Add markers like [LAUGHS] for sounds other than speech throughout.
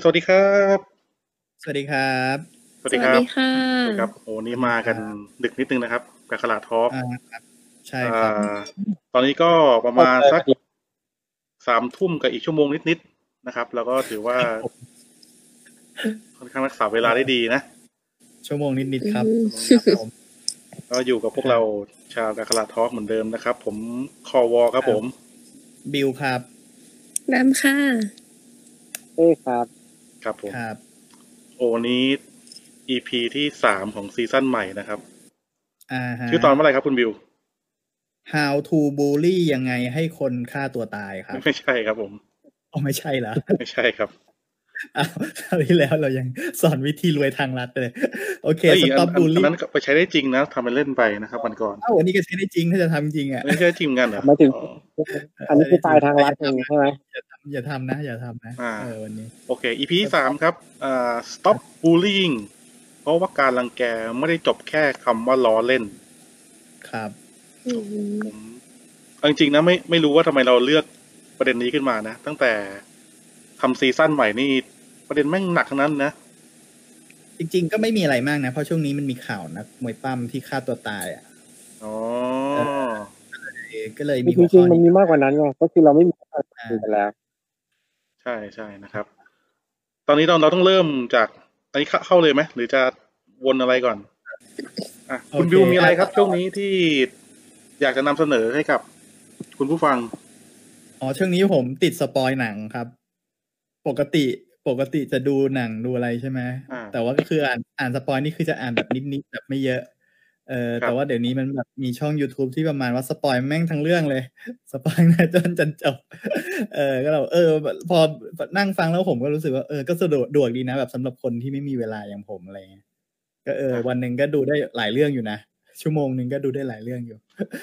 สวัสดีครับ สวัสดีครับ สวัสดีครับ ค่ะ ครับโอ้นี่มากันดึกนิดนึงนะครับกับขลาดทอป อ่าครับใช่ครับ ตอนนี้ก็ประมาณสักสามทุ่มกับอีกชั่วโมงนิดๆนะครับ แล้วก็ถือว่า ครับผม ค่อนข้างรักษาเวลาได้ดีนะ ชั่วโมงนิดๆครับ อืม ครับผม ก็อยู่กับพวกเราชาวกับขลาดทอปเหมือนเดิมนะครับ ผมคอวอครับผม บิลครับ แบมค่ะ เอ้ยครับ ครับผม ครับ โอ้วันนี้ EP ที่สามของซีซั่นใหม่นะครับ อ่าฮะ ชื่อตอนเมื่อไหร่ครับคุณบิว How to bully ยังไงให้คนฆ่าตัวตายครับ ไม่ใช่ครับผม อ๋อไม่ใช่เหรอ ไม่ใช่ครับ อ้าวคราวที่แล้วเรายังสอนวิธีรวยทางลัดเลย โอเค เอ้ย stop นน bully นนั้นก็ไปใช้ได้จริงนะทำเป็นเล่นไปนะครับวันก่อน อ้าวอันนี้ก็ใช้ได้จริงถ้าจะทำจริงอ่ะ ไม่ใช่จริงกันเหรอ หมายถึง อ๋อ อันนี้คือตายทางรัฐเองใช่ไหม อย่าทำอย่าทำนะ อย่าทำนะ อ่า เออวันนี้ โอเค EP ที่สามครับอ่า stop bullying เพราะว่าการรังแกไม่ได้จบแค่คำว่าล้อเล่น ครับ ผมเอาจริงๆนะไม่ไม่รู้ว่าทำไมเราเลือกประเด็นนี้ขึ้นมานะ ตั้งแต่ทำซีซั่นใหม่นี่ประเด็นแม่งหนักทั้งนั้นนะ จริง ๆ ก็ไม่มีอะไรมากนะ เพราะช่วงนี้มันมีข่าวนะมวยปั้มที่ฆ่าตัวตายอ่ะ อ๋อ เออก็เลย จ มีหัว ริ ข้ ง อ ๆมัน นี้ มีมากกว่านั้นไงก็คือเราไม่มีอะไรคุยกันแล้ว ใช่ใช่นะครับ ตอนนี้เราเราต้องเริ่มจากอันนี้เข้าเข้าเลยไหมหรือจะวนอะไรก่อนอ่ะคุณบิวมีอะไรครับ ช่วงนี้ที่อยากจะนำเสนอให้กับ คุณผู้ฟัง อ๋อช่วงนี้ผมติดสปอยหนังครับ ปกติปกติจะดูหนังดูอะไรใช่ไหม อ่า แต่ว่าก็คืออ่านอ่านสปอยนี่คือจะอ่านแบบนิดๆแบบไม่เยอะเออ ครับ แต่ว่าเดี๋ยวนี้มันแบบมีช่อง YouTube ที่ประมาณว่าสปอยแม่งทั้งเรื่องเลย [LAUGHS] สปอยแม่งจนจนจบ [LAUGHS] เออก็เราเออ พอนั่งฟังแล้วผมก็รู้สึกว่าเออก็สะดวกดวกดีนะแบบสำหรับคนที่ไม่มีเวลาอย่างผมอะไรเงี้ยก็เออ วันหนึ่งก็ดูได้หลายเรื่องอยู่นะชั่วโมงหนึ่งก็ดูได้หลายเรื่องอยู่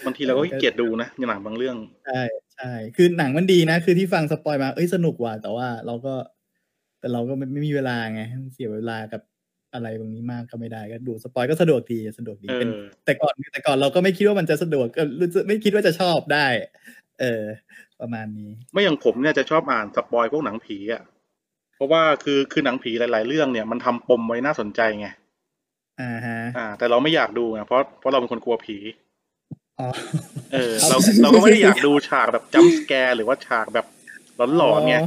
บางทีเราก็ขี้เกียจดูนะอย่างหนังบางเรื่อง ใช่ใช่ คือหนังมันดีนะ คือที่ฟังสปอยมาเอ้ยสนุกว่ะแต่ว่าเราก็ แต่เราก็ไม่ไม่มีเวลาไงเสียเวลากับอะไรตรงนี้มากก็ไม่ได้ก็ดูสปอยก็สะดวกดีสะดวกดี เอ เป็น อ แต่ก่อนแต่ก่อนเราก็ไม่คิดว่ามันจะสะดวกก็รู้สึกไม่คิดว่าจะชอบได้ เออ ประมาณนี้ ไม่อย่างผมเนี่ยจะชอบอ่านสปอยพวกหนังผีอ่ะเพราะว่าคือคือหนังผีหลาย ๆ เรื่องเนี่ยมันทำปมไว้น่าสนใจไง อ่าฮะ อ่า แต่เราไม่อยากดูไงเพราะเพราะเราเป็นคนกลัวผี อ๋อ เออ ครับ เราเราก็ไม่ได้อยากดูฉากแบบจัมสแกร์หรือว่าฉากแบบหลอนๆไง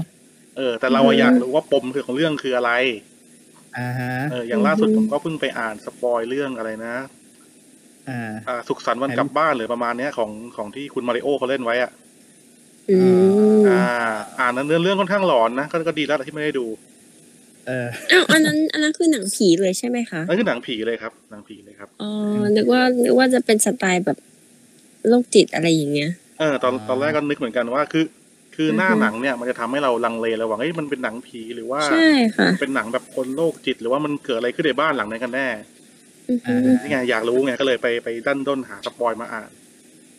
เออแต่เราอะ อืม อยากรู้ว่าปมคือของเรื่องคืออะไร อ่าฮะ เอออย่างล่าสุดผมก็เพิ่งไปอ่านสปอยเรื่องอะไรนะ อ่า อ่าสุขสันต์วันกลับบ้านหรือประมาณเนี้ยของของที่คุณมาริโอเขาเล่นไว้อ่ะ อืม อ่า อ่านนั้นเนื้อเรื่องค่อนข้างหลอนนะก็ก็ดีแล้วที่ไม่ได้ดู เออ อ้าวอันนั้นอันนั้นคือหนังผีเลยใช่ไหมคะ นั่นคือหนังผีเลยครับหนังผีเลยครับ อ๋อ นึกว่า นึกว่าจะเป็นสไตล์แบบโรคจิตอะไรอย่างเงี้ย เออตอน อ่า ตอนแรกก็นึกเหมือนกันว่า คือคือหน้า อือฮึ หนังเนี่ยมันจะทำให้เราลังเลระหว่างเอ้ยมันเป็นหนังผีหรือว่า ใช่ค่ะ เป็นหนังแบบคนโรคจิตหรือว่ามันเกิดอะไรขึ้นในบ้านหลังนั้นกันแน่ อืม อ่าฮะ นี่ไงอยากรู้ไงก็เลยไปไปดันด้นหาสปอยมาอ่าน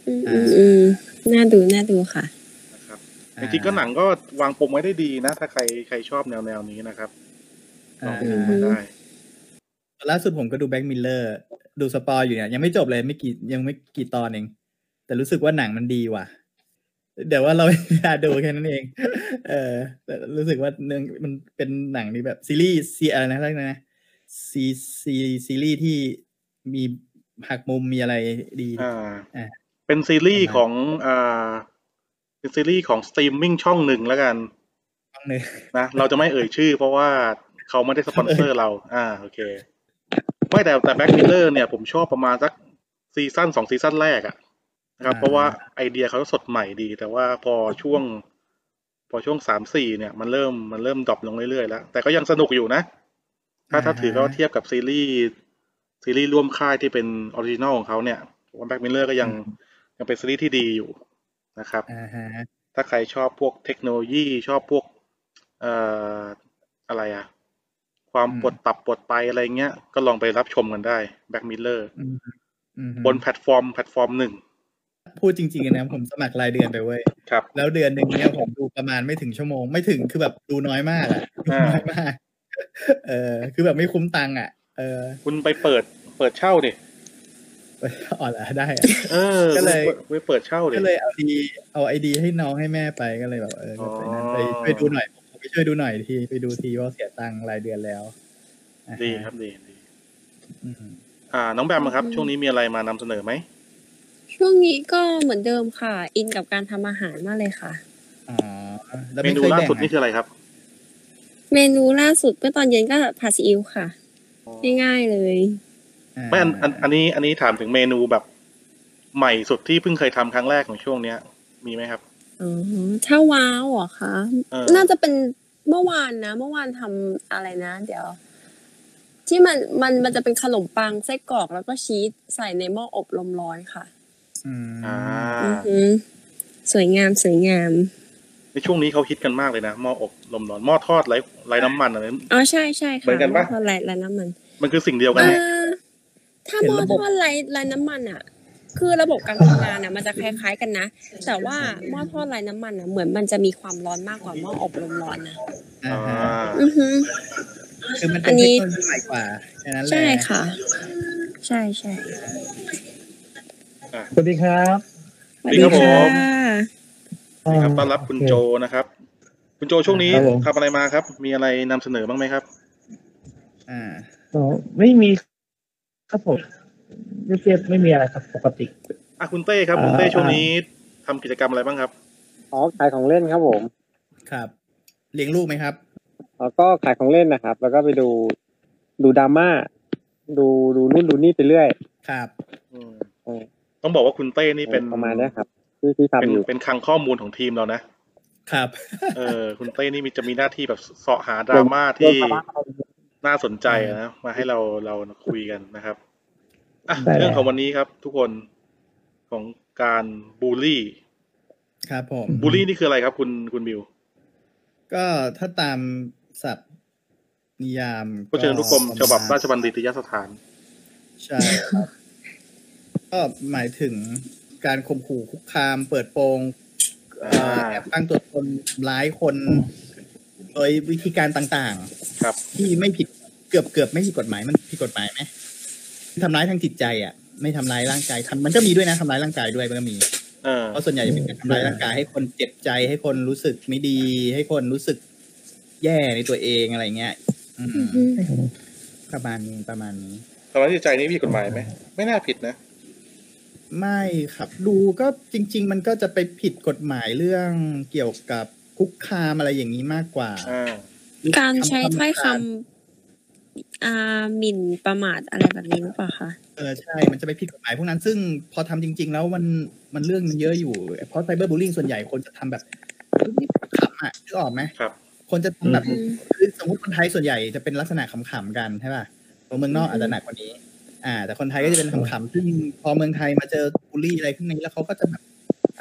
อืมอืมอืมน่าดู น่าดูค่ะ นะครับ จริงๆก็หนังก็วางปมไว้ได้ดีนะ ถ้าใครใครชอบแนวแนวๆนี้นะครับลองไปอ่า ดูกันได้ ล่าสุดผมก็ดูแบ็กมิลเลอร์ดูสปอยอยู่เนี่ย ยังไม่จบเลยไม่กี่ยังไม่กี่ตอนเอง แต่รู้สึกว่าหนังมันดีว่ะ เดี๋ยวว่าเรา [LAUGHS] ไม่ได้ดูแค่นั้นเอง เออแต่รู้สึกว่าเนื่องมันเป็นหนังที่แบบซีรีส์ซีอะไรนะเรียกนะซีซีซีรีส์ที่มีหักมุมมีอะไรดี อ่า อ่า เป็นซีรีส์ของอ่าเป็นซีรีส์ของสตรีมมิ่งช่องหนึ่งแล้วกัน บ้างเลย นะเราจะไม่เอ่ยชื่อ เพราะว่าเขาไม่ได้สปอนเซอร์เรา อ่าโอเค ไม่แต่แต่แบ็กมิลเลอร์เนี่ยผมชอบประมาณสักซีซั่นสองซีซั่นแรกอะนะครับ เพราะว่าไอเดียเขาสดใหม่ดี แต่ว่าพอช่วง พอช่วงสามสี่เนี่ย มันเริ่มมันเริ่มดรอปลงเรื่อยๆแล้ว แต่ก็ยังสนุกอยู่นะ ถ้าถ้าถือก็เทียบกับซีรีส์ซีรีส์ร่วมค่ายที่เป็นออริจินอลของเขาเนี่ยวันแบ็กมิลเลอร์ก็ยังยังเป็นซีรีส์ที่ดีอยู่นะครับ อ่าฮะ ถ้าใครชอบพวกเทคโนโลยีชอบพวกเอ่ออะไรอะความปวดตับปวดไตอะไรเงี้ย ก็ลองไปรับชมกันได้แบ็กมิลเลอร์ อืมอืม บนแพลตฟอร์มแพลตฟอร์มหนึ่ง พูดจริงๆนะผมสมัครรายเดือนไปเว้ย ครับ แล้วเดือนหนึ่งเนี่ยผมดูประมาณไม่ถึงชั่วโมง ไม่ถึงคือแบบดูน้อยมากอะดู อ่า น้อยมาก [LAUGHS] เออคือแบบไม่คุ้มตังค์อ่ะ เออ คุณไปเปิดเปิดเช่าดิ อ่อน [LAUGHS] ละได้อะ เออ ก็เลย ไปเปิดเช่าดิ ก็เลยเอาดีเอาไอดีให้น้องให้แม่ไปก็เลยแบบเออก็ไปนั่นไป อ๋อ ไปดูหน่อยผม ไปช่วยดูหน่อยทีไปดูทีว่าเสียตังค์รายเดือนแล้วอ่าฮะ ดีครับดีดี อืม อ่า น้องแบมครับ ช่วงนี้มีอะไรมานำเสนอไหม ช่วงนี้ก็เหมือนเดิมค่ะ อินกับการทำอาหารมากเลยค่ะ อ๋อ เมนูล่าสุดนี่คืออะไรครับ เมนูล่าสุดเมื่อตอนเย็นก็ผัดซีอิ๊วค่ะ ง่ายๆเลย ไม่อันอันอันนี้อันนี้ถามถึงเมนูแบบ ใหม่สุดที่เพิ่งเคยทำครั้งแรกของช่วงเนี้ย มีไหมครับ อ๋อถ้าว้าวเหรอคะ เออ น่าจะเป็นเมื่อวานนะ เมื่อวานทำอะไรนะ เดี๋ยว ที่มันมันมันจะเป็นขนมปังไส้กรอกแล้วก็ชีสใส่ในหม้ออบลมร้อนค่ะ อ่า อือหือสวยงามสวยงาม ในช่วงนี้เขาฮิตกันมากเลยนะหม้ออบลมร้อนหม้อทอดไร้ไร้น้ำมันอะไร อ๋อใช่ใช่ค่ะ เหมือนกันปะ หม้ทอดไร้ไร้น้ำมัน มันคือสิ่งเดียวกันไหเอ่ม อถ้าหม้อทอดไร้ไร้น้ำมันอ่ะ คือระบบการทำงานอ่ะ มันจะคล้ายๆกันนะแต่ว่าหม้อทอดไร้น้ำมันอ่ะ เหมือนมันจะมีความร้อนมากกว่าหม้ออบลมร้อนนะ อ่า อ่า ฮะ อือหือ คือมัน อั เป็น นนี้ เทคโนโลยีใหม่กว่าแค่นั้นแหละ ใช่ค่ะ ใช่ใช่ สวัสดีครับ สวัสดีค่ะ ครับต้อนรับคุณโจนะครับ คุณโจช่วงนี้ทำอะไรมาครับ มีอะไรนำเสนอบ้างไหมครับ อ่า เอ่อไม่มีครับผมเรียบๆไม่มีอะไรครับปกติ อ่ะคุณเต้ครับคุณเต้ อ่า ช่วงนี้ทำกิจกรรมอะไรบ้างครับ อ๋อขายของเล่นครับผม ครับ เลี้ยงลูกไหมครับ แล้วก็ขายของเล่นนะครับ แล้วก็ไปดูดูดราม่าดูดูนู่นดูนี่ไปเรื่อย ครับ อืม อืม ต้องบอกว่าคุณเต้นี่เป็น ประมาณเนี้ยครับที่ที่ เป็น ทำอยู่ เป็นคลังข้อมูลของทีมเรานะครับ เออ คุณเต้นี่มีจะมีหน้าที่แบบเสาะหาดราม่าที่น่าสนใจอะนะมาให้เราเราคุยกันนะครับอ่ะ ได้แล้ว เรื่องของวันนี้ครับ ทุกคนของการบูลลี่ ครับผม บูลลี่นี่คืออะไรครับคุณคุณบิว ก็ถ้าตามศัพท์นิยาม ก็เชิญทุกกรม ประมาณ ฉบับราชบัณฑิตยสถาน ใช่ครับก็หมายถึงการข่มขู่คุกคาม เปิดโปงเอ่อ อ่า แอบอ้างตัวตนทำร้ายคน โดยวิธีการต่างๆ ครับ ที่ไม่ผิดเกือบเกือบไม่ผิดกฎหมายมันผิดกฎหมายไหมทำร้ายทางจิตใจ อ่ะ ไม่ทำร้ายร่างกายทำมันก็มีด้วยนะทำร้ายร่างกายด้วยมันก็มี เออ เพราะส่วนใหญ่จะเป็นการทำร้ายร่างกายให้คนเจ็บใจให้คนรู้สึกไม่ดี ให้คนรู้สึกแย่ในตัวเองอะไรเงี้ยอืมประมาณนี้ประมาณนี้ ทำร้ายจิตใจนี่ผิดกฎหมายไหมไม่น่าผิดนะ ไม่ครับ ดูก็จริง ๆ มันก็จะไปผิดกฎหมายเรื่องเกี่ยวกับคุกคามอะไรอย่างนี้มากกว่า อ่า การใช้ถ้อยคำอ่าหมิ่นประมาทอะไรแบบนี้หรือเปล่าคะ เออใช่ มันจะไปผิดกฎหมายพวกนั้นซึ่งพอทำจริง ๆ แล้วมันมันเรื่องมันเยอะอยู่ เพราะไซเบอร์บูลลิงส่วนใหญ่คนจะทำแบบนี่ขำอ่ะนึกออกไหม ครับ คนจะทำแบบ อืม คือสมมติคนไทยส่วนใหญ่จะเป็นลักษณะขำๆกันใช่ป่ะคนเมืองนอกอาจจะหนักกว่านี้ อ่า แต่คนไทยก็จะเป็นขำๆซึ่งพอเมืองไทยมาเจอบูลลี่อะไรขึ้นนี้แล้วเขาก็จะแบบ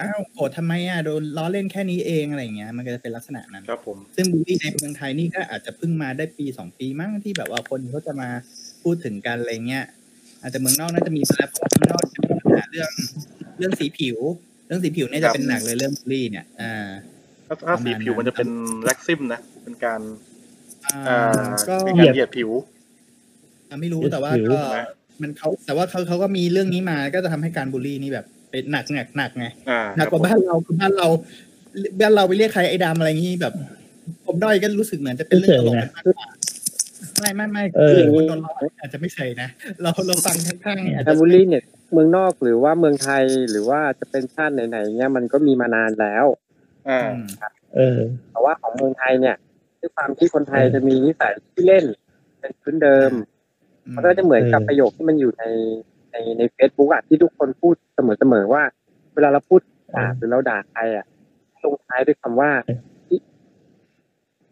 อ้าวโกรธทำไมอ่ะโดนล้อเล่นแค่นี้เองอะไรอย่างเงี้ย มันก็จะเป็นลักษณะนั้น ครับผม ซึ่งบูลลี่ในเมืองไทยนี่ก็อาจจะเพิ่งมาได้ปีสองปีมั้งที่แบบว่าคนเขาจะมาพูดถึงกันอะไรเงี้ยอาจจะเมืองนอกน่าจะมีมาแล้วเพราะเมืองนอกจะมีปัญหาเรื่อง เรื่องสีผิว เรื่องสีผิวเนี่ย ครั จะ บ เป็นหนักเลยเรื่องบูลลี่เนี่ย อ่า ถ้าถ้าสีผิว ประมันมาณนั้นจะเป็นแล็กซิมนะ เป็นการ อ่ อ่า าก็ เป็นการเหยียดผิว ไม่รู้แต่ว่า ผิว ก็ นะ มันเขาแต่ว่าเขาเขาก็มีเรื่องนี้มาก็จะทำให้การบูลลี่นี่แบบเป็นหนักหนักหนักไง อ่า หนักกว่า ค บ้า รับ นเราคือบ้านเราบ้านเราไปเรียกใครไอ้ดำอะไรอย่างนี้แบบ ผมด้อยก็รู้สึกเหมือนจะเป็นเรื่องตลกกันมากกว่าไม่ไม่ไม่ เออ คือคนโดนล้ออาจจะไม่เคยนะ เราเราฟังข้างๆเนี่ยอาจ แค จะ มบูลลี่เนี่ยเมืองนอกหรือว่าเมืองไทยหรือว่าจะเป็นชาติไหนๆเนี่ยมันก็มีมานานแล้ว อ่า อืม เออ แต่ว่าของเมืองไทยเนี่ยด้วยความที่คนไทยจะมีนิสัยที่เล่น เป็นพื้นเดิม อืม มันก็จะเหมือนกับ เออ ประโยคที่มันอยู่ในในในเฟซบุ๊กอะที่ทุกคนพูดเสมอๆว่า เวลาเราพูดด่าหรือเราด่าใครอะลงท้ายด้วยคำว่า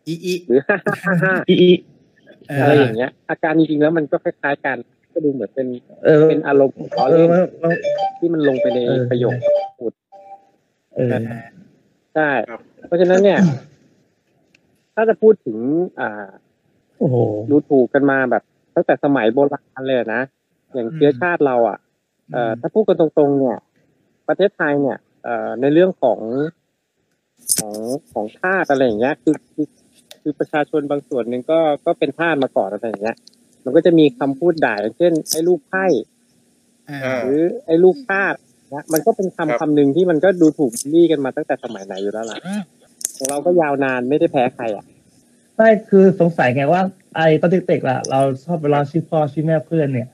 อีอี หรือ [LAUGHS] ฮ่าฮ่าฮ่าฮ่า อีอี เอ อะไรอ อย่าง เงี้ย อาการจริงๆแล้วมันก็คล้ายๆกัน ก็ดูเหมือนเป็น เออ เป็นอารมณ์ของล้อ เอ เล่ อน มันมัน ที่มันลงไปในประโยค เออ ใช่ ครับ เพราะฉะนั้นเนี่ย ถ้าจะพูดถึง อ่า โอ้โห ดูถูกกันมาแบบตั้งแต่สมัยโบราณเลยนะ อย่างเชื้อชาติเราอ่ะเอ่ออถ้าพูดกันตรงๆ เนี่ย ประเทศไทยเนี่ย เอ่อในเรื่องของของของทาสอะไรอย่างเงี้ยคือคือคือประชาชนบางส่วนหนึ่งก็ก็เป็นทาสมาก่อนอะไรอย่างเงี้ย มันก็จะมีคำพูดด่าอย่างเช่น ไอ้ลูกไพ่ อ่า อ่า หรือไอ้ลูกทาสนะมันก็เป็นคคำรับ คำหนึ่งที่มันก็ดูถูกบูลลี่กันมาตั้งแต่สมัยไหนอยู่แล้วล่ะของเราก็ยาวนานไม่ได้แพ้ใครอ่ะ ไม่คือสงสัยไงว่า ไอ้ตอนเด็กๆล่ะ เราชอบเวลาชื่อพ่อชื่อแม่เพื่อนเนี่ย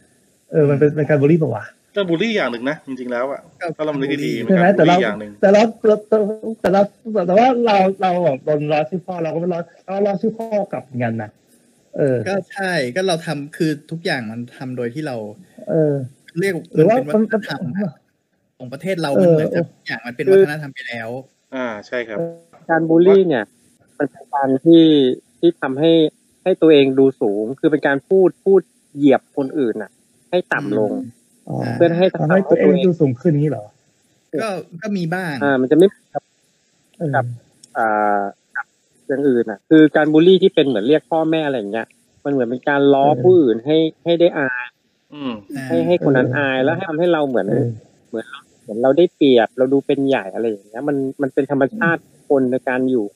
เออมันเป็นเป็นการบูลลี่ป่าวะ ก็บูลลี่อย่างหนึ่งนะจริงๆแล้วอ่ะถ้าเรานึกดีๆมัน ใช่ไหม ก็ แต่ บูล เรา ลี่อย่างหนึ่ง แต่เราแต่แต่เราแต่ว่าเราเราแบบโดนล้อชื่อพ่อเราก็ไม่ล้อเราล้อชื่อพ่อกลับเหมือนกันนะเออ ก็ใช่ก็เราทำคือทุกอย่างมันทำโดยที่เรา เออ เรียก หรือว่า มันเป็นวัฒนธรรมอะของประเทศเรามันเหมือนกับทุกอย่างมันเป็นวัฒนธรรมไปแล้ว อ่าใช่ครับ การบูลลี่เนี่ยมันเป็นการที่ที่ทำให้ให้ตัวเองดูสูง คือเป็นการพูดพูดเหยียบคนอื่นน่ะ ให้ต่ำลง อ๋อ เพื่อให้ทำ ทำให้ตัวเอง ให้ตัวเอง ดูสูงขึ้นนี้เหรอ ก็ก็มีบ้าง อ่า มันจะไม่ เออ ครับ อ่าอย่างอื่นน่ะ คือการบูลลี่ที่เป็นเหมือนเรียกพ่อแม่อะไรอย่างเงี้ยมันเหมือนเป็นการล้อผู้อื่นให้ให้ได้อาย อืม อ่า ให้ให้คนนั้นอายแล้วให้ทำให้เราเหมือน เออ เหมือนเราได้เปรียบเราดูเป็นใหญ่อะไรอย่างเงี้ยมันมันเป็นธรรมชาติคนในการอยู่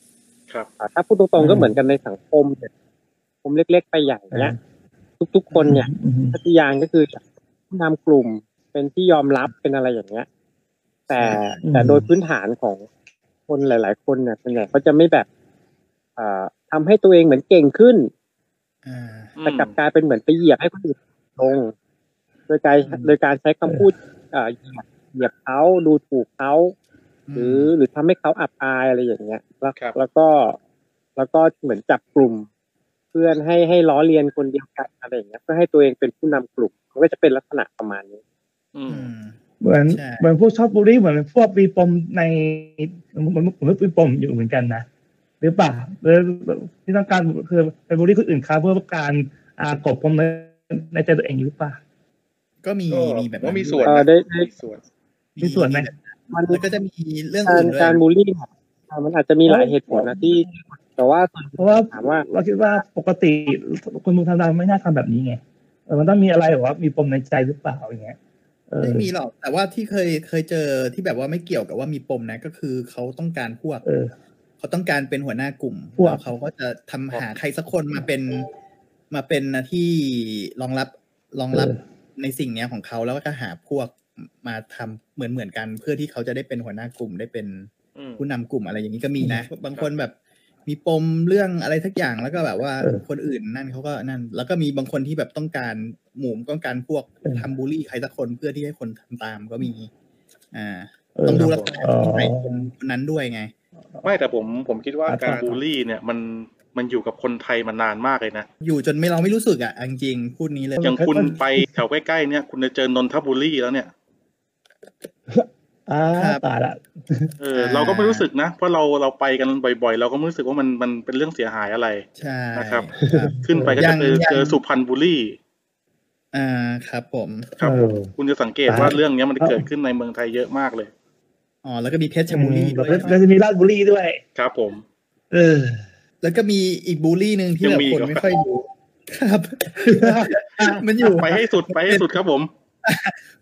ครับ อ่าถ้าพูดตรงๆก็เหมือนกันในสังคมเนี่ยสังคมเล็ก ๆ ไปใหญ่เนี้ยทุกๆคนเนี่ย อืม พัทยานก็คือผู้นำกลุ่มเป็นที่ยอมรับเป็นอะไรอย่างเงี้ย แต่แต่โดยพื้นฐานของคนหลาย ๆ คนเนี่ยส่วนใหญ่เขาจะไม่แบบเอ่อทำให้ตัวเองเหมือนเก่งขึ้น อ่า อืม แต่กลับกลายเป็นเหมือนไปเหยียบให้คนอื่นลง โดยการ อืม โดยการใช้คำพูดเอ่อเหยียบเหยียบเขาดูถูกเขาหรือหรือทำให้เขาอับอายอะไรอย่างเงี้ย แล้ว ครับ แล้วก็ แล้วก็เหมือนจับกลุ่ม เพื่อนให้ให้ล้อเลียนคนเดียวกันอะไรอย่างเงี้ยเพื่อให้ตัวเองเป็นผู้นำกลุ่มมันก็จะเป็นลักษณะประมาณนี้ อื อื ม ม เหมือน ใช่ เหมือนพวกชอบบูลลี่เหมือนพวกปีปมในเหมือนเหมือนปีปมอยู่เหมือนกันนะหรือเปล่าหรือที่ต้องการคือไปบูลลี่คนอื่นเขาเพื่อการอากบปมในในใจตัวเองอยู่หรือเปล่า ก็มี ก็ มีแบบ ว่ามีส่วน เออ นะ ได้ได้ มีส่วน มีส่วนไหม แบบ มัน แล้วก็จะมีเรื่อง กา อื่ ร นด้วย การบูลลี่เนี่ยอ่ามันอาจจะมีหลายเหตุผลนะที่ แต่ว่าส่วน เพราะว่า ถามว่า เราคิดว่าปกติคนดูธรรมดาไม่น่าทำแบบนี้ไงเออมันต้องมีอะไรหรือว่ามีปมในใจหรือเปล่าอย่างเงี้ยเออ ไม่มีหรอก แต่ว่าที่เคยเคยเจอที่แบบว่าไม่เกี่ยวกับว่ามีปมนะ ก็คือเขาต้องการพวก เออ เขาต้องการเป็นหัวหน้ากลุ่ม พวก แล้วเขาก็จะทำหาใครสักคนมาเป็นมาเป็นหน้าที่รองรับรองรับในสิ่งเนี้ยของเขาแล้วก็หาพวกมาทำเหมือนเหมือนกัน เพื่อที่เขาจะได้เป็นหัวหน้ากลุ่มได้เป็น อืม ผู้นำกลุ่มอะไรอย่างนี้ก็มีนะ บางคนแบบมีปมเรื่องอะไรทักอย่างแล้วก็แบบว่า เออ คนอื่นนั่นเขาก็นั่น แล้วก็มีบางคนที่แบบต้องการหมู่ต้องการพวก เออ ทำบูลลี่ใครสักคนเพื่อที่ให้คนทำตามก็มี อ่า เออ ต้องดูลักษ ค ณะ รับ นิสัยคนคนนั้นด้วยไง ไม่แต่ผมผมคิดว่า อ่ะ การ ต่อ บูลลี่เนี่ยมันมันอยู่กับคนไทยมานานมากเลยนะ อยู่จนไม่เราไม่รู้สึกอ่ะเอาจริงๆพูดนี้เลย อย่างคุณไปแถวใกล้ๆเนี่ยคุณจะเจอนนทบุรีแล้วเนี่ย อ่า ครับ ตายละ เออเราก็ไม่รู้สึกนะ เพราะเราเราไปกันบ่อยๆ เราก็ไม่รู้สึกว่ามันมันเป็นเรื่องเสียหายอะไร ใช่ นะครับ ครับ ขึ้นไปก็จะเจอ ยังยัง เจอสุพรรณบุรี อ่าครับผม ครับ เออ คุณจะสังเกต ครับ ว่าเรื่องเนี้ยมันเกิดขึ้นในเมืองไทยเยอะมากเลย อ๋อแล้วก็มีเพชรบุรีด้วย อืมแล้วจะมีราชบุรีด้วย ครับผม เออ แล้วก็มีอีกบูลลี่หนึ่งที่ ยัง แบบ มีอีกคน เหรอ ไม่ค่อยรู้ครับ [LAUGHS] มันอยู่ ไปให้สุดไปให้สุดครับผม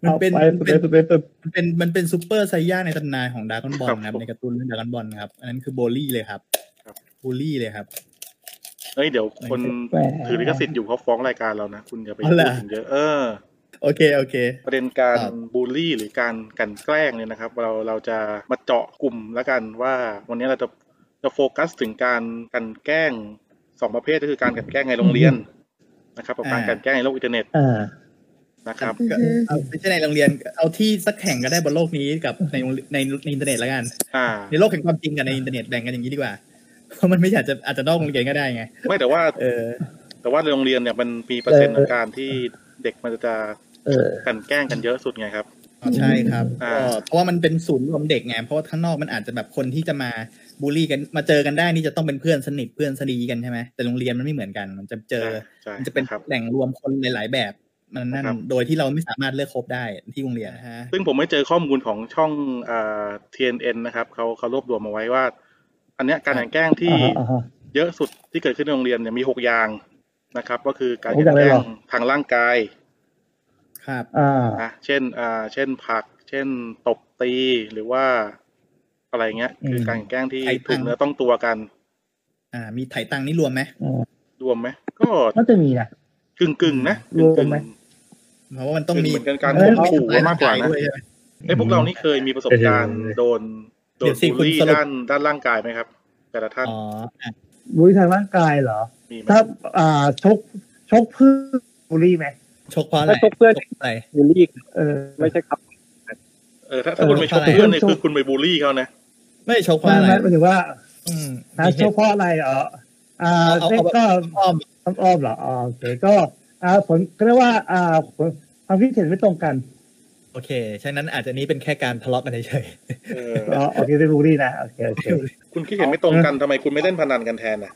มันเป็น อา มันเป็น ไปไป มันเป็นมันเป็นซูเปอร์ไซย่าในตำนานของดาร์กบอล ค ค รั รั บบ ผม ในการ์ตูนเรื่องดาร์กบอลครับ อันนั้นคือโบลลี่เลยครับ ครับ บูลลี่เลยครับ เอ้ยเดี๋ยวคน ไป ถือลิขสิทธิ์อยู่เขาฟ้องรายการเรานะคุณอย่าไป อ๋อเหรอ พูดถึงเยอะเออ โอเคโอเค ประเด็นการ ครับ บูลลี่หรือการกลันแกล้งเนี่ยนะครับ เราเราจะมาเจาะกลุ่มแล้วกันว่า วันนี้เราจะจะโฟกัสถึงการกลันแกล้งสองประเภทก็คือการกลันแกล้งในโรงเรียนนะครับกับการกลันแกล้งในโลกอินเทอร์เน็ต อ่า นะครับ อือ ก็ ฮึ เอาไม่ใช่ในโรงเรียนเอาที่สักแห่งก็ได้บนโลกนี้กับในโรงเรียนในในอินเทอร์เน็ตแล้วกัน อ่า ในโลกแห่งความจริงกับในอินเทอร์เน็ตแบ่งกันอย่างนี้ดีกว่า เพราะมันไม่อาจจะอาจจะนอกโรงเรียนก็ได้ไง ไม่แต่ว่า เออ แต่ว่าในโรงเรียนเนี่ยมันมีเปอร์เซ็นต์ของการที่เด็กมันจะ เออ กลันแกล้งกันเยอะสุดไงครับ อ๋อใช่ครับ อ่า ก็เพราะว่ามันเป็นศูนย์รวมเด็กไง เพราะว่าข้างนอกมันอาจจะแบบคนที่จะมาบูลลี่กัน มาเจอกันได้นี่จะต้องเป็นเพื่อนสนิทเพื่อนสดีกันใช่ไหมแต่โรงเรียนมันไม่เหมือนกัน มันจะเจอ ใช่ มันจะเป็น ครับ แหล่งรวมคนหลาย ๆ แบบ มันนั่น ครับ โดยที่เราไม่สามารถเลือกคบได้ที่โรงเรียนนะฮะ ซึ่งผมไม่เจอข้อมูลของช่องอ่า TNN นะครับเขาเขารวบรวมมาไว้ว่า อันเนี้ยการกลันแกล้งที่ อ่าฮะอ่าฮะ เยอะสุดที่เกิดขึ้นในโรงเรียนเนี่ยมีหกอย่างนะครับ ก็คือการ หกอย่าง แก เลล้ยเหรง อ ทางร่างกาย ครับ อ่า นะเช่นอ่าเช่นผลัก เช่นตบตีหรือว่าอะไรเงี้ย อืม คือการแกล้งที่ ใช้ ถูก ทาง เนื้อต้องตัวกัน อ่า มีไถ่ตังค์นี่รวมไหม รวมไหมก็ น่าจะมีนะ กึ่งกึ่งๆนะ ร กึ่ง ว กึ่ ม ง ไหม เพราะว่ามันต้องมี เหมือนกันการ มัต้ ข่ อง มขู่กันมากกว่านะ ด้วยใช่ไหม ไอ้ยพวกเรานี่เคยมีประสบการณ์ เออ โดนโด เดี๋ น ยวสิ บูลลี่ คุณสรุป ด้านด้านร่างกายไหมครับ แต่ละท่าน อ๋ออ่ะ บุหรี่ทางร่างกายเหรอ มีไหม ถ้าอ่าชกชกเพื่อบุหรี่ไหม ชกเพราะอะไร ถ้าชกเพื่อน ชกอะไร บูลลี่ เออ ไม่ใช่ครับ เออถ้าถ้าคุณไปชก เออ เพื่อนเนี่ย ชก คือคุณไปบูลลี่เขานะ ไม่ชกเพราะ ไม่ อะไร ไม่หมายถึงว่า อืม นะ มีเห ชก ตุ เพราะอะไรเหรออ่า เอา เรีย เอา กก็ อ้อม อ้อมอ้อมเหรออ๋อโอเคก็อ่าผลก็เรียกว่าอ่าผลความคิดเห็นไม่ตรงกัน โอเคฉะนั้นอาจจะนี้เป็นแค่การทะเลาะกันเฉย เออ อ๋อโอเคได้บุหรี่นะโอเคโอเค คุณคิดเห็นไม่ตรงกันทำไมคุณไม่เล่นพนันกันแทนน่ะ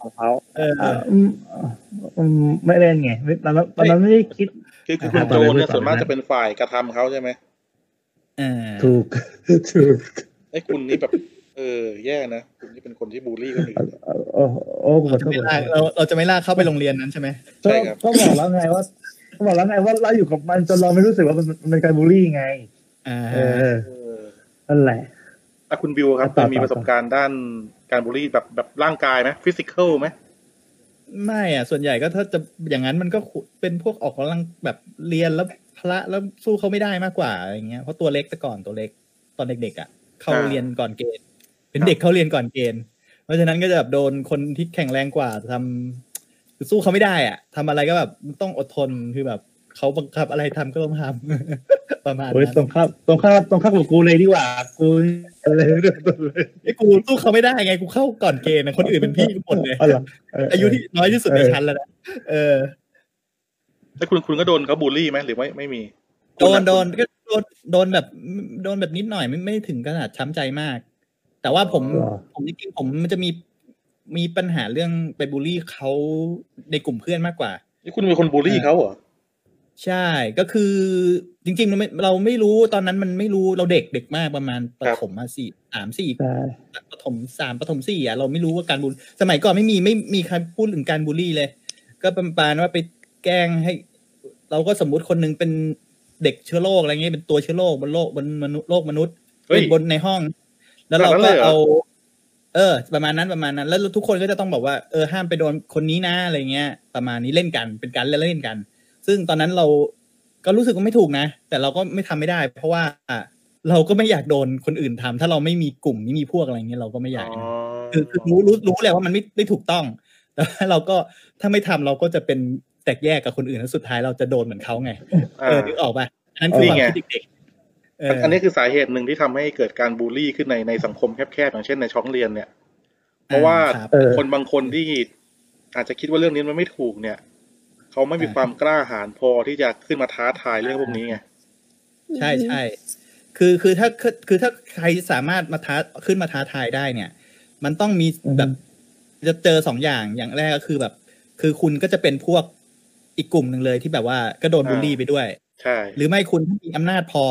ของเขา ๆเออ อ่าอืมอืมไม่เล่นไงไม่ตอนนั้นตอนนั้นไม่ได้คิด คือคือคุณโจนเนี่ยส่วนมากจะเป็นฝ่ายกระทำเขาใช่ไหม เออ ถูก ถูก ไอ้ยคุณนี่แบบ เออ แย่นะคุณนี่เป็นคนที่บูลลี่คนอื่น เอ่อโอ้โอ้ขอ เรา โท จะ ษ ไม่ลากเราเราจะไม่ลากเข้าไปโรงเรียนนั้นใช่ไหม ใช่ครับ ก็บอกแล้วไงว่าก็บอกแล้วไงว่าเราอยู่กับมันจนเราไม่รู้สึกว่ามันมันเป็นการบูลลี่ไง อ่า เออ เออ นั่นแหละ อ่ะคุณบิวครับเค ต่อต่ ย อ มีประสบการณ์ด้านการบูลลี่แบบแบบร่างกายไหมฟิสิกอลไหม ไม่อ่ะส่วนใหญ่ก็ถ้าจะอย่างนั้นมันก็ขุเป็นพวกออกกำลังแบบเรียนแล้วพละแล้วสู้เขาไม่ได้มากกว่าอะไรเงี้ยเพราะตัวเล็กแต่ก่อนตัวเล็กตอนเด็กๆอ่ะเข้าเรียนก่อนเกณฑ์ เป็นเด็กเข้าเรียนก่อนเกณฑ์ เพราะฉะนั้นก็จะแบบโดนคนที่แข็งแรงกว่าทำคือสู้เขาไม่ได้อ่ะทำอะไรก็แบบต้องอดทนคือแบบเขาบังคับอะไรทำก็ต้องทำ [LAUGHS] ประมาณ โอ้ย นั้น ตรงข้ามตรงข้ามตรงข้ามกับกูเลยดีกว่ากูอะไรเรื่องตัวเลย ไอ้กูสู้เขาไม่ได้ไงกูเข้าก่อนเกณฑ์นะคนอื่นเป็นพี่กูหมดเลย อ๋อเหรอเ อายุ [LAUGHS] ที่น้อยที่สุดใน เออ ชั้นแล้วนะเออ แล้วคุณคุณก็โดนเขาบูลลี่ไหมหรือไม่ไม่มี โดนโดนก็โดนโดนแบบโดนแบบนิดหน่อยไม่ไม่ถึงขนาดช้ำใจมาก แต่ว่าผม เหรอ ผมจริงๆผมมันจะมีมีปัญหาเรื่องไปบูลลี่เขาในกลุ่มเพื่อนมากกว่า นี่คุณเป็นคนบูลลี่เขาเหรอ ใช่ก็คือจริงๆเราไม่เราไม่รู้ตอนนั้นมันไม่รู้เราเด็กเด็กมากประมาณประถมมาสี่สามสี่ ใช่ ประถมสามประถมสี่อ่ะเราไม่รู้ว่าการบูลสมัยก่อนไม่มีไม่มีใครพูดถึงการบูลลี่เลย ก็ประมาณว่าไปแกล้งให้ เราก็สมมุติคนหนึงเป็นเด็กเชื้อโรคอะไรเงี้ยเป็นตัวเชื้อโรคบนโลกบนมนุษย์โลกมนุษย์ เฮ้ย เป็นบนในห้อง แล้วเราก็เอา เออ ประมาณนั้นประมาณนั้น แล้วทุกคนก็จะต้องบอกว่าเออห้ามไปโดนคนนี้นะอะไรเงี้ย ประมาณนี้เล่นกันเป็นการเล่นเล่นกัน ซึ่งตอนนั้นเราก็รู้สึกว่าไม่ถูกนะ แต่เราก็ไม่ทำไม่ได้ เพราะว่าเราก็ไม่อยากโดนคนอื่นทำถ้าเราไม่มีกลุ่มไม่มีพวกอะไรเงี้ยเราก็ไม่อยากนะ คือคือรู้รู้รู้แหละว่ามันไม่ไม่ถูกต้อง แต่ว่าเราก็ถ้าไม่ทำเราก็จะเป็นแตกแยกกับคนอื่นแล้วสุดท้ายเราจะโดนเหมือนเขาไง เออนึกออกป่ะอันนั้นคือความคิดเด็กๆเออ อันนี้คือสาเหตุหนึ่งที่ทำให้เกิดการบูลลี่ขึ้นในในสังคมแคบๆอย่างเช่นในช้องเรียนเนี่ย เพราะว่า ครับ เออ คนบางคนที่อาจจะคิดว่าเรื่องนี้มันไม่ถูกเนี่ยเขาไม่มี อ่า ความกล้าหาญพอที่จะขึ้นมาท้าทายเรื่องพวกนี้ไง ใช่ใช่ คือคือถ้าคือคือถ้าใครสามารถมาท้าขึ้นมาท้าทายได้เนี่ย มันต้องมีแบบ จะเจอสองอย่างอย่างแรกก็คือแบบ คือคุณก็จะเป็นพวกอีกกลุ่มหนึ่งเลยที่แบบว่าก็โดนบูลลี่ไปด้วย ใช่ หรือไม่คุณถ้ามีอำนาจพอ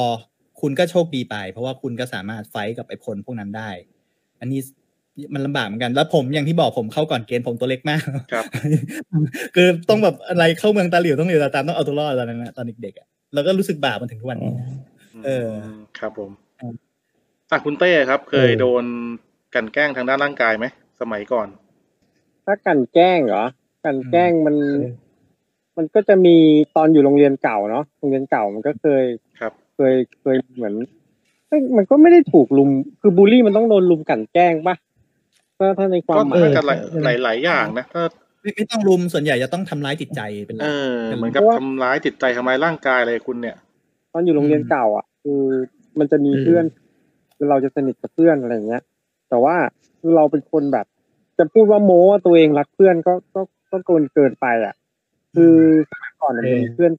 คุณก็โชคดีไป เพราะว่าคุณก็สามารถไฟท์กับไอ้พลพวกนั้นได้ อันนี้มันลำบากเหมือนกัน แล้วผมอย่างที่บอกผมเข้าก่อนเกณฑ์ผมตัวเล็กมาก ครับ คือต้องแบบอะไรเข้าเมืองตาหลิวต้องหลิวตาตามต้องเอาตัวรอดตอนนั้นนะตอนเด็กๆอะแล้วก็รู้สึกบาปมันถึงทุกวันนี้นะ เออ ครับผม เออ อ่ะคุณเต้ครับ เคย เออ โดนกลันแกล้งทางด้านร่างกายไหมสมัยก่อน ถ้ากลันแกล้งเหรอกลันแกล้งมัน เออ มันก็จะมีตอนอยู่โรงเรียนเก่าเนาะโรงเรียนเก่ามันก็เคย ครับ เคยเคยเหมือนเอ้ยมันก็ไม่ได้ถูกลุม คือบูลลี่มันต้องโดนลุมกลันแกล้งปะถ้าถ้าในความ ก็ หมา เอย น่า อ จะหลายหลายหลายอย่างนะถ้า ไม่ไม่ต้องรุมส่วนใหญ่จะต้องทำร้ายจิตใจเป็นห เอ ลัก อเหมือนกับทำร้ายจิตใจทำร้ายร่างกายอะไรคุณเนี่ย ตอนอยู่โรงเรียน อืม เก่า อ่ะ คือมันจะมี อืม เพื่อนคือเราจะสนิทกับเพื่อนอะไรอย่างเงี้ย แต่ว่าคือเราเป็นคนแบบ จะพูดว่าโม้ว่าตัวเองรักเพื่อนก็ก็ก็เกินเกินไปอ่ะ คือสมัยก่อนมันจะมีเพื่อน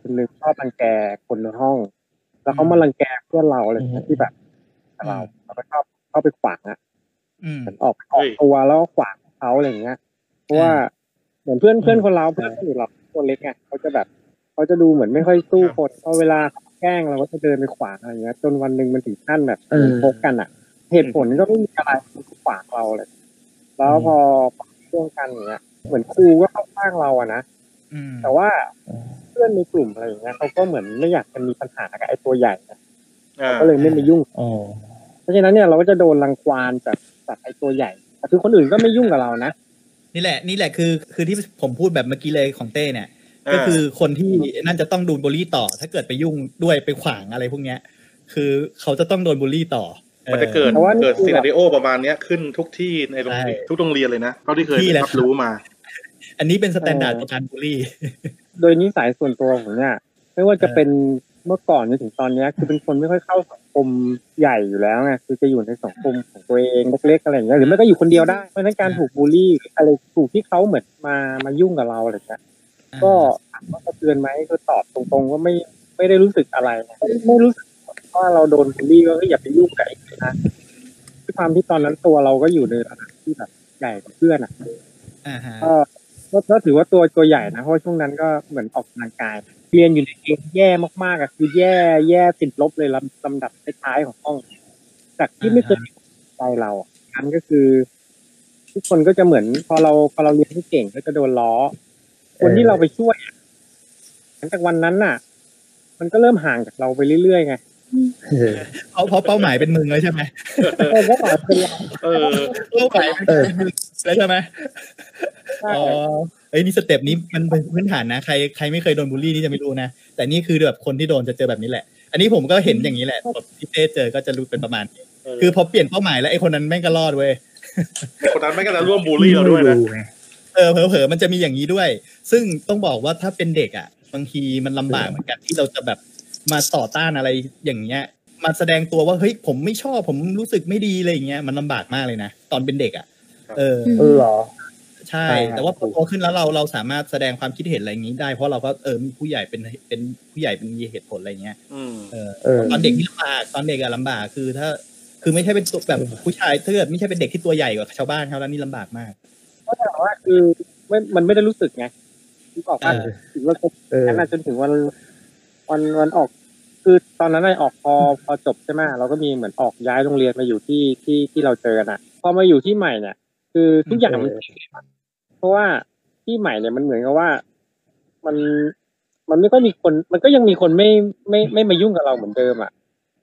คนหนึ่งชอบรังแกคนในห้อง แล้วเขามารังแกเพื่อนเราอะไรอย่างเงี้ยที่แบบกับเราเราก็ชอบเข้าไปขวางอ่ะ อืม เหมือนออกอ เฮ้ อก ย ตัวแล้วก็ขวางเขาอะไรอย่างเงี้ย เพราะว่า อ่า เหมือนเพื่อนเพื่อนคนเราเพื่อนสนิทเราตัวเล็กไงเขาจะแบบเขาจะดูเหมือนไม่ค่อยสู้คนเพอเวลาเขาแกล้งเราก็จะเดินไปขวางอะไรอย่างเงี้ย จนวันหนึ่งมันถึงขั้นแบบ เออ พบกันอ่ะ เหตุผลก็ไม่มีอะไรมันก็ขวางเราเลย แล้วพอช่วงกันอย่างเงี้ย เหมือนครูก็เข้าข้างเราอะนะ อืม แต่ว่าเพื่อนในกลุ่มอะไรอย่างเงี้ยเขาก็เหมือนไม่อยากจะมีปัญหากับไอ้ตัวใหญ่นะ อ่า ก็เลยไม่มายุ่ง อ๋อ เพราะฉะนั้นเนี่ยเราก็จะโดนรังควานจากจากไอ้ตัวใหญ่แต่คือคนอื่นก็ไม่ยุ่งกับเรานะ นี่แหละนี่แหละคือคือที่ผมพูดแบบเมื่อกี้เลยของเต้เนี่ย ก็คือคนที่นั่นจะต้องโดนบูลลี่ต่อ ถ้าเกิดไปยุ่งด้วยไปขวางอะไรพวกเนี้ย คือเขาจะต้องโดนบูลลี่ต่อ มันจะเกิด เพราะว่า เกิดซีนาริโอประมาณเนี้ยขึ้นทุกที่ในโรงเรียน ใช่ ทุกโรงเรียนเลยนะเท่าที่เคย ที่แหละ รับรู้มา อันนี้เป็นสแตนดาร์ดในการบูลลี่ โดยนิสัยส่วนตัวผมเนี่ย ไม่ว่าจะเป็นเมื่อก่อนจนถึงตอนเนี้ยคือเป็นคนไม่ค่อยเข้าสังคมใหญ่อยู่แล้วไงคือจะอยู่ในสังคมของตัวเองเล็กๆอะไรอย่างเงี้ยหรือไม่ก็อยู่คนเดียวได้เพราะฉะนั้นการถูกบูลลี่หรืออะไรถูกที่เขาเหมือนมามายุ่งกับเราอะไรอย่างเงี้ย ก็ถามว่าสะเทือนไหมก็ตอบตรงๆว่าไม่ไม่ได้รู้สึกอะไรนะไม่ไม่รู้สึกว่าเราโดนบูลลี่ก็อย่าไปยุ่งกับไอ้นี่นะด้วยความที่ตอนนั้นตัวเราก็อยู่ในระดับที่แบบใหญ่กว่าเพื่อนอ่ะ อ่าฮะ ก็ก็ก็ถือว่าตัวตัวใหญ่นะเพราะว่าช่วงนั้นก็เหมือนออกกำลังกาย เรียนอยู่ในเกณฑ์แย่มากๆอ่ะคือแย่แย่ติดลบเลยลำลำดับท้ายๆของห้อง จากที่ไม่เคยใจเราอ่ะนั้นก็คือ ทุกคนก็จะเหมือน พอเราพอเราเรียนไม่เก่งก็จะโดนล้อ คนที่เราไปช่วยอะหลังจากวันนั้นน่ะ มันก็เริ่มห่างจากเราไปเรื่อยๆไง เออ เพราะเพราะเป้าหมายเป็นมึงแล้วใช่ไหม เออก็ต่อเป็นเรา เออ เป้าหมายเป็นมึงแล้วใช่ไหม ใช่ อ๋อเอ้ยนี่สเต็ปนี้มันเป็นพื้นฐานนะใครใครไม่เคยโดนบูลลี่นี่จะไม่รู้นะแต่นี่คือแบบคนที่โดนจะเจอแบบนี้แหละ อันนี้ผมก็เห็นอย่างนี้แหละแบบที่เต้เจอก็จะรู้เป็นประมาณนี้ เออ คือพอเปลี่ยนเป้าหมายแล้วไอ้คนนั้นแม่งก็รอดเว้ย คนนั้นไม่งก็จะร่วมบูลลี่เราด้วยนะ ไง เออเผลอๆมันจะมีอย่างนี้ด้วย ซึ่งต้องบอกว่าถ้าเป็นเด็กอ่ะ บางทีมันลำบากเหมือนกันที่เราจะแบบมาต่อต้านอะไรอย่างเงี้ย มาแสดงตัวว่าเฮ้ยผมไม่ชอบผมรู้สึกไม่ดีอะไรอย่างเงี้ยมันลำบากมากเลยนะตอนเป็นเด็กอ่ะ เออ อืม เออเหรอ ใช่ ใช่ แต่ว่าพอโตขึ้นแล้วเราเราสามารถแสดงความคิดเห็นอะไรอย่างนี้ได้ เพราะเราก็เออมีผู้ใหญ่เป็นเป็นผู้ใหญ่เป็นมีเหตุผลอะไรอย่างเงี้ย อืม เออ เออ ตอนเด็กที่ลำบากตอนเด็กอะลำบากคือถ้า คือไม่ใช่เป็นตัวแบบผู้ชายเทือดไม่ใช่เป็นเด็กที่ตัวใหญ่กว่าชาวบ้านเขาแล้วนี่ลำบากมาก ก็แต่ว่าคือไม่มันไม่ได้รู้สึกไงนึกออกป่ะ เออ ถึงว่าจะ เออ แค่นั้นจนถึงวันวันวันออก คือตอนนั้นน่ะออกพอพอจบใช่ไหมเราก็มีเหมือนออกย้ายโรงเรียนมาอยู่ที่ที่ที่เราเจอกันอ่ะ พอมาอยู่ที่ใหม่เนี่ย คือทุกอย่างมัน เพราะว่าที่ใหม่เนี่ยมันเหมือนกับว่ามันมันไม่ค่อยมีคน มันก็ยังมีคนไม่ไม่ไม่มายุ่งกับเราเหมือนเดิมอ่ะ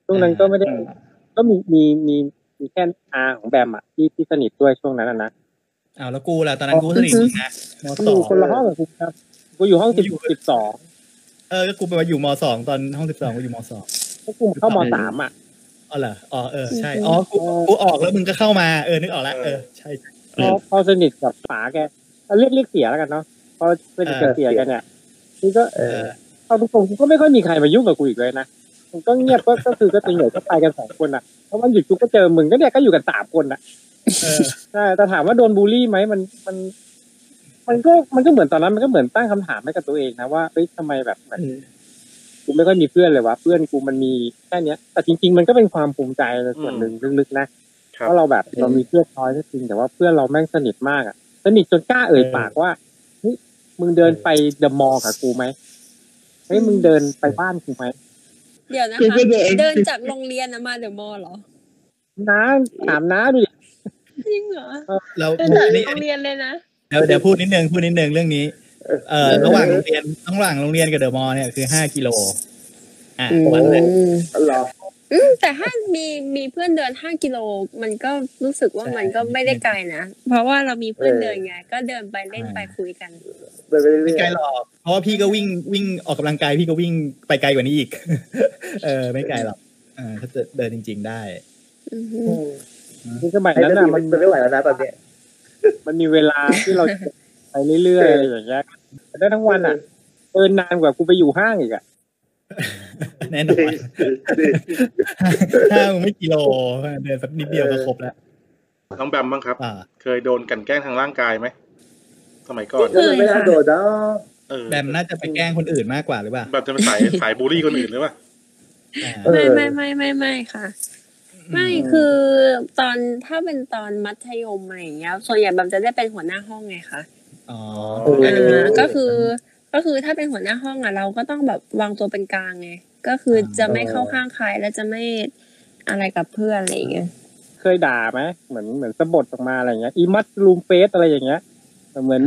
ช่วงนั้นก็ไม่ได้ ก็มีมีมีมีแค่อาของแบมอ่ะที่ที่สนิทด้วยช่วงนั้นอะนะ อ้าวแล้วกูล่ะตอนนั้นกูก็สนิทมึงนะม ก็ สองอยู่คนละห้องกับคุณครับกูอยู่ห้องสิบสิบสอง เออก็กูไปมาอยู่มสองตอนห้องสิบสองกูอยู่มสอง ก็กูเข้ามสามอ่ะ อ๋อเหรออ๋อเออใช่ อืม อ๋อกูกูออกแล้วมึงก็เข้ามาเออนึกออกแล้วเออใช่พเออ อ พอสนิทกับป๋าแกเอาเรียกเรียกเสียแล้วกันเนาะพอสนิทกับเสียกันเนี่ยนี่ก็ เอ เอ อ อ เอาตรงๆกูก็ไม่ค่อยมีใครมายุ่งกับกูอีกเลยนะมันก็เงียบก็ก็คือก็ตีเหนื่อยก็ไปกันสองคนอ่ะเพราะวันหยุดกูก็เจอมึงก็เนี่ยก็อยู่กันสามคนอ่ะ เออ ใช่แต่ถามว่าโดนบูลลี่ไหมมันมัน มันก็มันก็เหมือนตอนนั้นมันก็เหมือนตั้งคำถามให้กับตัวเองนะว่าเอ้ยทำไมแบบเหมือนกูไม่ค่อยมีเพื่อนเลยวะเพื่อนกูมันมีแค่เนี้ย แต่จริง ๆ มันก็เป็นความภูมิใจในส่วนหนึ่งลึกๆนะครับ เพราะเราแบบ อืม เรามีเพื่อนน้อยก็จริงแต่ว่าเพื่อนเราแม่งสนิทมากอ่ะ สนิทจนกล้าเอ่ยปากว่าเฮ้ยมึงเดินไปเดอะมอลล์กับกูไหมเฮ้ยมึงเดินไปบ้านกูไหม เดี๋ยวนะ คือ คะ คือตัวเอง เดินจากโรงเรียนนะมาเดอะมอลล์เหรอ น้าถามน้าดูดิ จริงเหรอ แล้ว เดินจาก นี่ โรงเรียนเลยนะ เดี๋ยวเดี๋ยวพูดนิดนึงพูดนิดนึงเรื่องนี้เออระหว่างโรงเรียนระหว่างโรงเรียนกับเดอะมอลล์เนี่ยคือห้ากิโลอ่ะวันเลย เหรอ อืมแต่ถ้ามีมีเพื่อนเดินห้ากิโลมันก็รู้สึกว่ามันก็ไม่ได้ไกลนะเพราะว่าเรามีเพื่อนเดินไงก็เดินไปเล่นไปคุยกัน ไปเรื่ ไม่ไกล อย หรอกเพราะว่าพี่ก็วิ่งวิ่งออกกำลังกายพี่ก็วิ่งไปไกลกว่านี้อีก [LAUGHS] เออไม่ไกลหรอกเออถ้าจะเดินจริง ๆ ได้ อือฮึ ๆอืม คือสมัย ไอ้ นั้น นั่น อ่ะ มั มัน น ไม่ไหวแล้วนะตอนเนี้ย มันมีเวลาที่เรา ไปเรื่อยๆอะไรอย่างเงี้ยได้ทั้งวันอ่ะเดินนานกว่ากูไปอยู่ห้างอีกอ่ะ แน่นอน ถ้ามึงไม่กิโลเดินสักนิดเดียวก็ครบแล้ว น้องแบมบ้างครับ อ่า เคยโดนกลันแกล้งทางร่างกายไหมสมัยก่อน ก็ไม่น่าโดดเนาะ เออ แบมน่าจะไปแกล้งคนอื่นมากกว่าหรือเปล่า แบบจะเป็นสายสายบูลลี่คนอื่นหรือเปล่า อ่า ไม่ไม่ไม่ไม่ไม่ค่ะ ไม่คือตอนถ้าเป็นตอนมัธยมอะไรอย่างเงี้ยส่วนใหญ่แบบจะได้เป็นหัวหน้าห้องไงคะ อ๋อ อ่าก็คือก็คือถ้าเป็นหัวหน้าห้องอ่ะเราก็ต้องแบบวางตัวเป็นกลางไงก็คือจะไม่เข้าข้างใครและจะไม่อะไรกับเพื่อนอะไรอย่างเงี้ย เคยด่าไหมเหมือนเหมือนสะบดออกมาอะไรอย่างเงี้ยอีมัดลูมเฟสอะไรอย่างเงี้ยเหมือน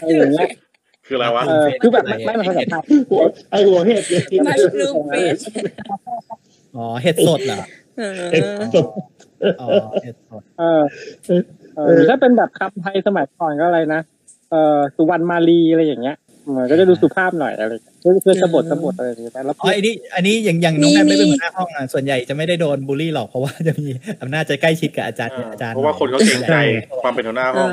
อะไรอย่างเงี้ย คืออะไรวะ เออคือแบบไม่ไม่มาทำกับข้าว หัวไอหัวเห็ดเนี่ย มัชลูมเฟส อ๋อเห็ดสดเหรอ เอ เห็ด อ สด อ๋อเห็ดสด เออเออหรือถ้าเป็นแบบคำไทยสมัยก่อนก็อะไรนะเออสุวรรณมาลีอะไรอย่างเงี้ย เออก็จะดูสุภาพหน่อยอะไรอย่างเงี้ยเพื่อเพื่อสะบดสะบดอะไรอย่างเงี้ยนะแล้ว อ๋อ เพื่อ อันนี้อันนี้อย่างอย่างน้อง มี แอมได้เป็นหัมีวหน้าห้องอ่ะส่วนใหญ่จะไม่ได้โดนบูลลี่หรอกเพราะว่าจะมีอำนาจจะใกล้ชิดกับอาจารย์ อ่า อาจารย์ เพราะว่าคนเขาเกรงใจความเป็นหัวหน้า เอ ห้อง อ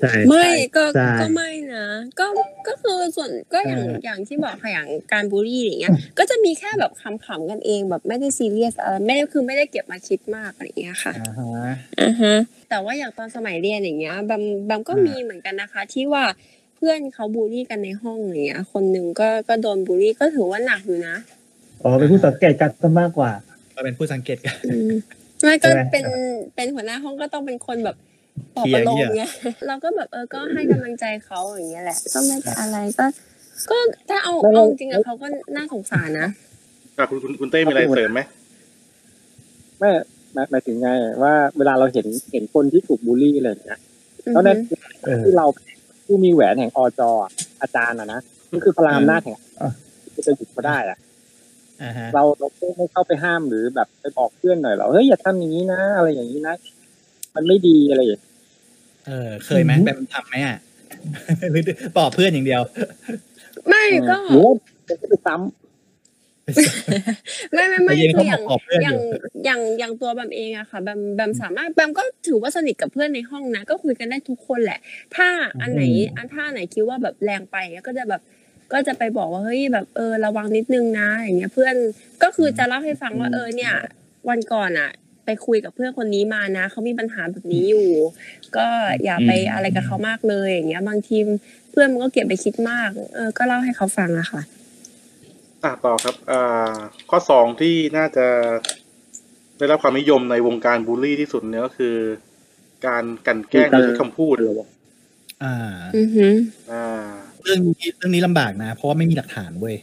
ใช่ ไม่ก็ ใช่ ก็ไม่นะ ก็ก็คือส่วนก็อย่างอย่างที่บอกค่ะอย่างการบูลลี่อย่างเงี้ย ก็จะมีแค่แบบขำๆกันเองแบบไม่ได้ซีเรียสอะไรไม่ได้คือไม่ได้เก็บมาคิดมากอะไรอย่างเงี้ยค่ะ อ่าฮะ อ่าฮะแต่ว่าอย่างตอนสมัยเรียนอย่างเงี้ยแบมแบมก็ อ่ามี มีเหมือนกันนะคะ ที่ว่าเพื่อนเขาบูลลี่กันในห้องอย่างเงี้ย คนหนึ่งก็ก็โดนบูลลี่ก็ถือว่าหนักอยู่นะ อ๋อเป็นผู้สังเกตการณ์ซะมากกว่า ก็เป็นผู้สังเกตการณ์ อืมไม่ก็ ใช่ไหม เป็นเป็นหัวหน้าห้องก็ต้องเป็นคนแบบปลอบ เคลีย ประ ร์ โลม เหี้ย เงี้ยเราก็แบบเออก็ให้กำลังใจเขาอย่างเงี้ยแหละก็ไม่ได้อะไรก็ ก็ถ้าเอาเอาจริงๆอะเขาก็น่าสงสารนะ อ่ะคุณคุณคุณเต้มีอะไรเสริมไหม ไม่หมายหมายถึงไงว่าเวลาเราเห็นเห็นคนที่ถูกบูลลี่อะไรอย่างเงี้ย อือ แล้วใน ฮึ เออ ที่เราผู้มีแหวนแห่งอจอะอาจารย์อะนะก็คือพลามหน้าจแห่ง อ่ะ จะหยุดก็ได้อะ อ่าฮะ เราเราไม่เข้าไปห้ามหรือแบบไปบอกเพื่อนหน่อยเหรอเฮ้ยอย่าทำอย่างนี้นะอะไรอย่างนี้นะ มันไม่ดีอะไรอย่างนี้ เออเคยไหม อืม แบบทำไหมอ่ะ [LAUGHS] หรือปลอบเพื่อนอย่างเดียว ไม่ก็ หนูจะไปซ้ ไม่ไม่ไม่ แต่เย็น คือ เขา อย่าง บอกเพื่อน อ อยู่ ย่างอย่างอย่างตัวแบมเองอะค่ะแบมแบมสามารถแบมก็ถือว่าสนิทกับเพื่อนในห้องนะ ก็คุยกันได้ทุกคนแหละ ถ้าอันไหนอันถ้าไหนคิดว่าแบบแรงไปอะก็จะแบบก็จะไปบอกว่าเฮ้ยแบบเออระวังนิดนึงนะ อย่างเงี้ยเพื่อนก็คือจะเล่าให้ฟังว่าเออเนี่ย วันก่อนอะไปคุยกับเพื่อนคนนี้มานะเขามีปัญหาแบบนี้อยู่ ก็อย่าไปอะไรกับเขามากเลยอย่างเงี้ยบางทีเพื่อนมันก็เก็บไปคิดมาก เออก็เล่าให้เขาฟังอะค่ะ อ่ะต่อครับอ่าข้อสองที่น่าจะได้รับความนิยมในวงการบูลลี่ที่สุดเนี่ยก็คือ การกลันแกล้งโดยใช้คำพูด อ่า อือฮึ อ่า เรื่องนี้เรื่องนี้ลำบากนะ เพราะว่าไม่มีหลักฐานเว้ย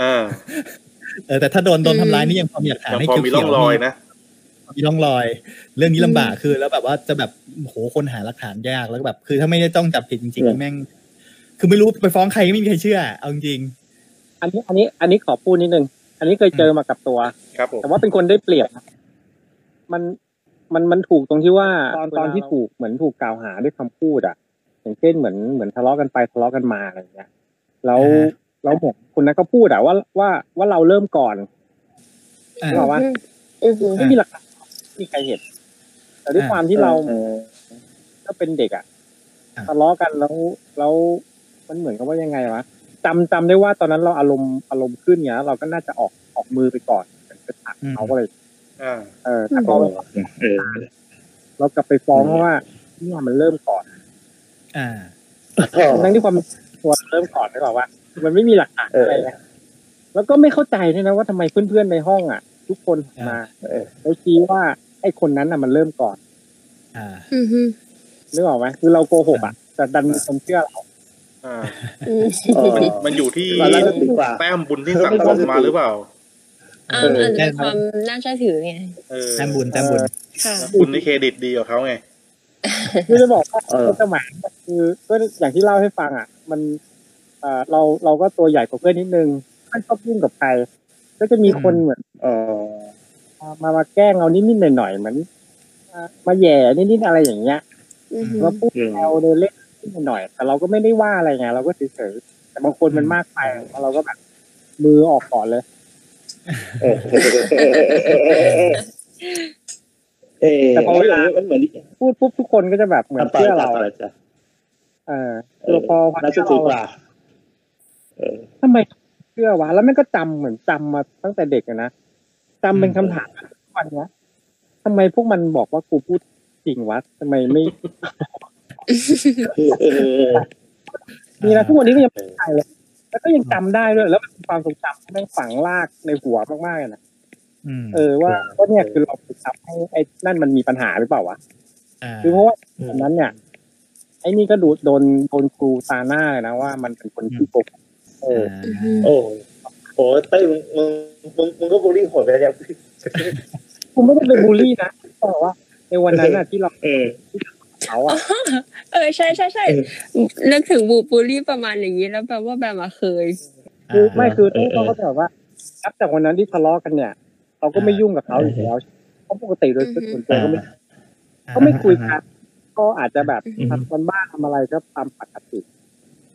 อ่า เออแต่ถ้าโดนโดนทำร้ายนี่ยังพอมีหลักฐาน ยัง ให้ พอ เขียวๆ มีร่องรอยนะ มีร่องรอย เรื่องนี้ลำบากคือ แล้วแบบว่าจะแบบโหคนหาหลักฐานยากแล้วก็แบบ คือถ้าไม่ได้ต้องจับผิดจริงๆแม่ง คือไม่รู้ไปฟ้องใครไม่มีใครเชื่อเอาจริง ำอันนี้อันนี้อันนี้ขอพูดนิดนึง อันนี้เคยเจอมากับตัว ครับผม แต่ว่าเป็นคนได้เปรียบมันมันมันถูกตรงที่ว่าตอนตอนที่ถูกเหมือนถูกกล่าวหาด้วยคำพูดอ่ะ อย่างเช่นเหมือนเหมือนทะเลาะกันไปทะเลาะกันมาอะไรอย่างเงี้ยแล้ว อ่า แล้วผมคนนั้นก็พูดอ่ะว่าว่าว่าเราเริ่มก่อน ๆอ่า เขาบอกว่า อือฮึ ไม่มีหลักฐานไม่มีใครเห็นแต่ด้วย อ่า ความที่เราก็เป็นเด็กอ่ะ อ่า ทะเลาะกันแล้วแล้วมันเหมือนกับว่ายังไงวะจำจำได้ว่าตอนนั้นเราอารมณ์อารมณ์ขึ้นเนี้ยเราก็น่าจะออกออกมือไปก่อนไปถามเขาอะไร อ่า เออแต่พอ อืม เออ เรากลับไปฟ้องเพราะว่าเนี่ยมันเริ่มก่อน อ่า ทั้งที่ความตัวเริ่มก่อนได้บอกว่า มันไม่มีหลักฐานอะไรนะแล้วก็ไม่เข้าใจด้วยนะว่าทำไมเพื่อนๆในห้องอ่ะ ทุกคนมา เออ แล้วชี้ว่าไอ้คนนั้นน่ะมันเริ่มก่อน อ่า อือฮึ นึกออกไหมคือเราโกหกอ่ะแต่ดันมีคนเชื่อเรา อ่า อืม มันมันอยู่ที่ ตอนแรกก็ดีกว่า แต้มบุญที่สั่งสมมาหรือเปล่า อามันอาจจะเป็นความน่าเชื่อถือไง เออ แต้มบุญแต้มบุญ ค่ะ คุณนี่เครดิตดีกว่าเขาไง คือจะบอกว่า เออ สมัยคือก็อย่างที่เล่าให้ฟังอ่ะ มันเอ่อเราเราก็ตัวใหญ่กว่าเพื่อนนิดนึงไม่ชอบยุ่งกับใครก็จะมีคนเหมือน เออ มามามาแกล้งเรานิดนิดหน่อยหน่อยๆเหมือนมามาแหย่นิดนิดๆอะไรอย่างเงี้ย อือฮึ มาพูดแซวเดินเล่นนิดหน่อยๆแต่เราก็ไม่ได้ว่าอะไรไงเราก็เฉยๆแต่บางคนมันมากไปเราก็แบบมือออกก่อนเลย เออมันเหมือน พูดปุ๊บทุกคนก็จะแบบเหมือน ทำต่อ เชื่อ จ้ะ เรา ต่อจ้ะ เออตัวพอพอ น่า เชื่อจะถื เรา อกว่า ทำไมเชื่อวะ แล้วมันก็จำเหมือนจำมาตั้งแต่เด็กอะนะจำเป็น อืม คำถามทุกวันเนี้ยทำไมพวกมันบอกว่ากูพูดจริงวะทำไมไม่ มีนะทุกวันนี้ก็ยังไม่ได้เลย แล้วก็ยังจำได้ด้วย แล้วมันเป็นความทรงจำที่แม่งฝังลากในหัวมากๆเลยนะ อืม เออว่าว่าเนี่ยคือเราไปทำให้ไอ้นั่นมันมีปัญหาหรือเปล่าวะ อ่า คือเพราะว่าตอนนั้นเนี่ย ไอ้นี่ก็ดูโดนโดนครูตาหน้าเลยนะว่ามันเป็นคนที่โกหกเออ อือ อ่า ฮึ โอ้โหเต้ยมึงมึงมึงมึงก็บูลลี่โหดไปแล้วเนี่ย กูไม่ได้ไปบูลลี่นะแต่ว่า ในวันนั้นน่ะที่เรา เออ เขาอ่ะ เออใช่ใช่ใช่ เออ นึกถึงบูบูลลี่ประมาณอย่างนี้แล้วแปลว่าแบบมาเคย คือ อ่า ไม่คือต้อง เออเออ ต้องเข้าใจว่านับจากวันนั้นที่ทะเลาะกันเนี่ย เราก็ไม่ยุ่งกับเขาอยู่แล้วเพราะปกติโดย อือฮึ ส่วนตัวก็อไม่่า ก็ไม่คุยกันก็อาจจะแบบ อือฮึ ทำกันบ้านทำอะไรก็ตามปกติ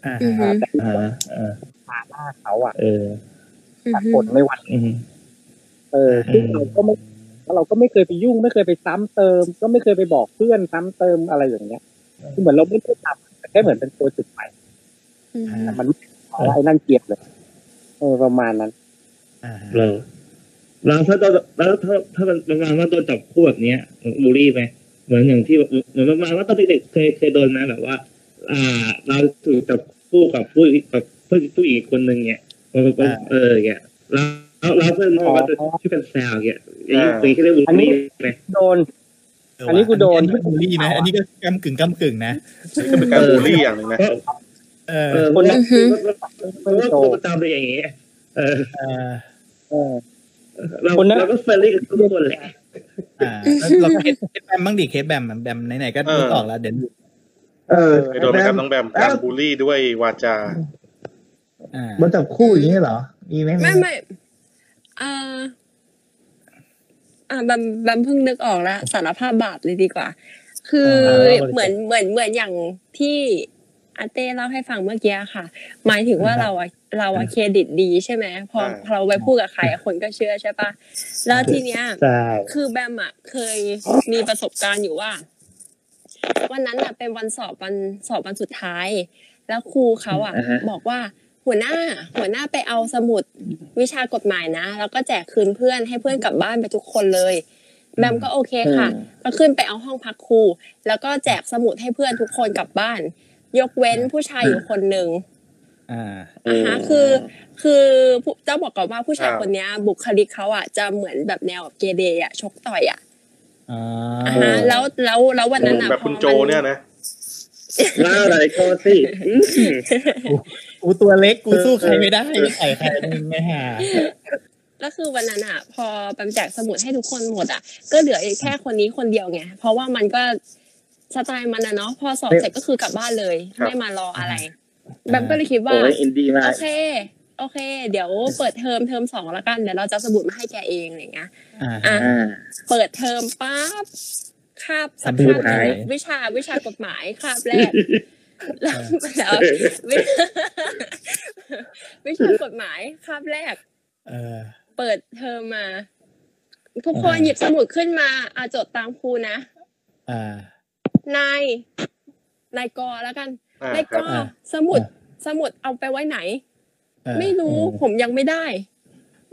อ่า อือฮึ อ่าอ่า ตาหน้าเขาอ่ะ เออ อือ ตัด ฮึ ผลในวัน อืม เออซึ่งเราก็ไม่เราก็ไม่เคยไปยุ่ง ไม่เคยไปซ้ำเติม ก็ไม่เคยไปบอกเพื่อนซ้ำเติมอะไรอย่างเงี้ยคือเหมือนเราไม่ได้ทำแต่แค่เหมือนเป็นตัวจุดใหม่ อือฮึ แต่มันไม่ขอไอ้นั่นเกลียดเลยเออประมาณนั้น อ่า เออแล้วถ้าโดนแล้วถ้าถ้าเป็นประมาณว่าโดนจับคู่แบบเนี้ยบูลลี่ไหมเหมือนอย่างที่เหมือนประมาณว่าตอนเด็กๆเคยเคยโดนไหมแบบว่า อ่า เราถูกจับคู่กับผู้กับผู้ผู้หญิงคนหนึ่งเนี่ยมันเป็นเอออย่างเงี้ยแล้วแล้วแล้วเพื่อนมองว่าชื่อเป็นแซวอย่างเงี้ยอย่างนี้อย่างนี้เขาเรียกบูลลี่ไหม โดน เว่ะ อันนี้กูโดน อัก็บูลลี่นะ อันนี้ก็กำกึ่งกำกึ่งนะ นี่ก็เป็นการบูลลี่อย่างหนึ่งนะ เพราะ เอ เอ อ อคนนั้นคือคนนั้นคือประจำเลยอย่างเงี้ยเออ เออ เออ เรา คนนั้น เราก็เฟรนลี่กับทุกคนแหละ อ่าแล้วเราก็เห็นเคสแบมบ้างดิเคสแบมอะแบมไหนๆก็ เออ นึกออกแล้วเดี๋ยวดู เออ เคยโดนไหมครับน้องแบมการบูลลี่ด้วยวาจา อ่า มันจับคู่อย่างนี้เหรอ มีไหม ไม่ไม่เอ่ออ่าแบมแบมเพิ่งนึกออกแล้วสารภาพบาปเลยดีกว่า คืออา เหมือนเหมือนเหมือนอย่างที่อาเต้เล่าให้ฟังเมื่อกี้ค่ะ หมายถึงว่าเราอะเราอะเครดิตดีใช่ไหมพอ ใช่ พอเราไปพูดกับใครคนก็เชื่อใช่ปะแล้วทีเนี้ย ใช่ คือแบมอ่ะเคยมีประสบการณ์อยู่ว่า วันนั้นอ่ะเป็นวันสอบวันสอบวันสุดท้าย แล้วครูเขาอ่ะ บอกว่าหัวหน้า หัวหน้าไปเอาสมุดวิชากฎหมายนะ แล้วก็แจกคืนเพื่อนให้เพื่อนกลับบ้านไปทุกคนเลย แบมก็โอเคค่ะ ก็ขึ้นไปเอาห้องพักครูแล้วก็แจกสมุดให้เพื่อนทุกคนกลับบ้าน ยกเว้นผู้ชายอยู่คนหนึ่ง อ่า อ่าฮะคือคือผู้ต้องบอกก่อนว่าผู้ชาย ครับ คนเนี้ย บุคลิกเขาอ่ะจะเหมือนแบบแนวแบบเกเรอ่ะชกต่อยอ่ะ อ่า อ่าฮะแล้วแล้วแล้ววันนั้นอ่ะ แบบคุณ พอมั โจเนี่ยนะ แล้วอะไรก็สิอืม กูตัวเล็กกูสู้ใครไม่ได้ไม่ใส่ใครมึงไม่หา แล้วคือวันนั้นอ่ะ พอแบมแจกสมุดให้ทุกคนหมดอ่ะ ก็เหลืออีกแค่คนนี้คนเดียวไงเพราะว่ามันก็สไตล์มันนะเนาะพอสอบเสร็จก็คือกลับบ้านเลย ครับ ไม่มารออะไรแบมก็เลยคิดว่า [LAUGHS] โอ้ยอินดีมา โอก เค โอเค เดี๋ยวเปิดเทอมเทอมสองแล้วกันเดี๋ยวเราจะเอาสมุดมาให้แกเองอะไรอย่างเงี้ย อ่า อ่ะเปิดเทอมปั๊บคาบ คาบที่ บ หาย วิชาวิชากฎหมายคาบแรกแล้วแล้ว [LAUGHS] วิชาวิชากฎหมายคาบแรก เออ เปิดเทอมมา ทุกคน อ่า หยิบสมุดขึ้นมาอาจดตามครูนะ อ่า นายนายกอแล้วกัน อ่าน าย ค ก รับ อ อ่า สมุดสมุดเอาไปไว้ไหน เออ ไม่รู้ผมยังไม่ได้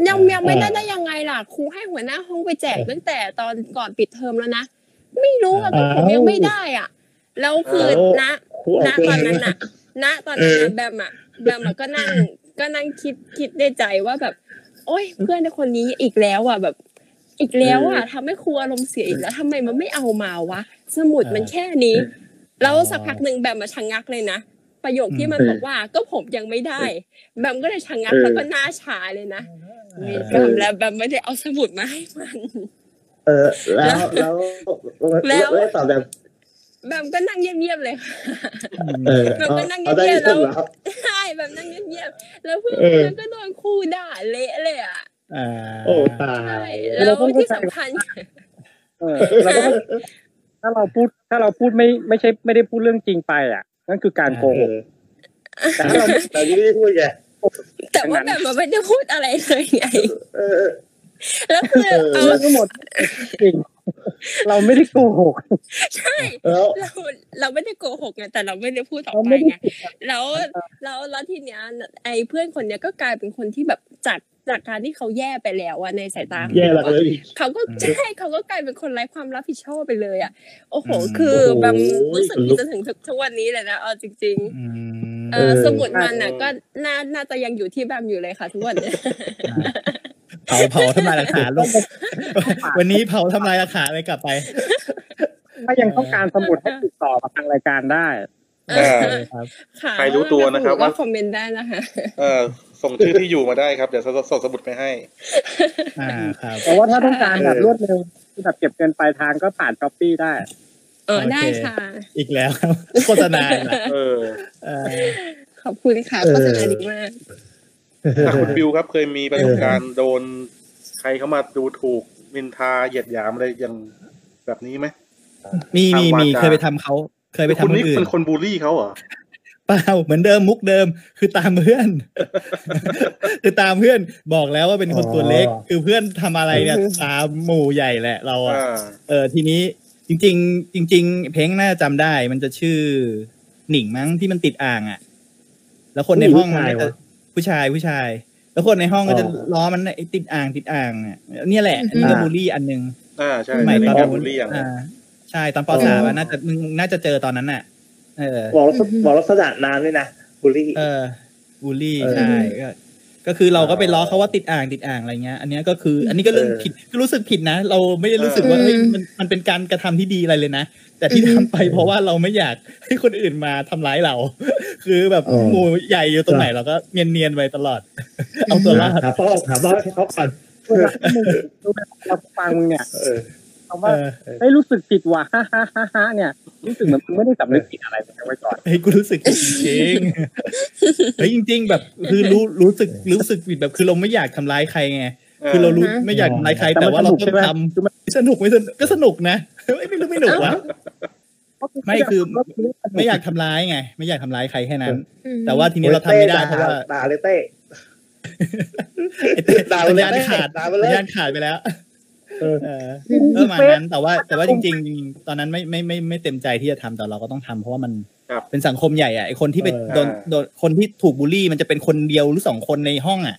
ยังยังไม่ได้ได้ยังไงล่ะครูให้หัวหน้าห้องไปแจกตั้งแต่ตอนก่อนปิดเทอมแล้วนะไม่รู้อะก็ผมยังไม่ได้อ่ะแล้วคือ เอา ณ คู่ออ ณ กตัว ตอน เล นั้ ย น นะ อ่ะณตอนนั้น เออ อะแบมอ่ะแบมอะก็นั่งก็นั่งคิดคิดในใจว่าแบบ โอ๊ยเพื่อนคนนี้อีกแล้วอ่ะแบบ อีกแล้วอ่ะทำให้ครูอารมณ์เสียอีกแล้วทำไมมันไม่เอามาวะสมุดมันแค่นี้ แล้วสักพักหนึ่งแบมมาชะงงักเลยนะ ประโยคที่มันบอกว่าก็ผมยังไม่ได้ แบมก็เลยชะงงัก เออ แล้วก็หน้าชาเลยนะเวรกรรมแล้วแบมไม่ได้เอาสมุดมาให้มัน เออ แล้ว แล้ว แล้วตอบแบบ แบมก็นั่งเงียบๆเลยค่ะ เออ แบบก็นั่ง เอาได้ เงียบๆแล้ แล้ว ว ใช่แบมนั่งเงียบๆแล้วเพื่อน เออ เพื่อนก็โดนครูด่าเละเลยอ่ะ อ่า โอ้ตา ใช่ ย แล้วที่สำคัญ เออเราก็ถ้าเราพูดถ้าเราพูดไม่ไม่ใช่ไม่ได้พูดเรื่องจริงไปอ่ะนั่นคือการโก เอ หก อ แต่ถ้าเราไม่ แต่ที่ไม่ได้พูดไง แต่ว่าแบมมันไม่ได้พูดอะไรเลยไง เออ แล้วคือเอา พูดทั้งหมดจริง เราไม่ได้โกหก ใช่ แล้ว เราเราไม่ได้โกหกไงแต่เราไม่ได้พูดออก เรา ไป ไม่ได้ ไง แล้วแล้วแล้วทีเนี้ยไอ้เพื่อนคนเนี้ยก็กลายเป็นคนที่แบบจากจากการที่เขาแย่ไปแล้วอะในสายตาของ แย่หลัก เขา เล อะ ยอีก เขาก็ใช่เขาก็กลายเป็นคนไร้ความรับผิดชอบไปเลยอะโอ้โห อืม คือ โอ้โห แบมรู้สึกผิดจนถึงทุกวันนี้เลยนะเอาจริง อืม ๆ เอ เออ อสมุดมันน่ะก็น่าน่าจะยังอยู่ที่แบมอยู่เลยค่ะทุกวันเนี้ย เผาเผาทำลายหลักฐานลงวันนี้เผาทำลายหลักฐานเลยกลับไป ถ้ายังต้องการสมุดให้ติดต่อมาทางรายการได้ เออ ครับ ค่ะ ใครรู้ตัวนะครับ ว่า ว่า คอมเมนต์ได้นะคะ เออส่งชื่อที่อยู่มาได้ครับ เดี๋ยวส่งสมุดไปให้ อ่าครับ แต่ว่าถ้าต้องการแบบ เออ รวดเร็วที่แบบเก็บเงินปลายทางก็ผ่านช้อปปี้ได้ เออ โอเค ได้ค่ะ อีกแล้วครับโฆษณาอีกแล้ว เออ เออ ขอบคุณค่ะ เออ โฆษณาดีมาก อ่ะคุณบิวครับเคยมีประสบการณ์โดน ใครเข้ามาดูถูกมินทาเหยียดหยามอะไรอย่างแบบนี้ไหม มีมีมี ทางวาจา เคยไปทำเขา เคยไป คุณ ทำคน นี่ อื่น เป็นคนบูลลี่เขาเหรอ เปล่าเหมือนเดิมมุกเดิม คือตามเพื่อน [LAUGHS] คือตามเพื่อนบอกแล้วว่าเป็นคนตัวเล็ก อ๋อ คือเพื่อนทำอะไรเนี่ยตามหมู่ใหญ่แหละเราอะ อ่า เออทีนี้จริง ๆ จริง ๆ เพลงน่าจะจำได้ มันจะชื่อหนิงมั้งที่มันติดอ่างอ่ะ แล้วคนในห้องมันก็ ผู้หญิงหรือผู้ชายจะวะผู้ชายผู้ชาย แล้วคนในห้องก็จะ อ๋อ ล้อมันไอ้ติดอ่างติดอ่างอ่ะเนี่ยแหละอันนี่ก็บูลลี่อันหนึ่ง อ่าใช่ สมัยตอน เรีย เรา กบูลลี่อย่าง อ่าใช่ตอนปสามอะน่าจะมึงน่าจะเจอตอนนั้นน่ะ เออ บอกลักษณะบอกลักษณะนามด้วยนะบุรี เออบูลลี่ใช่ก็ก็คือเราก็ไปล้อเขาว่าติดอ่างติดอ่างอะไรเงี้ย อันเนี้ยก็คือ อันนี้ก็เรื่องผิดคือรู้สึกผิดนะ เราไม่ได้รู้สึกว่า เออ เฮ้ยมันมันเป็นการกระทำที่ดีอะไรเลยนะ แต่ที่ทำไปเพราะว่าเราไม่อยากให้คนอื่นมาทำร้ายเรา [LAUGHS] คือแบบ เออ หมู่ใหญ่อยู่ตรงไหนเราก็เนียนๆไปตลอด เอาตัวรอด หาพ่อหาพ่อให้เขาก่อน เวลามึงเวลาเราฟังมึงเนี่ย เออ คำ เอ ว่า อ ไอ้ยรู้สึกผิดว่ะฮ่าฮ่าฮ่าฮ่าเนี่ยรู้สึกเหมือนมึงไม่ได้สำนึกผิดอะไรมึงเอาไว้ก่อน เฮ้ยกูรู้สึกผิดจริงๆ [LAUGHS] เฮ้ยจริง ๆ แบบคือรู้รู้สึกรู้สึกผิดแบบคือเราไม่อยากทำร้ายใครไง คือเรารู้ไม่อยากทำร้ายใคร แต่ว่าเราต้องทำ คือมัน สนุกไม่สนุกก็สนุกนะ [LAUGHS] ไม่ไม่รู้ไม่หนุกวะ ไม่คือ ไม่อยากทำร้ายไง ไม่อยากทำร้ายใครแค่นั้น อืม แต่ว่าทีนี้เราทำไม่ได้เพ ต้ ราะว่า ด่ด่าเลยเต้ ไอ้เต้ ด่า สัญ เลย ญาณ [LAUGHS] เต้ ขาด ด่าไปเลย สัญญาณขาดไปแล้ว เออ เออ อืม ก็ประมาณนั้นแต่ว่าแต่ว่าจริง ๆ ตอนนั้นไม่ไม่ไม่ไม่เต็มใจที่จะทำแต่เราก็ต้องทำเพราะว่ามัน ครับ เป็นสังคมใหญ่อะไอคนที่ไป เออ โดนโดนคนที่ถูกบูลลี่ มันจะเป็นคนเดียวหรือสองคนในห้องอ่ะ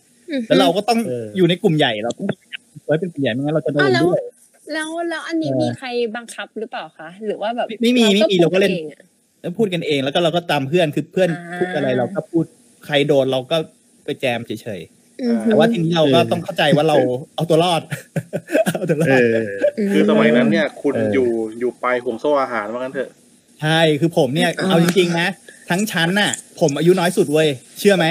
แล้วเราก็ต้อง เออ อ อ ยู่ในกลุ่มใหญ่เราต้องไว้เป็นกลุ่มใหญ่ไม่งั้นเราจะโด อ่ะ น แล้ว ด้วย แล้วแล้วอันนี้มีใครบังคับหรือเปล่าคะหรือว่าแบบ ไม่มีไม่มีเราก็เล่น องอะ แล้วพูดกันเองแล้วก็เราก็ตามเพื่อนคือเพื่อน อ่า พูดอะไรเราก็พูดใครโดนเราก็ไปแจมเฉย อืม ๆแต่ว่าทีนี้เราก็ต้องเข้าใจว่าเราเอาตัวรอด [LAUGHS] เอาตัวรอ เอ ด อ คือสมัยนั้นเนี่ย คุณ เออ อ อ ยู่อยู่ปลายห่วงโซ่อาหารว่างั้นเถอะ ใช่คือผมเนี่ยเอาจริงๆนะทั้งชั้นน่ะ ผมอายุน้อยสุดเว้ยเชื่อไหม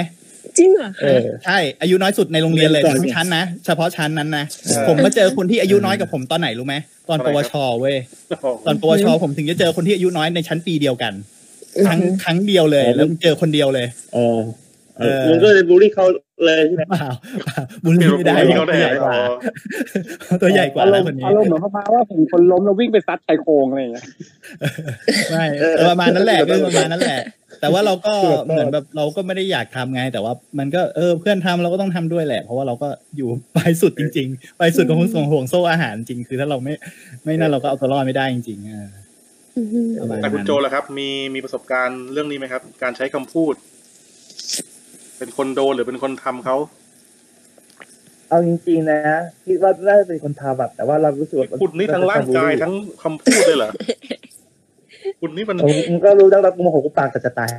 จริงเหรอ เอ คะ อ ใช่อายุน้อยสุดในโรงเรียนเลย เรียนก่อน ทั้งชั้นนะเฉพาะชั้นนั้นนะ เออ ผมมาเจอคนที่อายุน้อยกับผมตอนไหนรู้ไหมตอนปวชเว้ยตอนปวชผมถึงจะเจอคนที่อายุน้อยในชั้นปีเดียวกันครั้งครั้งเดียวเลย แล้วเจอคนเดียวเลย เอ๋อ เออ มึงก็เลยบูลลี่เขาเลยใช่ไหม เปล่าเปล่าบุล ไม่ ลี่ รู้ ไม่ได้ ไม่เขา ตัว ได้ ใหญ่กว่าตัวใหญ่กว่า อาร แล้วคมน ณ์ นี้ อารมณ์เหมือนเขามาว่าเห็นคนล้มแล้ววิ่งไปซัดชายโครงอะไรอย่างเงี้ย ไม่เออประมาณนั้นแหละก็ประมาณนั้นแหละ แต่ว่าเราก็เหมือนแบบเราก็ไม่ได้อยากทำไง แต่ว่ามันก็เออเพื่อนทำเราก็ต้องทำด้วยแหละ เพราะว่าเราก็อยู่ปลายสุดจริงๆปลายสุดของส่งห่วงโซ่อาหารจริงคือถ้าเราไม่ไม่นั่นเราก็เอาตัวรอดไม่ได้จริงๆเออ อืม ประมาณ แต่คุณ นั้น โจล่ะครับ มีมีประสบการณ์เรื่องนี้ไหมครับ การใช้คำพูด เป็นคนโดนหรือเป็นคนทำเขา เอาจริงๆนะคิดว่าน่าจะเป็นคนทำแบบแต่ว่าเรารู้สึกว่า คุณนี่ทั้งร่างกายทั้งคำพูดเลยเหรอคุณนี่มัน เออมึงก็รู้แล้วรักโมโหกูปากจะตาย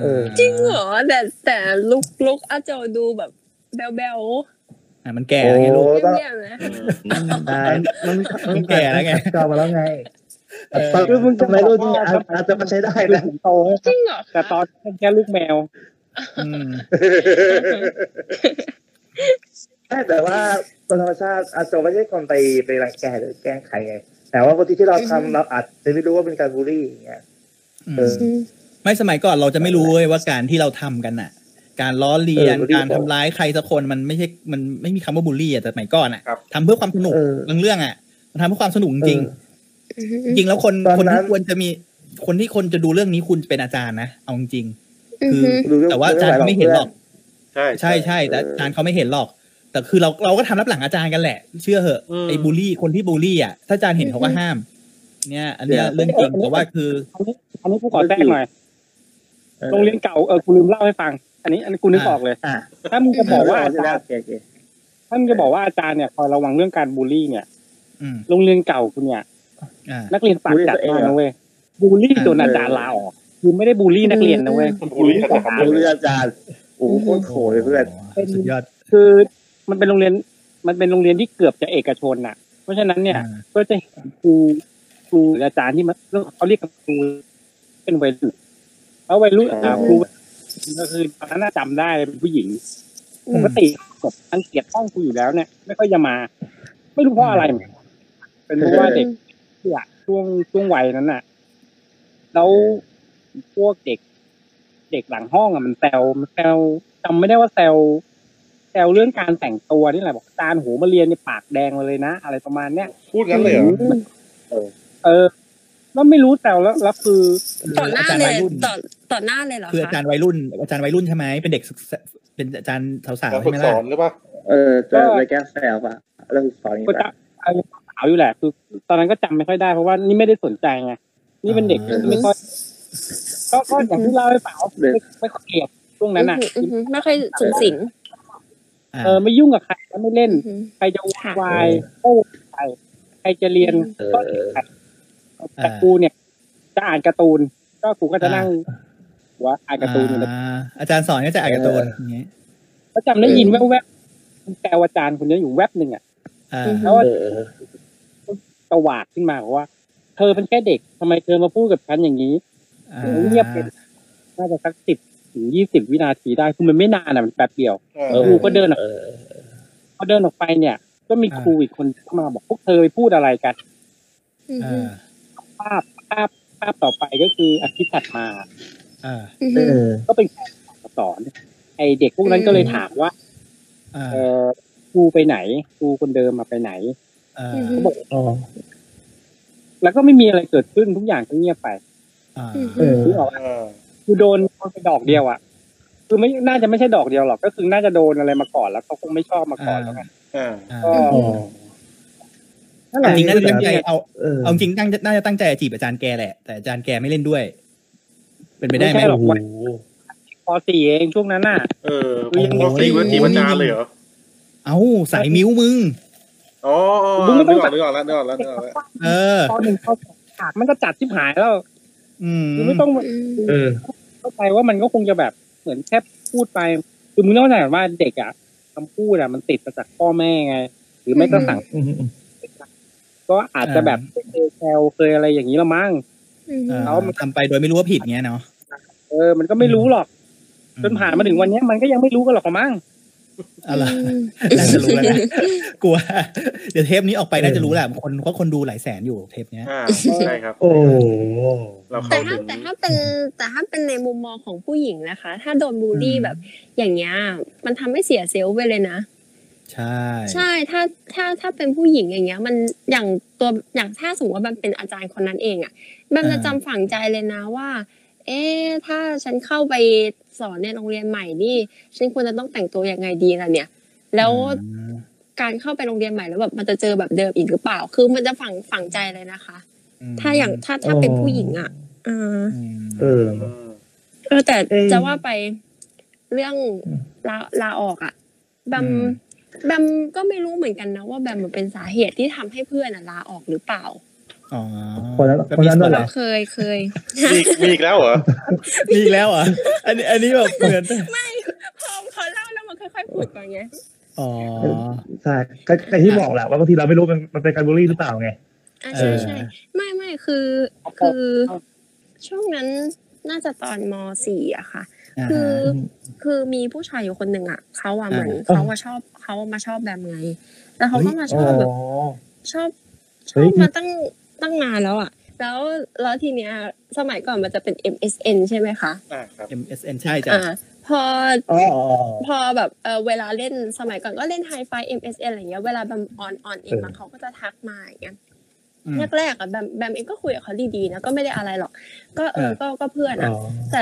เออ จริง จริงเหรอแต่แต่ลุกลุกอาโจดูแบบแบลแบล อ่ะมันแก่แล้วไงลูก โอ้ เยี่ย ต้อ ม ง เยี่ยมนะ ตายมัน มันแก่แล้วไง จอมาแล้วไง เออ คือมึงทำไมรู้จริงๆอาจอาจจะมาใช้ได้ คือ นะ ผมโตแล้ว จริงเหรอคะ แต่ตอนนั้นแค่ลูกแมว อืม ใช่แต่ว่าคนธรรมชาติอาจจะไม่ใช่คนไปไปรังแกหรือแกล้งใครไงแต่ว่าบางทีที่เราทำเราอาจจะไม่รู้ว่าเป็นการบูลลี่อย่างเงี้ย อืม เออ อืม ไม่สมัยก่อนเราจะไม่รู้เว้ยว่าการที่เราทำกันน่ะ การล้อเลียน เออบูลลี่ การทำร้ายใครสักคนมันไม่ใช่มันไม่มีคำว่าบูลลี่อะแต่สมัยก่อนอ่ะทำเพื่อความสนุก เออบ างเรื่องอ่ะมันทำเพื่อความสนุกจริง เออ อืม ๆจริงๆแล้วคน ตอน คน นั้ ที่ น ควรจะมีคนที่คนจะดูเรื่องนี้คุณเป็นอาจารย์นะเอาจริงๆคือ ม รู้เรื่ง แต่ว่าอาจารย์ไม่เห็นหรอก ใช่ ใช่ใช่แต่อาจารย์เขาไม่เห็นหรอก แต่คือเราเราก็ทำรับหลังอาจารย์กันแหละ เชื่อเหอะ อืม ไอ้บูลลี่คนที่บูลลี่อ่ะถ้าอาจารย์เห็นเขาก็ อือฮึ ห้าม เนี่ย อันเนี้ยเรื่องจริงแต่ว่าคือ อันนี้อันนี้กูขอแทรกหน่อยโรงเรียนเก่าเออกูลืมเล่าให้ฟัง อันนี้อันนี้กูนึกออกเลย อ่ะ ถ้ามึงจะบอกว่า เออ อา ใช่ จา ได้ รย์ โอเคโอเค ถ้ามึงจะบอกว่าอาจารย์เนี่ยคอยระวังเรื่องการบูลลี่เนี่ย อืม โรงเรียนเก่ากูเนี่ย อ่า นักเรียนปากจัดมากนะเว้ยบูลลี่จนอาจารย์ลาออกคือไม่ได้บูลลี่นักเรียนนะเว้ย บูลลี่อาจารย์ รู้เรื่องอาจารย์โอ้โหโคตรโถเลยเพื่อน สุดยอด คือ มันเป็นโรงเรียน มันเป็นโรงเรียนที่เกือบจะเอกชนน่ะ เพราะฉะนั้นเนี่ย ก็จะเห็นครูครูหรืออาจารย์ที่มันเขาเรียกกันครูเป็นวัยรุ่นแล้ววัยรุ่นอ่ะครูก็คือตอนนั้นน่ะจำได้เป็นผู้หญิงปกติแบบอังเกียจห้องครูอยู่แล้วเนี่ย ไม่ค่อยจะมา ไม่รู้เพราะอะไรเหมือนกันเป็นเพราะว่าเด็กเนี่ยช่วงช่วงวัยนั้นน่ะ แล้วพวกเด็ก เด็กหลังห้องอ่ะมันแซวมันแซวจำไม่ได้ว่าแซวแซวเรื่องการแต่งตัวนี่แหละบอกอาจารย์โหมาเรียนในปากแดงมาเลยนะอะไรประมาณเนี้ย พูดงั้นเลยเหรอ เออ แล้วไม่รู้แต่แล้วแล้วคือ ต่อหน้า จร เลย วัรุ่น ต่อต่อหน้าเลยเหรอ คืออาจา คะ รย์วัยรุ่น อาจารย์วัยรุ่นใช่ไหมเป็นเด็กศึกษาเป็นอาจารย์สาวๆ ฝึ ใช่ ก ไหม ส ล่ะ อนหรือเปล่า เออจะจะแก้แซวป่ะเรื่องสอนอย่าง ก็ นี้ จะ ป่ะ ไอ้สาวอยู่แหละ คือ ตอนนั้นก็จำไม่ค่อยได้เพราะว่านี่ไม่ได้สนใจไงนี่เป็นเด็ก อือ ที่ ฮึ ไม่ค่อยก็ก็อย่างที่เล่าให้ฟังว่าไม่ไม่ค่อยเกลียดช่วงนั้นอ่ะ อือฮึไม่ค่อยสุงสิง อ่า เออไม่ยุ่งกับใครไม่เล่น อือฮึ ใครจะวายก็ใครใครจะเรียน เอ ก็ อ แต่กูเนี่ย จะอ่านการ์ตูน ก็กูก็จะนั่งหัว่าอ่านการ์ตูนอยู่นะ อ่าอาจารย์สอนก็จะอ่านการ์ตูนอย่างเงี้ย ก็จำได้ยินแวบๆแต่อาจารย์คนนี้อยู่แวบหนึ่งอ่ะ อ่า อืม แล้วก็ เออ ตวาดขึ้นมาบอกว่า เธอเป็นแค่เด็กทำไมเธอมาพูดกับฉันอย่างนี้ อ่า เงียบไป น่าจะสักสิบถึงยี่สิบวินาทีได้คือมันไม่นานอ่ะมันแป๊บเดียว เออ ครูก็เดินออก เออ พอเดินออกไปเนี่ย ก็มีครูอีกคนเข้ามาบอกพวกเธอไปพูดอะไรกัน อือ อ่ ฮึ า ภาพภาพภาพต่อไปก็คืออาทิตย์ถัดมา อ่า อือ เอ ฮึ อ ก็เป็นการสอน ไอเด็กพวกนั้น อืม ก็เลยถามว่า อ่า เออครูไปไหนครูคนเดิมมาไปไหน อ่า อือฮึ อ๋อ แล้วก็ไม่มีอะไรเกิดขึ้นทุกอย่างก็เงียบไป อ่า เออ คือออกว่า เออ คือโดนโดนไปดอกเดียวอ่ะคือไม่น่าจะไม่ใช่ดอกเดียวหรอกก็คือน่าจะโดนอะไรมาก่อนแล้วเขาคงไม่ชอบมาก่อนแล้วไง เออ อ่า ก็ อ๋อ นั่นแหละ จริงๆน่าจะตั้งใจเอา เออ เอาจริงตั้งน่าจะตั้งใจจะจีบอาจารย์แกแหละ แต่อาจารย์แกไม่เล่นด้วย เป็นไปได้ไหม ใช่หรอกวัยปสี่เองช่วงนั้นน่ะ เออผมก็ตีว่าตีวันจานเลยเหรอ เอ้าสายมิ้วมึง อ๋อ มึงไม่ต้ นึ อง กออกนึกออกแล้วนึกออกแล้วนึกออกแล้ว เออ ตอนหนึ่งเขาฉากมันก็จัดชิบหายแล้ว อืม คือไม่ต้อง อืม เออ เข้าใจว่ามันก็คงจะแบบเหมือนแค่พูดไปคือมึงต้องเข้าใจก่อนว่าเด็กอะคำพูดอะมันติดมาจากพ่อแม่ไง หรือไม่ก็สั่ง อืมอืม ก็อาจจะแบบเคยแซวเคยอะไรอย่างนี้ละมั้ง อือฮึ เออ แล้วมัน ทำไปโดยไม่รู้ว่าผิดเงี้ยเนาะ เออมันก็ไม่รู้หรอก จนผ่านมาถึงวันเนี้ยมันก็ยังไม่รู้กันหรอกมั้ง เอาล่ะไรน่าจะรู้แล้วนะกลัว เดี๋ยวเทปนี้ออกไปน่าจะรู้แหละคนเพราะคนดูหลายแสนอยู่เทปเนี้ย อ่าใช่ครับ โอ้โห เรา แต่ เข้า ถ้า ถึง แต่ถ้าเป็นแต่ถ้าเป็นในมุมมองของผู้หญิงนะคะ ถ้าโดนบูลลี่ อืม แบบอย่างเงี้ยมันทำให้เสียเซลล์ไปเลยนะ ใช่ ใช่ถ้าถ้าถ้าเป็นผู้หญิงอย่างเงี้ย มันอย่างตัวอย่างถ้าสมมติว่ามันเป็นอาจารย์คนนั้นเองอะแบมจะจำฝังใจเลยนะว่า เอ๊ะถ้าฉันเข้าไปสอนในโรงเรียนใหม่นี่ฉันควรจะต้องแต่งตัวยังไงดีล่ะเนี่ย แล้ว อืม การเข้าไปโรงเรียนใหม่แล้วแบบมันจะเจอแบบเดิมอีกหรือเปล่า คือมันจะฝังฝังใจเลยนะคะ ถ้าอย่างถ้าถ้าเป็นผู้หญิงอะอ่า อืม เออ อืม เออแต่ เออ จะว่าไปเรื่องลาลาออกอะแบมแบมก็ไม่รู้เหมือนกันนะว่าแบมมันเป็นสาเหตุที่ทำให้เพื่อนอะลาออกหรือเปล่า อ๋อ คนนั้นคนนั้นด้วยเหร เรา อ เคยเคย มีอีกมีอีกแล้วเหรอ มีอีกแล้วเหรอ่ะอันนี้อันนี้แบบเหมือน พอเขาเล่าแล้วมันค่อยๆพูดก่อนไง อ๋อ ใช่ก็ก็ที่บอกแหละว่าบางทีเราไม่รู้มันมันเป็นการบูลลี่หรือเปล่าไง อ่ะใช่ เออ ใช่ไม่ไม่คือคือช่วงนั้นน่าจะตอนมสี่อะค่ะ อ่า คื ฮะ อคือมีผู้ชายอยู่คนหนึ่งอ่ะเขาอ่ะ อ่า เหมือนเขาว่าชอบเขามาชอบแบมไงแล้วเขาก็มาชอบแบบชอบช เฮ้ อย บมาตั้งตั้งนานแล้วอ่ะ แล้วแล้วทีเนี้ยสมัยก่อนมันจะเป็น MSN ใช่ไหมคะ อ่าครับ MSN ใช่จ้ะ อ่าพอ อ๋ออ๋อ พอแบบเออเวลาเล่นสมัยก่อนก็เล่นไฮไฟ MSN อะไรเงี้ยเวลาแบมออนออนเองมาเขาก็จะทักมาอย่างเงี้ย อืม แรกๆอ่ะแบมแบมเองก็คุยกับเขาดีๆนะก็ไม่ได้อะไรหรอก ก็เออ อ่า ก็ก็เพื่อนอ่ะ แต่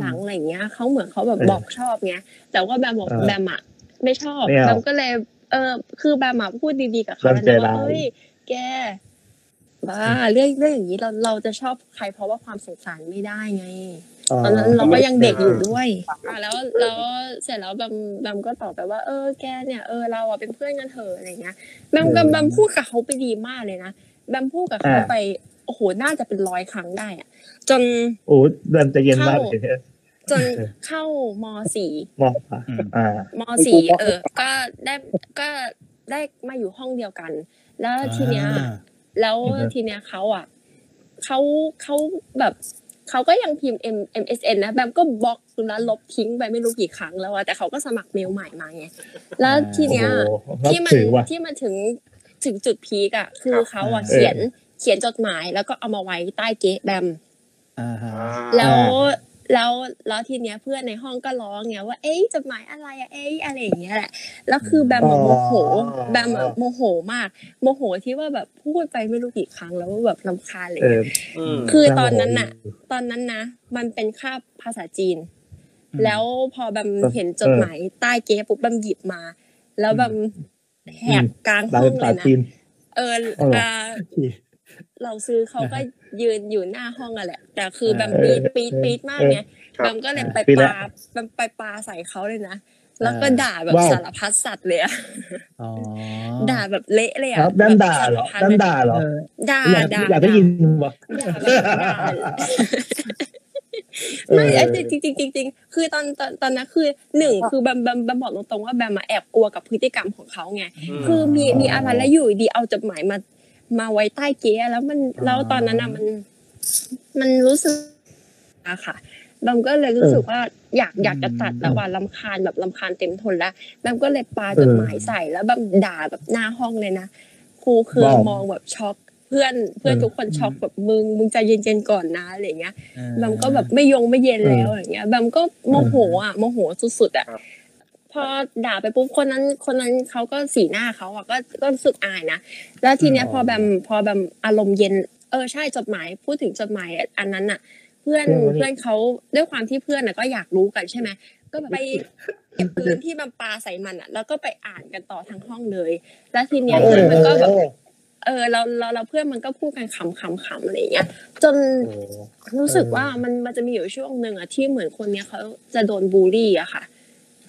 หลังๆอะไรอย่างเงี้ยเขาเหมือนเขาแบบ เออ บอกชอบไงแต่ว่าแบมบอก เออ แบมอะไม่ชอบ ไม่เอา แบมก็เลย เออคือแบมอะพูดดีๆกับเขา แบ แล้ว มใจ นะ ร้า ว่าย เอ้ยแกบ้าเรื่องเรื่องอย่างนี้เราเราจะชอบใครเพราะว่าความสงสารไม่ได้ไง อ๋อ ตอนนั้นเราก็ยังเด็กอยู่ด้วยอ่ะแล้วแล้วเสร็จแล้วแบมแบมก็ตอบไปว่า เออแกเนี่ยเออเราอะเป็นเพื่อนกันเถอะอะไรเงี้ยแบมก็แบมพูดกับเขาไปดีมากเลยนะแบมพูดกับเขาไปโอ้โหน่าจะเป็นร้อยครั้งได้อะจน โอ้เดินใจเย็นมากเลย จน เออ เข้ามสี่ มองอ่ะอ่า มสี่เออ ก็ได้ก็ได้มาอยู่ห้องเดียวกัน แล้วทีเนี้ย อ่า แล้ว อือฮะ ทีเนี้ยเขาอ่ะเขาเขาแบบเขาก็ยังพิมพ์ M MSN นะแบมก็บล็อกแล้วลบทิ้งไปไม่รู้กี่ครั้งแล้วอะแต่เขาก็สมัครเมลใหม่มาไงแล้วทีเนี้ย ที่มัน ถือว่ะ ที่มันถึงถึงจุดพีกอะคือเขาอะ เออ เขียนเขียนจดหมายแล้วก็เอามาไว้ใต้เก๊ะแบม อ่าฮะ อ่า แล้ว แล้วแล้วทีเนี้ยเพื่อนในห้องก็ร้องไงว่าเอ๊ะจดหมายอะไรอะเอ๊ะอะไรอย่างเงี้ยแหละแล้วคือแบมอะโมโหแบมอะโมโหมาก โมโหที่ว่าแบบพูดไปไม่รู้กี่ครั้งแล้วว่าแบบลำคาญอะไร เอ เงี้ย อ อืม คือตอนนั้นน่ะ ตอนนั้นนะมันเป็นคาบภาษาจีน อืม แล้วพอแบม เออ เห็นจดหมายใต้เก๊ปุ๊บแบมหยิบมา แล้วแบมแหกกลาง า ห้องเล ตาย นะ จีน เออ เอาเหรอ อ่าเราซื้อเขาก็ยืนอยู่หน้าห้องอะแหละ แต่คือแบม เอ ปี๊ อ ดปี๊ดปี๊ดเออมากไง ครับ แบมก็เลยไป ปี๊ด ป ละ ลาแบมไปปลาใส่เขาเลยนะแล้วก็ด่าแบบ ว้าว สารพัดสัตว์เลยอะ อ๋อ ด่าแบบเละเลยอะ ครับด้านด่าเหรอ สพั ด้าน เลย ด่าเหรอ เออ ด่า อยาก ด่า อยากได้ยินวะ ด่าแบบด่าไม่ไอ้จริงจริงจริงจริงคือตอนตอนตอนนั้นคือหนึ่งคือแบมแบมแบมบอกตรงๆว่าแบมมาแอบกลัวกับพฤติกรรมของเขาไง ม คือมีมีอะไรแล้วอยู่ดีเอาจดหมายมา มาไว้ใต้เก๊ะแล้วมันแล้วตอนนั้นอ่ะมัน มันรู้สึกอะค่ะแบมก็เลยรู้สึกว่าอยากอยากจะตัดแล้วว่าลำคาญแบบลำคาญเต็มทนแล้วแบมก็เลยปาจดหมายใส่แล้วแบมด่าแบบหน้าห้องเลยนะครูคือ ว้าว มองแบบช็อกเพื่อนเพื่อนทุกคนช็อกแบบมึงมึงใจเย็นๆก่อนนะอะไรอย่างเงี้ย แบมก็แบบไม่ยงไม่เย็นแล้วอย่างเงี้ยแบมก็โมโหอ่ะโมโหสุดๆอ่ะ ครับ พอด่าไปปุ๊บคนนั้นคนนั้นเขาก็สีหน้าเขาอ่ะก็ก็รู้สึกอายนะแล้วทีเนี้ยพอแบมพอแบมอารมณ์เย็น เออใช่จดหมายพูดถึงจดหมายอันนั้นอ่ะ เพื่อน เรื่องอะไร เพื่อนเขาด้วยความที่เพื่อนอ่ะก็อยากรู้กันใช่ไหมก็แบบไปเก็บปืนที่มันปาใส่มันอ่ะ แล้วก็ไปอ่านกันต่อทางห้องเลย แล้วทีเนี้ยเพื่อนมันก็แบบ เออเราเราเราเพื่อนมันก็พูดกันขำขำขำอะไรอย่างเงี้ยจนรู้สึกว่ามันมันจะมีอยู่ช่วงหนึ่งอะที่เหมือนคนเนี้ยเขาจะโดนบูลลี่อะค่ะ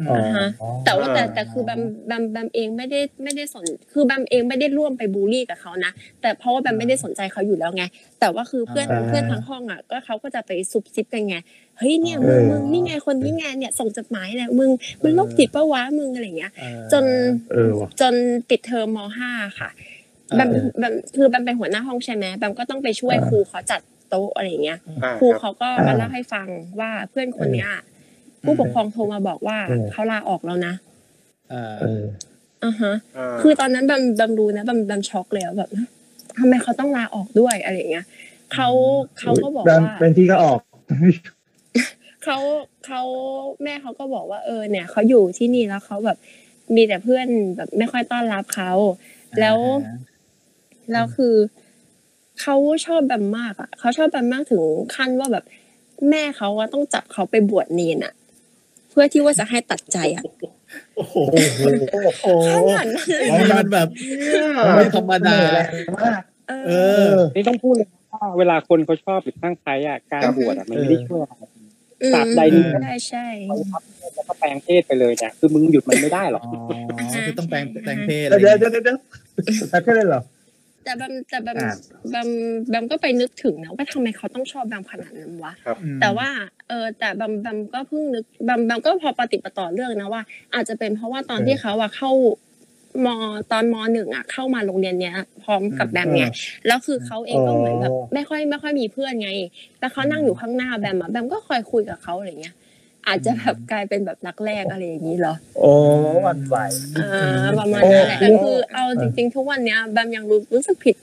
อ๋ออ๋อ แต่ว่าแต่ อ่า แต่คือแบมแบมแบมเองไม่ได้ไม่ได้สนคือแบมเองไม่ได้ร่วมไปบูลลี่กับเขานะแต่เพราะว่าแบมไม่ได้สนใจเขาอยู่แล้วไง แต่ว่าคือเพื่อน อ่า เพื่อนทั้งห้องอ่ะก็เขาก็จะไปซุบซิบกันไงเฮ้ยเนี่ยมึง เออ มึงนี่ไงคนนี้ไงเนี่ยส่งจดหมายเนี่ยมึงมึงโรคจิตปะวะมึงอะไรอย่างเงี้ย จน เออวะ จนปิดเทอมมห้าค่ะแบม เออ แบมคือแบมเป็นหัวหน้าห้องใช่ไหมแบมก็ต้องไปช่วยครูเขาจัดโต๊ะอะไรอย่างเงี้ย อ่า ครู ครับ เขาก็ อ่าม มาเล่าให้ฟังว่าเพื่อนคนเนี้ยผู้ปกครองโทรมาบอกว่า เออ เขาลาออกแล้วนะ เออ เออ อ่าฮะ อ่า คือตอนนั้นแบมแบมรู้นะแบมแบมช็อกเลยอะแบบทำไมเขาต้องลาออกด้วยอะไรอย่างเงี้ยเขาเขาก็บอกว่า เป็นที่ก็ออก เขาเขาแม่เขาก็บอกว่าเออเนี่ยเขาอยู่ที่นี่แล้วเขาแบบมีแต่เพื่อนแบบไม่ค่อยต้อนรับเขาแล้วแล้วคือเขาชอบแบมมากอ่ะเขาชอบแบมมากถึงขั้นว่าแบบแม่เขาอะต้องจับเขาไปบวชเนนอ่ะ เพื่อที่ว่าจะให้ตัดใจอ่ะ โอ้โห ขนาดนั้นเลย แล้วมันแบบไม่ธรรมดา เอ เอ อ อ นี่ต้องพูดเลยว่าเวลาคนเขาชอบหรือข้างใครอ่ะการบวชอะมันไม่ได้ช่วยอะไร อืม ตัดใดนี่ ใช่ใช่ เขาทับเพศแล้วก็แปลงเพศไปเลยเนี่ยคือมึงหยุดมันไม่ได้หรอก อ๋อคือต้องแปลงแปลงเพศอะไร เดี๋ยว อย่าง เดี๋ยว เงี้ย เดี๋ยวเดี๋ยวแล้วก็เลยเหรอ แต่แบมแต่แบม อ่า แบมแบมก็ไปนึกถึงนะว่าทำไมเขาต้องชอบแบมขนาดนั้นวะ แต่ว่าเออแต่บัมบัมก็เพิ่งนึกบัมบัมก็พอปฏิปต่อเรื่องนะว่า อาจจะเป็นเพราะว่าตอน เออ ที่เขาอะเข้ามตอนมหนึ่งอะเข้ามาโรงเรียนเนี้ย พร้อมกับแบมไงแล้วคือเขาเองก็เหมือนแบบ อ๋อ ไม่ค่อยไม่ค่อยมีเพื่อนไง แล้วเขานั่งอยู่ข้างหน้าแบมอะแบมก็คอยคุยกับเขาอะไรเงี้ย อาจจะแบบกลายเป็นแบบรักแรกอะไรอย่างนี้เหรอ โอ้วันไหว อ่าประมาณนั้นแหละแต่คือเอาจริงๆทุกวันเนี้ยแบมยังรู้รู้สึกผิด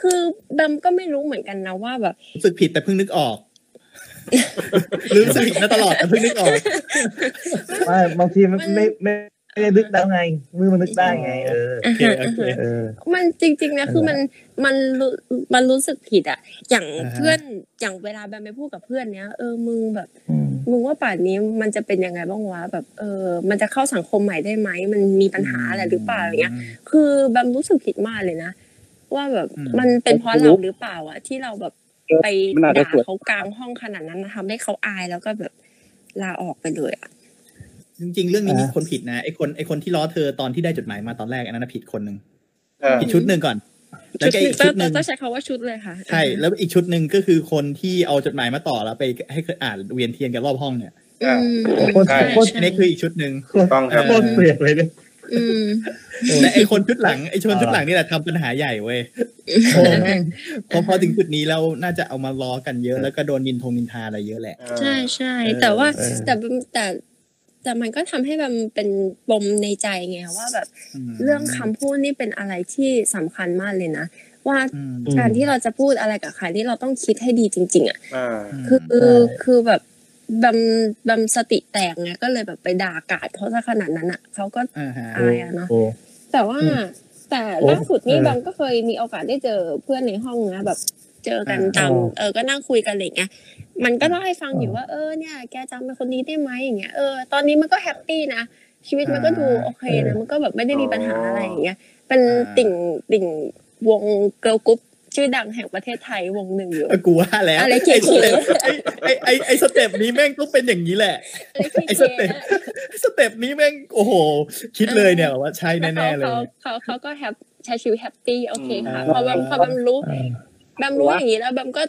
คือแบมก็ไม่รู้เหมือนกันนะว่าแบบ รู้สึกผิดแต่เพิ่งนึกออก [LAUGHS] รู้สึกผิดมาตลอดแต่เพิ่งนึกออก ไม่บางทีมันไม่ไม่ไม่ได้นึกได้ไงมือมันนึกได้ไง เออ โอเคโอเค เออ มันจริงๆนะคือมันมันรู้มันรู้สึกผิดอะอย่าง อ่าฮะ เพื่อนอย่างเวลาแบมไปพูดกับเพื่อนเนี้ยเออมึงแบบมึงว่าป่านนี้มันจะเป็นยังไงบ้างวะแบบเออ มันจะเข้าสังคมใหม่ได้ไหมมันมีปัญหาอะไรหรือเปล่าอย่างเงี้ย คือแบมรู้สึกผิดมากเลยนะว่าแบบ อืม มันเป็นเพราะเราหรือเปล่าอะที่เราแบบไป มันอาจจะ ด่า สวย เขากลางห้องขนาดนั้นนะทำให้เขาอายแล้วก็แบบลาออกไปเลยอะ จริง ๆ เรื่องนี้มีคนผิดนะไอคนไอคนที่ล้อเธอตอนที่ได้จดหมายมาตอนแรกอันนั้นนะผิดคนหนึ่ง อ่า ผิดชุดหนึ่งก่อน แล้วก็อีก ต้ ชุ อง ดหนึ่ง ต้องใช้คำว่าชุดเลยค่ะ ใช่แล้วอีกชุดหนึ่งก็คือคนที่เอาจดหมายมาต่อแล้วไปให้เคยอ่านเวียนเทียนกันรอบห้องเนี่ย อ่า อืม คน ใช่ คน อันนี้คืออีกชุดหนึ่ง ถูกต้องครับ โคตรเปรียกเลยเนี่ย อืม แต่ไอคนชุดหลังไอชนชุดหลังนี่แหละทำปัญหาใหญ่เว้ย โอ้แม่งพอพอถึงจุดนี้แล้วน่าจะเอามาล้อกันเยอะ แล้วก็โดนนินทงนินทาอะไรเยอะแหละ อ่า ใช่ใช่ เออ แต่ว่า เออ แต่มันแต่แต่มันก็ทำให้แบบเป็นปมในใจไงว่าแบบ ม เรื่องคำพูดนี่เป็นอะไรที่สำคัญมากเลยนะว่า อืม การที่เราจะพูดอะไรกับใครที่เราต้องคิดให้ดีจริง ๆอ่ะ อ่า คือคือแบบ แบมแบมสติแตกไงก็เลยแบบไปด่ากาดเขาซะขนาดนั้นอ่ะเขาก็ อ่าฮะ อายอะเนาะ โอ้ แต่ว่า อืม แต่ล่าสุดนี่ เออ แบมก็เคยมีโอกาสได้เจอเพื่อนในห้องนะแบบ เจอกัน อ่า ตาม อ๋อ เออก็นั่งคุยกันอะไรอย่างเงี้ยมันก็เล่าให้ฟังอยู่ว่าเออเนี่ย แกจำเป็นคนนี้ได้ไหมอย่างเงี้ยเออตอนนี้มันก็แฮปปี้นะชีวิตมันก็ดูโอเคนะมันก็แบบไม่ได้มีปัญหาอะไรอย่างเงี้ยเป็นติ่งติ่งวงเกิร์ลกรุ๊ปชื่อดังแห่งประเทศไทยวงหนึ่งอยู่ เออกูว่าแล้ว อะไรเก๋ๆ ไสต็ปไอ้ไอ้ไอ้ไอ้สเต็ปนี้แม่งต้องเป็นอย่างนี้แหละ ไอ้สเต็ปสเต็ปนี้แม่งโอ้โห คิดเลยเนี่ยว่าใช่ แล้ว แน่ๆเลย เขาเขาเขาก็แฮปใช้ชีวิตแฮปปี้โอเคค่ะ อืม พอแบมพอแบมรู้ เออ แบมรู้อย่างนี้แล้วแบมก็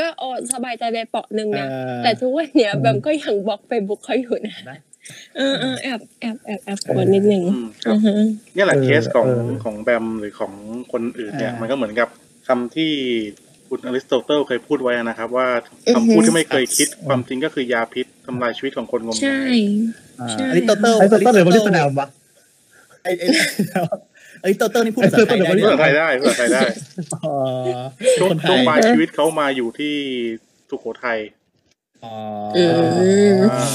ก็เออสบายใจไปเปาะหนึ่งนะ เออ แต่ทุกวันเนี้ย อืม แบมก็ยังบล็อกเฟซบุ๊กเขาอยู่นะ นะ เออเออแอบแอบแอบแอบกวนนิดนึง อืมครับ อือฮึ เนี่ยแหละ เออ เคสของ เออ ของแบมหรือของคนอื่นเนี่ย อ่ามั มันก็เหมือนกับคำที่คุณอริสโตเติลเคยพูดไว้นะครับว่าคำพูดที่ไม่เคยคิดความจริงก็คือยาพิษทำลายชีวิตของคนงม ใช่ งาย อ่า ใช่ อริโตเติล ไอ้ต้นต้นหรือว่าที่สนามวะ ไอ้ไอ้ไอ้โตเติลนี่พูดภาษาไทยได้ ไอ้ เพื่อโตเติ้ลหรือว่าที่สนาม ไทยได้เพื่อไทยได้ อ๋อ ช่วง คนไท ช่วง ย ปลายชีวิตเขามาอยู่ที่สุโขทัย อ๋อ อืม อ่า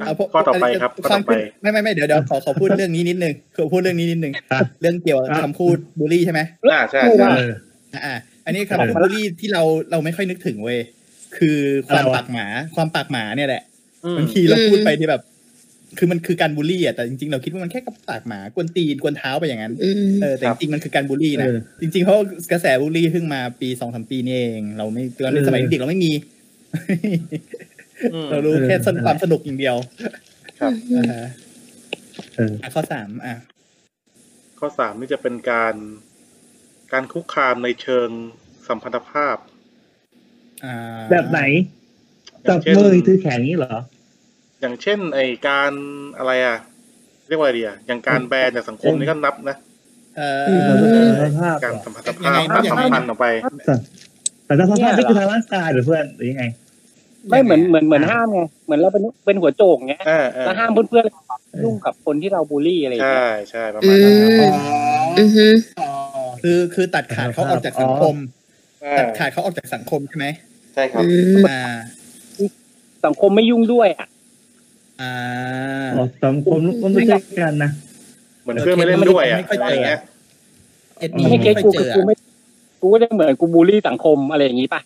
อ่ะ เาเพราะ ข้อต่อไปครับข้อ ฟั ต่ ง อไป ไม่ไม่ไม่เดี๋ยวเดี๋ยวขอขอพูดเรื่องนี้นิดนึงขอพูดเรื่องนี้นิดนึง อ่ะ เรื่องเกี่ยวกับคำพูดบูลลี่ใช่ไหม อ่าใช่ เอ ใช่ อ อ่ะอ่ะอันนี้คำพูดบูลลี่ที่เราเราไม่ค่อยนึกถึงเว้ยคือความ อะไรวะ ปากหมาความปากหมาเนี่ยแหละ อืม บางทีเราพูดไปที่แบบ คือมันคือการบูลลี่อ่ะแต่จริงๆเราคิดว่ามันแค่กับปากหมากวนตีนกวนเท้าไปอย่างนั้น อืม เออแต่จริงๆมันคือการบูลลี่นะ เออ จริงๆเพราะกระแสบูลลี่เพิ่งมาปีสองสามปีนี่เอง เราไม่ตอนนี้ เออ สมัยเด็กเราไม่มี อืม เรารู้ เออ แค่สน นั่นแหละ ความสนุกอย่างเดียวอ่าฮะ เออ อ่ะข้อสามอ่ะ ข้อสามนี่จะเป็นการการคุกคามในเชิงสัมพันธภาพ อ่า แบบไหน อ จั ย่างเช่นบมือถือแขนนี้เหรอ อย่างเช่นไอการอะไรอ่ะ เรียกว่าอะไรดีอ่ะอย่างการแบนจากสังคมนี่ก็นับนะ เออ สัมพันธภาพ การสัมพันธ ยัง ภา ไง พ บ้าง สัมพันธ์ออกไป แต่ถ้าสภาพนี่คือทางร่างกายหรือเพื่อนหรือยังไง ไม่เหมือนเหมือนเหมือนห้ามไงเหมือนเราเป็นเป็นหัวโจกไง เออเออ แล้วห้ามเพื่อนๆยุ่งกับคนที่เราบูลลี่อะไรอย่าง ใช่ เงี้ย ใช่ประ อื มาณนั้น ม อ๋อ อือฮึ คือคือตัดขาดเขาออกจากสังคม อ่า ตัดขาดเขาออกจากสังคมใช่ไหม ใช่ครับ อืม อ่า สังคมไม่ยุ่งด้วยอ่ะ อ่า อ๋อสังคมก็ไม่ใช่กันนะ เหมือนเพื่อนไม่เล่นด้วยอ่ะ ไม่ค่อย อะไร เจอ เงี้ย เอ็ดนี้ อื ไม่ ไม่ เก็ ค่อตย กู เจ คือ อ กูไม่กูก็จะเหมือนกูบูลลี่สังคมอะไรอย่างงี้ป่ะ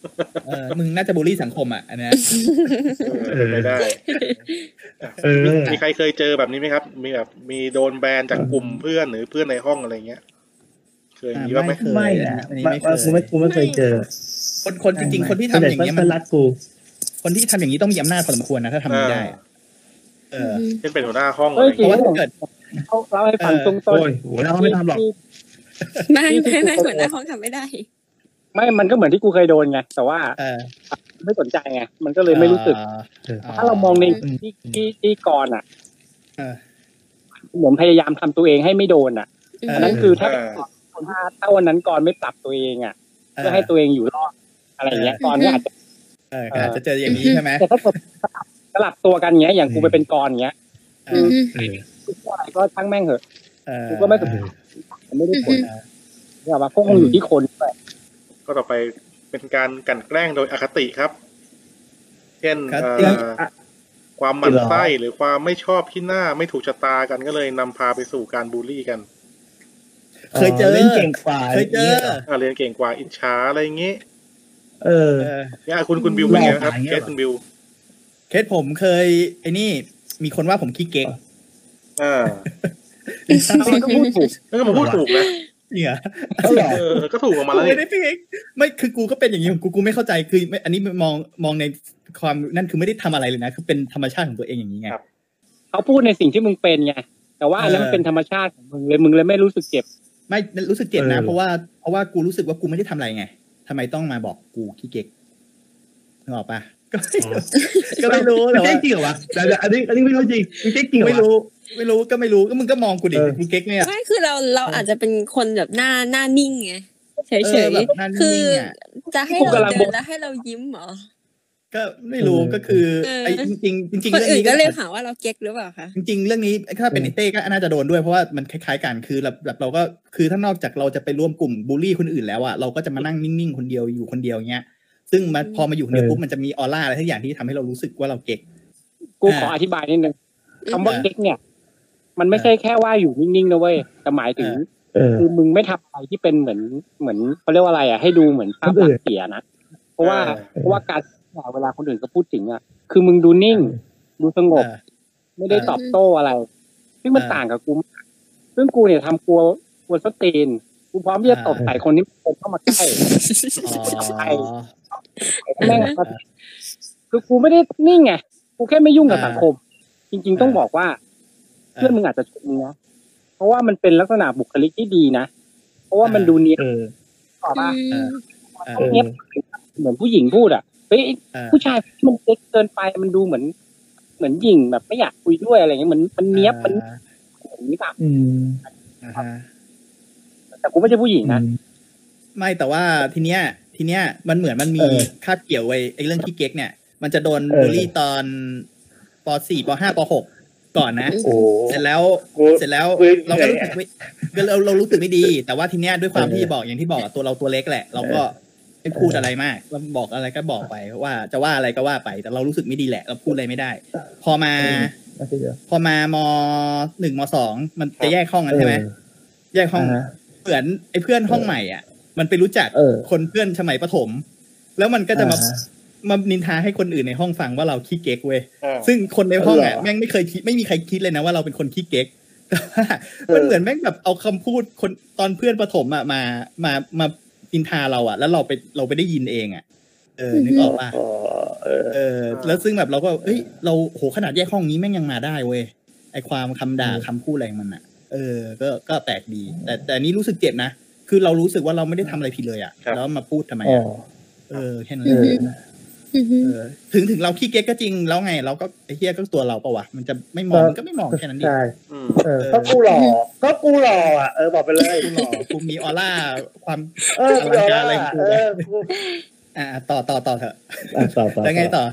เออมึงน่าจะบูลลี่สังคมอ่ะอันเนี้ย เออเป็นไปได้ เออ มีใครเคยเจอแบบนี้ไหมครับ มีแบบมีโดนแบนจากกลุ่มเพื่อนหรือเพื่อนในห้องอะไรเงี้ย เคยมีบ้างไหม เคย ไม่ อั นะ อันนี้ ไม่ ไม่เค กูไม่ ย กูไม่เคยเจอ คนคนจริงๆ คนที่ทำอย่างเงี้ยมัน รัดกู คนที่ทำอย่างนี้ต้องมีอำนาจพอสมควรนะถ้าทำไม่ได้อะเออ เช่นเป็นหัวหน้าห้องอะ เฮ้ ไร ยจริ เพราะว่าถ้างๆเกิดเขาเล่าให้ฟัง เออ ตรงต้น โอ้ยโหเราไม่ทำหรอก ที่ ไม่ไม่ไม่หัวหน้าห้องทำไม่ได้ ไม่ มันก็เหมือนที่กูเคยโดนไง แต่ว่า เออ ไม่สนใจไง มันก็เลยไม่รู้สึก เออ ถ้าเรามองใน อืม ที่ที่ที่กรอ่ะ เออ เหมือนพยายามทำตัวเองให้ไม่โดนอ่ะ อื เ อันนั้นคือถ้าคนถ้าถ้าวันนั้นกรไม่ปรับตัวเองอ่ะ เพื่อให้ตัวเองอยู่รอดอะไรอย่างเงี้ยกรก็อาจจะ เอออาจจะเจออย่างนี้ใช่ไหม แต่ถ้าเกิดสลับสลับตัวกันเงี้ย อย่างกูไปเป็นกรเงี้ย เอ อื อ อฮึ กูก็อะไรก็ช่างแม่งเหอะ เออ กูก็ไม่สนใจมันไม่ได้ผล อืม เนี่ยว่าก็คงอยู่ที่คนด้วย ก็ต่อไปเป็นการกลั่นแกล้งโดยอคติครับ เช่น ครับ เอ่อความหมั่นไส้หรือความไม่ชอบที่หน้าไม่ถูกชะตากันก็เลยนำพาไปสู่การบูลลี่กัน เคยเจอ เล่นเก่งกว่า เคยเจอ อ่ะเรียนเก่งกว่าอิจฉาอะไรอย่างงี้ เออ เออ เนี่ยคุณคุณบิวเป็นไงครับ หลอกหายเงี้ เค ยเหรอ สคุณบิว เคสผมเคยไอ้นี่มีคนว่าผมขี้เก๊ก อ่า มันก็พูดถูก แล้วก็มาพูดถูกนะ จริงเหรอ เออก็ถูกออกมา กู แล้ว ไม่ นี่ ได้พี่เก๊กไม่คือกูก็เป็นอย่างนี้ของกูกูไม่เข้าใจคือไม่อันนี้มองมองในความนั่นคือไม่ได้ทำอะไรเลยนะ คือเป็นธรรมชาติของตัวเองอย่างนี้ไง เขาพูดในสิ่งที่มึงเป็นไง แต่ว่าอันนั้นมันเป็นธรรมชาติของมึงเลย มึงเลยไม่รู้สึกเจ็บ ไม่รู้สึกเจ็บนะ เออ เพราะว่าเพราะว่ากูรู้สึกว่ากูไม่ได้ทำอะไรไงทำไมต้องมาบอกกูขี้เก๊กนึกออกปะก็ไม่รู้ก็ไม่รู้แต่ ไม่ว่าใช่จริงเหรอวะแต่อันนี้อันนี้ไม่รู้จริงไม่ใช่จริงเหรอ ไม่ วะ รู้ไม่รู้ก็ไม่รู้ก็มึงก็มองกูดิ เออ กูเก๊กเนี่ย ใช่คือเราเราอาจจะเป็นคนแบบหน้าหน้านิ่งไงเฉยเฉ เออย แบบหน้านิ่งๆ คือ อะ จะให้ กู เรา กำลัง เดิ บ่ น น แล้วให้เรายิ้มเหรอ ก็ไม่รู้ก็คือไอ้ เออ จริงๆจริง ค ๆ น เรื่อง อื่น นี้ ก็เลยหาว่าเราเก๊กหรือเปล่าคะ จริงๆ เรื่องนี้ถ้าเป็นไอเต้ก็น่าจะโดนด้วยเพราะว่ามันคล้ายๆกันคือแบบแบบเราก็คือถ้านอกจากเราจะไปร่วมกลุ่มบูลลี่คนอื่นแล้วอ่ะเราก็จะมานั่งนิ่งๆ คนเดียวอยู่คนเดียวเงี้ย ซึ่งมันพอมาอยู่คนเดียว เออ ปุ๊บมันจะมีออร่าอะไรทุกอย่างที่ทำให้เรารู้สึกว่าเราเก่ง กู อ่า ขออธิบายนิดนึงคำว่า อ่า เก๊กเนี่ย มันไม่ใช่แค่ว่าอยู่นิ่งๆนะเว้ยแต่หมายถึง เออ คือมึงไม่ทำอะไรที่เป็นเหมือนเหมือนเขาเรียกว่าอะไรอ่ะให้ดูเหมือนภาพลักษณ์เสียนะเพราะว่า เออ เพราะว่าการเวลาคนอื่นก็พูดถึงอ่ะ คือมึงดูนิ่ง ดูสงบ เออ ไม่ได้ เออ ตอบโต้อะไร ซึ่งมัน เออ ต่างกับกูมากซึ่งกูเนี่ยทำกลัวกลัวสนตีนกูพร้อมที่จะตบใส่คนนี้คนเข้ามาใกล้ อ๋อ แม่งก็คือกูไม่ได้นิ่งไงกูแค่ไม่ยุ่งกับ เออ สังคม จริง ๆ ต้อง เออ บอกว่า เพื่อนมึงอาจจะชมนะเพราะว่ามันเป็นลักษณะบุคลิกที่ดีนะเพราะว่ามันดูเนียน เออ ต่อมา เออ เออ เออ เงียบเหมือนผู้หญิงพูดอ่ะเฮ้ยไอ้ เออ ผู้ชายมันเล็กเกินไปมันดูเหมือน เหมือนหญิงแบบไม่อยากคุยด้วยอะไรเงี้ยเหมือนมันเนี้ยบมันอย่างนี้ป่ะ อืม อ่าฮะ แต่กูไม่ใช่ผู้หญิงนะ ไม่แต่ว่าทีเนี้ย ทีเนี้ยมันเหมือนมันมี เออ คาบเกี่ยวไว้ไอ้เรื่องขี้เก๊กเนี่ย มันจะโดน เออ บูลลี่ตอนปสี่ปห้าปหกก่อนนะ โอ้ เสร็จแล้ว กู เสร็จแล้ว กู เราก็รู้สึกไม่เราเรารู้สึกไม่ดี แต่ว่าทีเนี้ยด้วยความ เออ ที่บอกอย่างที่บอกอะตัวเราตัวเล็กแหละ เราก็ไม่พูดอะไรมากเราบอกอะไรก็บอกไปว่าจะว่าอะไรก็ว่าไป แต่เรารู้สึกไม่ดีแหละเราพูดอะไรไม่ได้ พอมา อืม พอมามหนึ่งมสองมันจะแยกห้องกันใช่ไหมแยกห้อง อ่าฮะ เหมือนไอ้เพื่อนห้องใหม่อ่ะ มันไปรู้จัก เออ คนเพื่อนสมัยประถม แล้วมันก็จะมา อ่าฮะ มานินทาให้คนอื่นในห้องฟังว่าเราขี้เก๊กเว้ย อ่า ซึ่งคนในห้องอ่ะ เหรอ แม่งไม่เคยคิดไม่มีใครคิดเลยนะว่าเราเป็นคนขี้เก๊ก [LAUGHS] แต่ว่ามันเหมือนแม่งแบบเอาคำพูดคนตอนเพื่อนประถมอ่ะมามามาอินทาเราอ่ะ แล้วเราไปเราไปได้ยินเองอ่ะเออนึกออกป่ะ อ๋อเออ เออ แล้วซึ่งแบบเราก็เอ้ยเราโหขนาดแยกห้องนี้แม่งยังมาได้เว้ยไอความคำด่าคำพูดอะไรของมันอ่ะ เออ ก็ก็แปลกดี แต่แต่อันนี้รู้สึกเจ็บนะคือเรารู้สึกว่าเราไม่ได้ทำอะไรผิดเลยอ่ะ ครับ แล้วมาพูดทำไม อ๋อ อ่ะเออแค่นั้น อื เอ อง ฮึอือฮึ เออถึงถึงเราขี้เก๊กก็จริงแล้วไง เราก็ไอ้เฮียก็ตัวเราปะวะมันจะไม่มอง ก็ มันก็ไม่มองแค่นั้นดิ ใช่ อืม เออ เอ ก็ อ กูหล่อ ก็กูหล่ออ่ะ เออบอกไปเลย กูหล่อกูมีออร่าความ เออกูหล่อแล้วอ่ะเออกู อ่าต่อต่อต่อเถอะ อ่ะต่อต่อ แล้วไงต่อ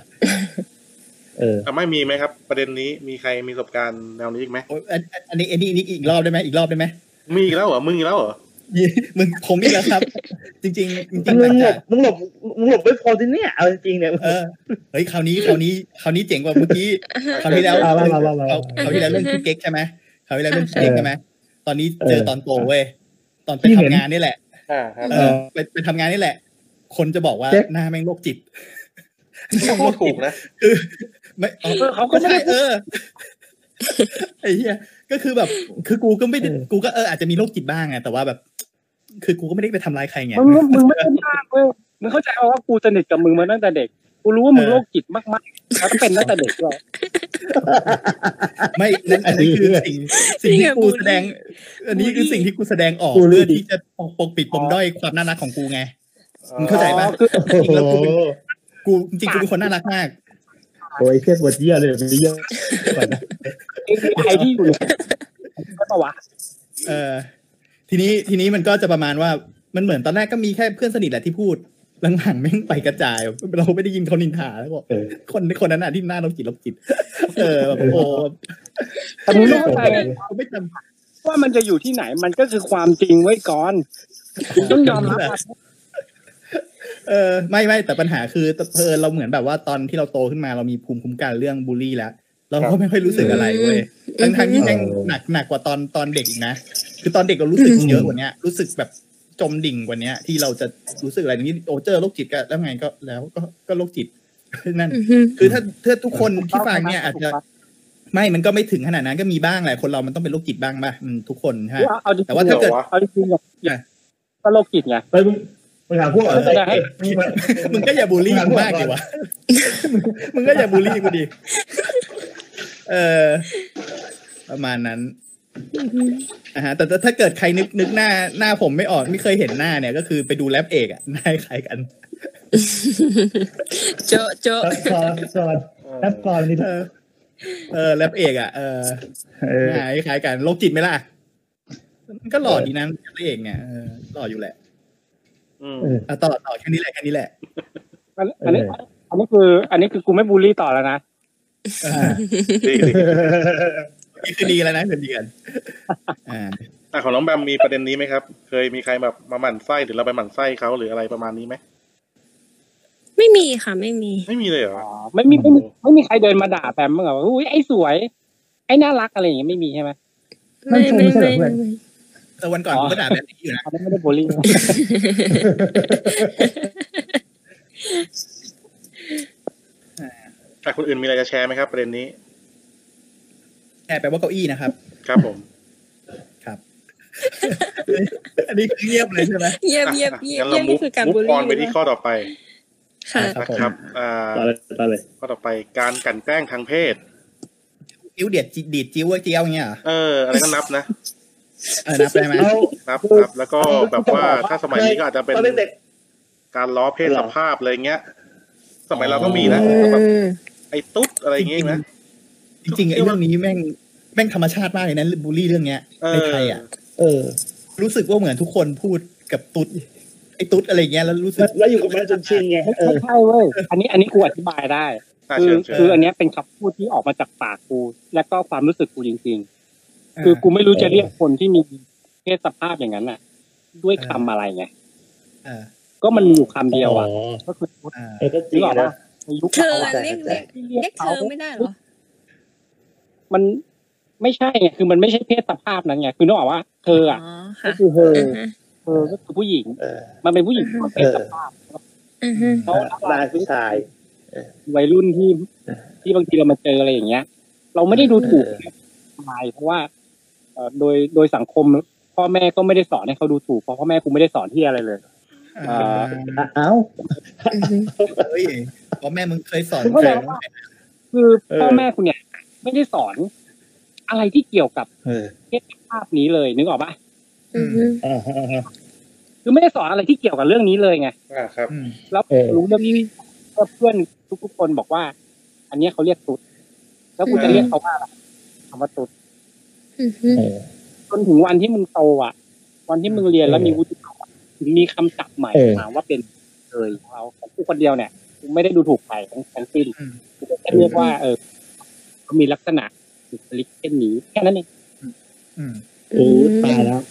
เออ อ่ะไม่มีไหมครับ ประเด็นนี้มีใครมีประสบการณ์แนวนี้อีกไหม โอยอันอันอันนี้อันนี้อันนี้อีกรอบได้ไหมอีกรอบได้ไหม มีอีกแล้วเหรอมึงอีกแล้วเหรอ ยี่มึงผมอีกแล้วครับ จริง ๆ จริงๆ มึงหล แต่ บมึงหลบมึงหลบไม่พอที่เนี่ยเอาจริงๆเนี่ย เออเฮ้ยคราวนี้คราวนี้คราวนี้เจ๋งกว่าเมื่อกี้คราวที่แล้ว เอาเอาเอาเอาเอา คราวที่แล้วเรื่องขี้เก๊กใช่ไหมคราวที่แล้วเรื่องขี้เก๊กใช่ไหมตอนนี้เจอตอนโตเว้ยตอนไป ที่เห็น ทำงานนี่แหละ อ่าครับ เออไปไปทำงานนี่แหละ คนจะบอกว่า เจ๊ก หน้าแม่งโรคจิต พูดถูกนะ ไม่เออ เออเขาก็ ก็ ไม่ ใช่ ได้ เออไอ้เหี้ยก็คือแบบ คือกูก็ไม่ได้ เออ กูก็เอออาจจะมีโรคจิตบ้างไงแต่ว่าแบบ คือกูก็ไม่ได้ไปทำร้ายใครไง มึงมึงมึงไม่ได้บ้าเว้ยมึงเข้าใจป่าวว่ากูสนิทกับมึงมาตั้งแต่เด็ก กูรู้ว่ามึง เออ โรคจิตมากๆแล้วก็เป็นตั้งแต่เด็กด้วย ไม่นั่นอันนี้คือสิ่งสิ่งที่กูแสดง อันนี้คือสิ่งที่กูแสดงออกเพื่อที่จะปกปกปิดปมด้อยความน่ารักของกูไง มึงเข้าใจปะ อ๋อคือ จริงๆแล้วกูเป็นกูจริงๆกูเป็นคนน่ารักมาก โอ้ยเทียบดเยี่ยเลยไม่เยี่ยก่อนนะ API ที่อยู่ก็ปะวะ เออทีนี้ทีนี้มันก็จะประมาณว่ามันเหมือนตอนแรกก็มีแค่เพื่อนสนิทแหละที่พูดหลังๆแม่งไปกระจายแบบเราไม่ได้ยินเขานินทาแล้วบอก เออ คนคนนั้นน่ะที่หน้าเราจิตเราจิต [LAUGHS] เออแบบโอ้ แต่มึงไม่เข้าใจไง เขาไม่จำ ว่ามันจะอยู่ที่ไหนมันก็คือความจริงไว้ก่อนมึงต้องยอมรับมัน เออไม่ไม่แต่ปัญหาคือเพอญเราเหมือนแบบว่าตอนที่เราโตขึ้นมาเรามีภูมิคุ้มกันเรื่องบูลลี่แล้ว เราก็ไม่ค่อยรู้สึกอะไรเว้ย อื ทั้ ม งทั้งๆที่แม่งหนักหนักกว่าตอนตอนเด็กอีกนะคือตอนเด็กเรารู้สึกเยอะกว่าเนี้ยรู้สึกแบบจมดิ่งกว่าเนี้ย ที่เราจะรู้สึกอะไรนี้โอเจอโรคจิตก็แล้วไงก็แล้วก็ก็โรคจิต [LAUGHS] นั่น อือฮึ คือถ้าถ้าทุกคนที่ฟังเนี่ยอาจจะไม่มันก็ไม่ถึงขนาดนั้นก็มีบ้างแหละคนเรามันต้องเป็นโรคจิตบ้างป่ะอืมทุกคนใช่ไหม เอาเอาจริงๆ แต่ว่าถ้าเกิด เอาจริงๆเนี่ยก็โรคจิตไง ไปมึงมึงหาพวกเหรอ ก็ได้ มึงมา มึงก็อย่าบูลลี่กูมากดีวะ [LAUGHS] มึงก็อย่าบูลลี่กูดิเออประมาณนั้นนะฮะแต่แต่ถ้าเกิดใครนึกนึกหน้าหน้าผมไม่ออกไม่เคยเห็นหน้าเนี่ย ก็คือไปดูแรปเอกอ่ะหน้าคล้ายกัน โจะโจะ รับก่อนรับก่อนรับก่อนนี่ เออ เออแรปเอกอ่ะเออ เออ หน้าคล้ายกันโรคจิตไหมล่ะมันก็หล่อดีนะแรปเอกเนี่ยเออหล่ออยู่แหละ อืม อ่ะต่อต่อแค่นี้แหละแค่นี้แหละ อันอันนี้อันนี้คือ อันนี้คือกูไม่บูลลี่ต่อแล้วนะ ดีดี นี่คือดีแล้วนะเป็นดีกันอ่า อ่ะของน้องแบมมีประเด็นนี้ไหมครับ เคยมีใครแบบมาหมั่นไส้หรือเราไปหมั่นไส้เขาหรืออะไรประมาณนี้ไหม มีค่ะไม่มี ไม่มีเลยเหรอ อ๋อไม่มีไม่มีไม่มีใครเดินมาด่าแปมบ้างเหรอว่าอุ้ยไอ้สวย ไอ้น่ารักอะไรอย่างเงี้ยไม่มีใช่ไหม นั่นคงไม่ไม่ ไม่ใช่เหร ไม่ อเพื่อน ไม่ แต่วันก่อนกูก็ด่าแบบนี้อยู่นะ เขาไม่ได้บูลลี่ แต่คนอื่นมีอะไรจะแชร์ไหมครับ ประเด็นนี้ แอบแปลว่าเก้าอี้นะครับ ครับผม อันนี้คือเงียบเลยใช่ไหม เยี่ยมเยี่ยม อ่ะ เยี่ยม งั้น เยี่ เรา ยม มุ นี่ ก คือการ มุก บูอลลี่ อนไปที่ข้อต่อไป ค่ะ ครับ นะครับอ่า ต่อเลยต่อเลย ข้อต่อไปการกลันแกล้งทางเพศ จิ้วเดียดจิดีดจิ้วเจียวอย่างเงี้ยเหรอ เอออะไรก็นับนะ เออนับได้ไหม แล้ว นับนับแล้วก็แบบว่าถ้าสมัยนี้ก็อาจจะเป็น ตอนเด็ก การล้อเพศสภาพอะไรเงี้ย สมัยเราก็มีนะ อื แบบไอ้ตุ๊ดอะไรเงี้ยนะ จริงๆไอ้เรื่องนี้แม่งแม่งธรรมชาติมากเลยนะบูลลี่เรื่องเนี้ย เออ ในไทยอ่ะ เออ รู้สึกว่าเหมือนทุกคนพูดกับตุ๊ดไอ้ตุ๊ดอะไรเงี้ยแล้วรู้สึก แล้วอยู่กับมันจนชินไงเออ ไม่ใช่เว้ย อันนี้อันนี้กูอธิบายได้ อ่ะ คื เชิ อ ญเชิญ คืออันเนี้ยเป็นคำพูดที่ออกมาจากปากกู และก็ความรู้สึกกูจริง ๆ คือกูไม่รู้จะเรียกคนที่มีเพศสภาพอย่างนั้นน่ะ ด้วยคำอะไรไง เออ ก็มันมีอยู่คำเดียวอ่ะ อ๋อ ก็คือ เออ เออก็จ นึ ริง กออก นะ ว่าในยุค เธอ เราอะ เรียกเรียกเรียกเธอไม่ได้เหรอ มันไม่ใช่ไงคือมันไม่ใช่เพศสภาพนั้นไง คือนึกออกว่า เธอ อ๋อ อ่ะ ค่ะ ก็คือเธอ อือฮะ เธอก็คือผู้หญิง เออ มันเป็นผู้หญิงที่เป็นเพศสภาพ อือฮะ เขา นายผู้ชาย วัยรุ่นที่ที่บางทีเรามาเจออะไรอย่างเงี้ย เราไม่ได้ดูถูกหมายเพราะว่าเอ่อโดยโดยสังคมพ่อแม่ก็ไม่ได้สอนให้เขาดูถูกเพราะพ่อแม่กูไม่ได้สอนที่อะไรเลย อ่า เอ้า อือฮึ เฮ้ยเพราะแม่มึงเคยสอน คือเข้าใจว่า คือ เออ พ่อแม่คุณเนี่ย ไม่ได้สอนอะไรที่เกี่ยวกับ เออ เพศภาพนี้เลยนึกออกปะ อือฮึ อ่าฮะอ่าฮะ คือไม่ได้สอนอะไรที่เกี่ยวกับเรื่องนี้เลยไง อ่ะครับ อืม แล้วรู้เรื่องนี้ก็เพื่อนทุกๆคนบอกว่า อันเนี้ยเขาเรียกตุ๊ดแล้วกูจะเรียกเขาว่าอะไรคำว่าตุ๊ด อือฮึ จนถึงวันที่มึงโตอ่ะ วันที่มึงเรียนแล้วมีวุฒิภาวะถึงมีคำจับใหม่ เออ มาว่าเป็นเลยของเราของกูคนเดียวเนี่ยกูไม่ได้ดูถูกใครทั้งทั้งสิ้นกูก็แค่เรียกว่า เออเขามีลักษณะบุคลิกเช่นนี้แค่นั้นเอง อืม กูตายแล้ว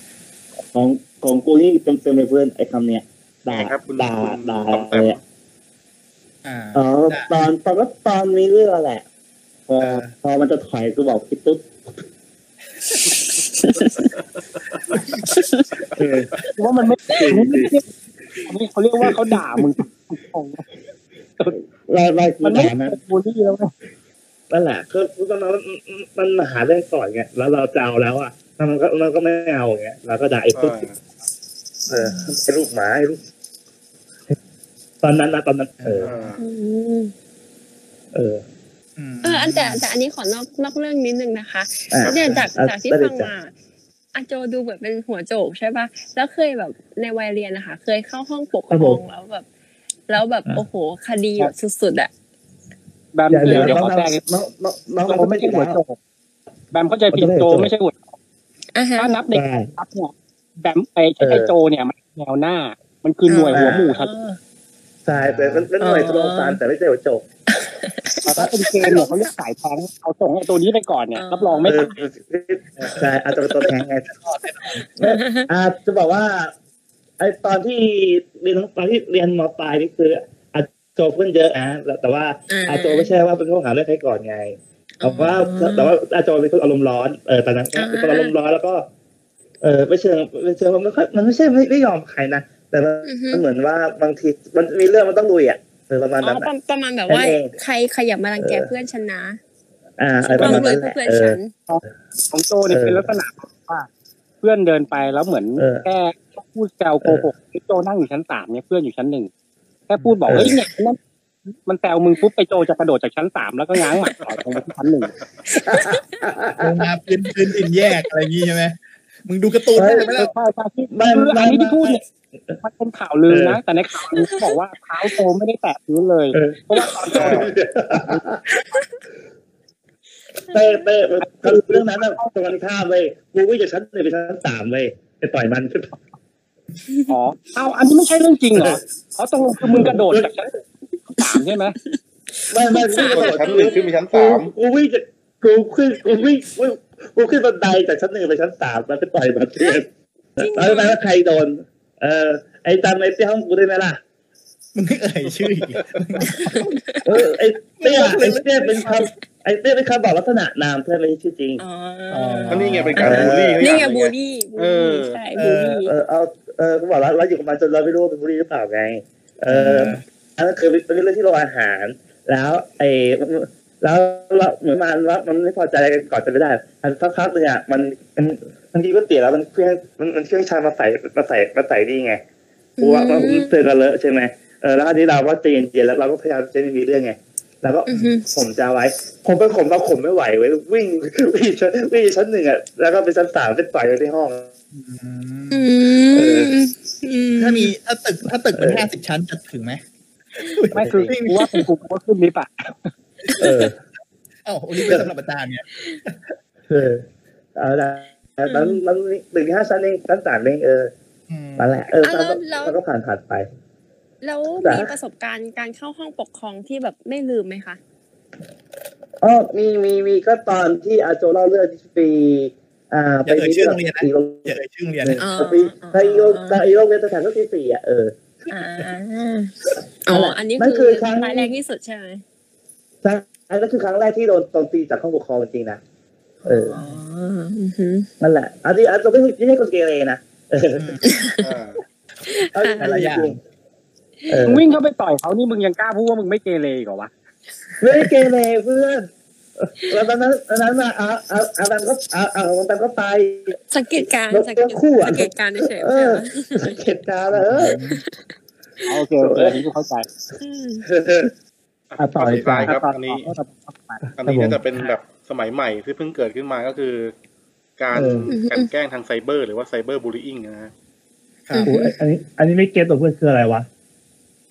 ของของกูนี่เต็มเต็มๆเลยเพื่อนไอ้คำเนี้ยด่า ไงครับคุณ ด่า คุณ ด่า ตอบแต้ เล ม ยอะ อ่า อ๋อตอนตอนก็ตอนมีเรื่องแหละ พอ เออ พอมันจะถอยกูบอกพี่ตุ๊ดเออ กูว่ามันไม่ [LAUGHS] ใช่อันนี้เขาเรียกว่าเขาด่ามึงของ เราเรากู มันไม่ ด่า ใช่ นะ บูลลี่แล้วไง นั่นแหละคือคือตอนนั้นมันมันหาเรื่องก่อนไงแล้วเราจะเอาแล้วอ่ะแล้วมันก็มันก็ไม่เอาอย่างเงี้ยเราก็ด่าไอ้ตุ๊ดเออไอ้ลูกหมาไอ้ลูกตอนนั้นนะตอนนั้นเออ อ่า อืม เออ ม เอออันแต่แต่อันนี้ขอนอกนอกเรื่องนิดนึงนะคะ อ่ะ เนี่ยจาก อ่ะ จากที่ ได้เล ฟั ย ง จ้ะ มาอาโจดูเหมือนเป็นหัวโจกใช่ปะแล้วเคยแบบในวัยเรียนนะคะ เคยเข้าห้องปกค ครับ ร ผ อง ม แล้วแบบ แล้วแบบ อ่ะ โอ้โหคดีแบบสุดๆอ่ะ แบบ เดี๋ยว เดี๋ เดี๋ ย ยวว เดี๋ยวขน้อ องแทรกนิด น้องน้องน้อง โจ น้อง ไม่ ไม่ ใช่หัใช่หั ว ว โจ โจก กแบมเข้าใจผิด ไม่ใช่โจหัวโจก ไม่ใช่หัวโจก อ่ะฮะ ถ้านับเด็ก ได้ นับเนี่ยแบมไอ้ เออ ไอ้โจเนี่ยมันแนวหน้า มันคือหน่วยหัวหมู่ชัด ใช่แต่มันเป็นหน่วยสโลซานแต่ไม่ใช่หัวโจก แต่ถ้าเป็นเกมเนี่ยเขาเรียกสายแทงเอาส่งไอ้ตัวนี้ไปก่อนเนี่ยรับรองไม่ เออ ตาย ใช่อาจจะเป็นตัวแทนไงอาจจะบอกว่า ไอตอนที่เรียนตอนที่เรียนมปลายนี่คืออาจโจกเพื่อนเยอะนะแต่แต่ว่า อาโจไม่ใช่ว่าเป็นผู้หาเรื่องใครก่อนไงแต่ว่าแต่ว่าอาโจเป็นคนอารมณ์ร้อนเออตอนนั้นเป็นคนอารมณ์ร้อนแล้วก็ เออไม่เชิงไม่เชิงว่ามันก็มันไม่ใช่ไม่ไม่ยอมใครนะแต่มัน อือฮึ มันเหมือนว่าบางทีมันมีเรื่องมันต้องลุยอ่ะเออประมาณ อ๋อ นั้น ประ อะ มาณประมาณแบบว่า เออ ใครขยับมารังแกเพื่อนฉันนะ อ่าอะไร ฉัน ป ต้ ระ องรวมาณยนั้นแห เพื่อ ละ เพื่อน เอ ฉั อ น ของโจเนี่ย เออ เป็นลักษณะแบบว่า เพื่อนเดินไปแล้วเหมือน เออ แค่พูดแซวโกหกไอ้โจนั่งอยู่ชั้นสามเนี่ยเพื่อนอยู่ชั้นหนึ่งแค่พูดบอก เออ เฮ้ยเนี่ยนั่นมันแซวมึงปุ๊บไปโจจะกระโดดจากชั้นสามแล้วก็ง้างหมัดต่อยตรงที่ชั้นหนึ่ง ลงมาพื้นพื้นดินแยกอะไรอย่างงี้ใช่ไหมมึงดูการ์ตูนได้ไหมล่ะ ใช่ใช่ที่ ไม่ คือ ไม่ อันนี้ที่ ไม่ พูดเนี่ยมันเป็นข่าวลือนะแต่ในข่าวลือเขาบอกว่าเท้าโจไม่ได้แตะพื้นเลย เออ เพราะว่าตอนโจเนี่ย [LAUGHS] เต้เต้เรื่องนั้นน่ะตรงกันข้ามเลยกูวิ่งจากชั้นหนึ่งไปชั้นสามเลยไปต่อยมัน อ๋อเอาอันนี้ไม่ใช่เรื่องจริงเหรอเขาตกลงคือมึงกระโดดจากชั้นสามใช่ไหม ไม่ไม่ ขึ้นกูวิ่ง ไป จาก ชั้นหนึ่งขึ้นไปชั้นสาม กูวิ่งจากกูขึ้นกูวิ่งกูกูขึ้นบันไดจากชั้นหนึ่งไปชั้นสามแล้วไปต่อยมันเพื่อน จริงเหรอ แล้วรู้ไหมว่าใครโดน เออไอ้จำไอ้ที่ห้องกูได้ไหมล่ะ มึงไม่เอ่ยชื่ออีก เออไอ้เต้ย [LAUGHS] ไอ้เต้ยเป็นคำไอ้เต้ยเป็นคำบอกลักษณะนามเต้ยไม่ใช่ชื่อจริง อ๋อ ก็นี่ไงเป็นการบูลลี่ นี่ไง อย่า บู เย ลี่บู เออ ลี่ใช่บูลี่ เออเอาเออก็บอกแล้วเราอยู่กับมันจนเราไม่รู้ว่าเป็นบุรีหรือเปล่าไง เอออันนั้นคือเป็นเรื่องที่โรงอาหาร แล้วไอ้แล้วเราเหมือนมันว่ามันไม่พอใจอะไรกันก่อนจะไม่ได้อันสักพักหนึงอ่ะมันมันมันกินก๋วยเตี๋ยวแล้วมันเครื่องมันมันเครื่องชามมาใส่มาใส่มาใส่นี่ไงกลัวมันเตือนกันเลอะใช่ไหมเออแล้วอันนี้เราก็ใจเย็นๆแล้วเราก็พยายามจะไม่มีเรื่องไงแล้วก็ อือฮึ ผมจะเอาไว้ ผมเป็นผมเราผมไม่ไหวเว้ยวิ่ง [LAUGHS] วิ่งชั้นวิ่งชั้นหนึ่งอ่ะแล้วก็ไปชั้นสามเป็นต่อยกันที่ห้อง อื เออ มอืม ถ้ามีถ้าตึกถ้าตึกมันห้าสิบชั้นจะถึงไหม ไม่คือกูว่าเป็นกูกูก็ขึ้นลิฟต์อ่ะ เอ [LAUGHS] อ เอ้าอันนี้เป็นสำหรับอาจารย์เนี่ย เออเอาละมันมันตึกห้าชั้นเองชั้นสามเองเออ อืม นั่นแหละเออ อ่ะ แล้วก็ แล้วแล้ว แล้วก็ผ่านผ่านไป แล้ว จ้ะ มีประสบการณ์การเข้าห้องปกครองที่แบบไม่ลืมไหมคะ อ๋อมีมีมีก็ตอนที่อาโจเล่าเรื่องที่ปีอ่าไปมีเรื่องสี่โรง อย่าเอ่ยชื่อโรงเรียน อ๋อ ไปไปโยกไปโยกเวทสถานก็ที่สี่อ่ะเออ อ่าอ๋อ อันนี้ นั่นคื คือ อ ครั้ง ร้ายแรงที่สุดใช่ไหม ใช่อันนั้นคือครั้งแรกที่โดนโจมตีจากห้องปกครองจริงๆนะเออ อ๋ออือหือ นั่นแหละอันนี้อันเราไม่ไม่ใช่คนเกเรนะเออ อ่า เอาจริงๆจริงๆเออ มึงวิ่งเข้าไปต่อยเขานี่มึงยังกล้าพูดว่ามึงไม่เกเรอีกเหรอวะ ไม่ได้เกเรเพื่อนแล้วตอนนั้นตอนนั้นมาเอาเอาเอาแบมก็เอาเอาแบมก็ไป สังเกตการณ์ แล้ว สังเกต คู่อะ สังเกตการณ์เฉยๆ เอ ใช่ อ ไหม สังเกตการณ์แล้วเออ โอเคโอเคอันนี้กูเข้าใจ อืม อ่ะต่ออีกรายครับ ต่ อันนี้ ต่ต่อไป อันนี้น่าจะเป็นแบบสมัยใหม่ที่เพิ่งเกิดขึ้นมาก็คือ การ เออ กลั่นแกล้งทางไซเบอร์หรือว่าไซเบอร์บูลลี่นะฮะ โอ้ยอันนี้อันนี้ไม่เก็ตตัวเพื่อนคืออะไรวะ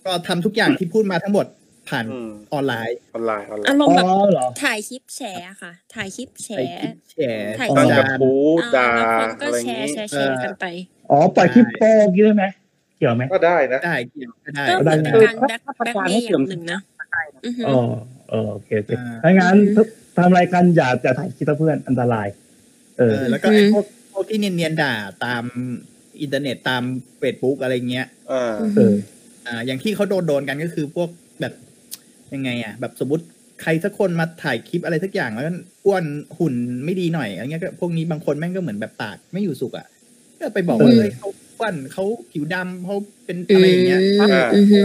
ก็ทำทุกอย่างที่พูดมาทั้งหมดผ่าน อืม ออนไลน์ ออนไลน์ออนไล อา น์ รม อ๋ ณ์แบบ อเหรอ ถ่ายคลิปแชร์ค่ะ ถ่ายคลิปแช ไอ้ ร์ คลิปแชร์ ถ่าย ป ตั้งกระระจาน ทู้ อ่า ด่า แล้วคนก็ อะไรอ แช ย่างนี้ร์แชร์แชร์กันไป อ๋อปล่อยคลิปโป้กี้ได้ไหมเกี่ยวไหม ก็ได้นะ ได้เกี่ยวก็ได้ ก็เหมือนเป็นการแบ็คแบ็คเมย์อย่างหนึ่งนะอือหือ อ๋อเออโอเคโอเค อ่า ถ้างั้นทำรายการอย่าอย่าถ่ายคลิปกับเพื่อนอันตราย เอ เอ อ อแล้วก็ไอ้ อืม พวกพวกที่เนียนๆด่าตามอินเทอร์เน็ตตามเฟซบุ๊กอะไรเงี้ย อ่า อ เออ อ่าอย่างที่เขาโดนโดนๆกันก็คือพวกแบบยังไงอ่ะ แบบสมมติใครสักคนมาถ่ายคลิปอะไรสักอย่างแล้วอ้วนหุ่นไม่ดีหน่อยอะไรเงี้ยก็พวกนี้บางคนแม่งก็เหมือนแบบปากไม่อยู่สุกอ่ะก็ไปบอกว่า เออ เฮ้ยเขาอ้วนเขาผิวดำเขาเป็นอะไรอย่างเงี้ย ม อ่า อือหือ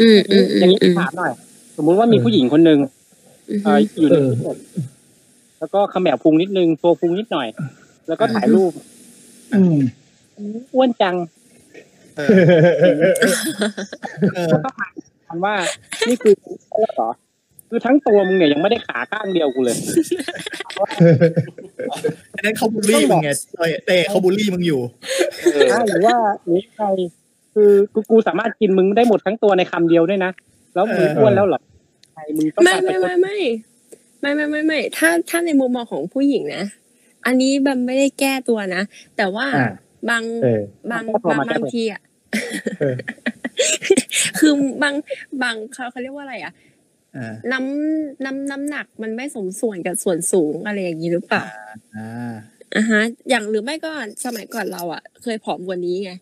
อืมอืมอืม อย่างนี้ อืม ถามหน่อย สมมุติว่ามีผู้หญิงคนหนึ่ง อือ เอ่ หื อ อ อยู่ในที่กดแล้วก็เขมแหวพุงนิดนึงตัวพุงนิดหน่อย แล้วก็ถ่ายรูป อืม อ้วนจัง เออเออ มันว่า นี่คือเหรอคือทั้งตัวมึงเนี่ยยังไม่ได้ขาข้างเดียวกูเลย อันนั้นเขาบูลลี่มึงไงเต้ยเต้เขาบูลลี่มึงอยู่ เออ ใช่หรือว่าหรือใครคือกูกูสามารถกินมึงได้หมดทั้งตัวในคำเดียวด้วยนะ แล้วมึงอ้วนแล้วเหรอใครมึงต้อง ไม่ การ ไม่ ป ไม่ไม่ไม่ไม่ไม่ไม่ถ้าถ้าในมุมมองของผู้หญิงนะ อันนี้แบัมไม่ได้แก้ตัวนะ แต่ว่า อ่า บาง เออ บางบางบางทีอ่ะ คือบางบางเขาเขาเรียกว่าอะไรอ่ะ อ่า น้ำน้ำน้ำหนักมันไม่สมส่วนกับส่วนสูงอะไรอย่างนี้หรือเปล่า อ่า อ่ะฮะ อย่างหรือไม่ก็สมัยก่อนเราอ่ะ เคยผอมกว่านี้ไง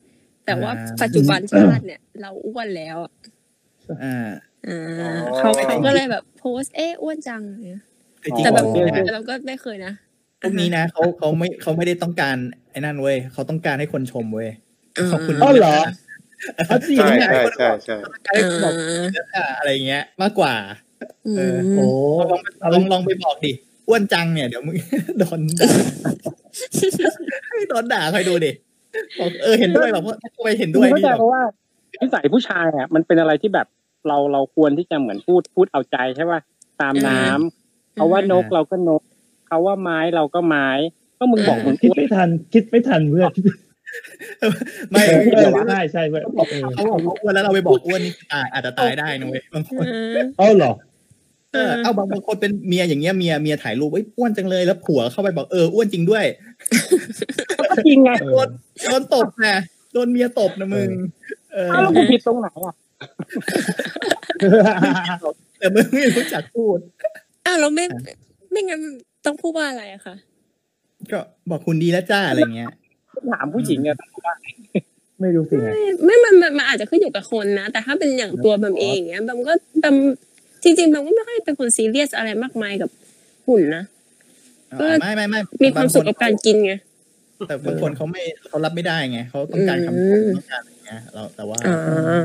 แต่ว่า อ่า ปัจจุบันชาติเนี่ย เราอ้วนแล้วอะ อ่า อ่า อ๋อ เขาเขาก็เลยแบบโพสต์เอ๊ะอ้วนจังอะไรเงี้ย คือจริง แต่ ๆ แบบ เนี่ยนะ แต่เราก็ไม่เคยนะ พวกนี้นะเขาเขาไม่เขาไม่ได้ต้องการไอ้นั่นเว้ยเขาต้องการให้คนชมเว้ย ขอบคุณ อ๋อเหรอ ใช่ใช่ใช่ใช่ ต้องการให้คนบอกเยอะอะอะไรเงี้ย มากกว่า อื เออ ม โอ้ ลองลองลองไปบอกดิอ้วนจังเนี่ยเดี๋ยวมึง [LAUGHS] โดนด่าให้โดนด่าคอยดูดิบอกเออเห็นด้วยแบบว่าทำไมเห็น ด้ ด้ ว วย ยเข้า นี่ ใจ แบบ เพราะว่านิสัยผู้ชายอ่ะมันเป็นอะไรที่แบบเราเราควรที่จะเหมือนพูดพูดเอาใจใช่ป่ะตามน้ำเขาว่านกเราก็นกเขาว่าไม้เราก็ไม้ ก็มึงบอกมึง คิด อ้ว [LAUGHS] นไม่ทัน คิดไม่ทันเพื่อน ไม่ เออ [LAUGHS] คือแบบว่า ใช่ใช่เพื่อนเออ เขาบอกว่าอ้วนแล้วเราไปบอกอ้วนนี่ตายอาจจะตายได้นะเว้ยบางคน เออ อ๋อเหรอ เออเอาบางบางคนเป็นเมียอย่างเงี้ยเมียเมียถ่ายรูปเอ้ยอ้วนจังเลยแล้วผัวเข้าไปบอกเอออ้วนจริงด้วย ก็จริงไง เอ โด อ นโดนตบนะโดนเมียตบนะมึงเออ เอ้าแล้วกูผิดตรงไหนอ่ะ แต่มึงไม่รู้จักพูด อ้าวเราไม่ไม่งั้นต้องพูดว่าอะไรอะคะ ก็บอกคุณดีแล้วจ้าอะไรเงี้ย ถามผู้หญิงเนี่ย ไม่รู้สิไง ไม่ไม่มันมันมันอาจจะขึ้นอยู่กับคนนะ แต่ถ้าเป็นอย่างตัวแบมเองอย่างเงี้ยแบมก็แบมจริงๆแบมก็ไม่ค่อยเป็นคนซีเรียสอะไรมากมายกับหุ่นนะ ก็ อ่าไม่ไม่ไม่ มีความสุขกับการกินไง แต่บางคนเขาไม่เขารับไม่ได้ไงเขาต้องการคำ อืม ต้องการอะไรเงี้ยเราแต่ว่า อ่า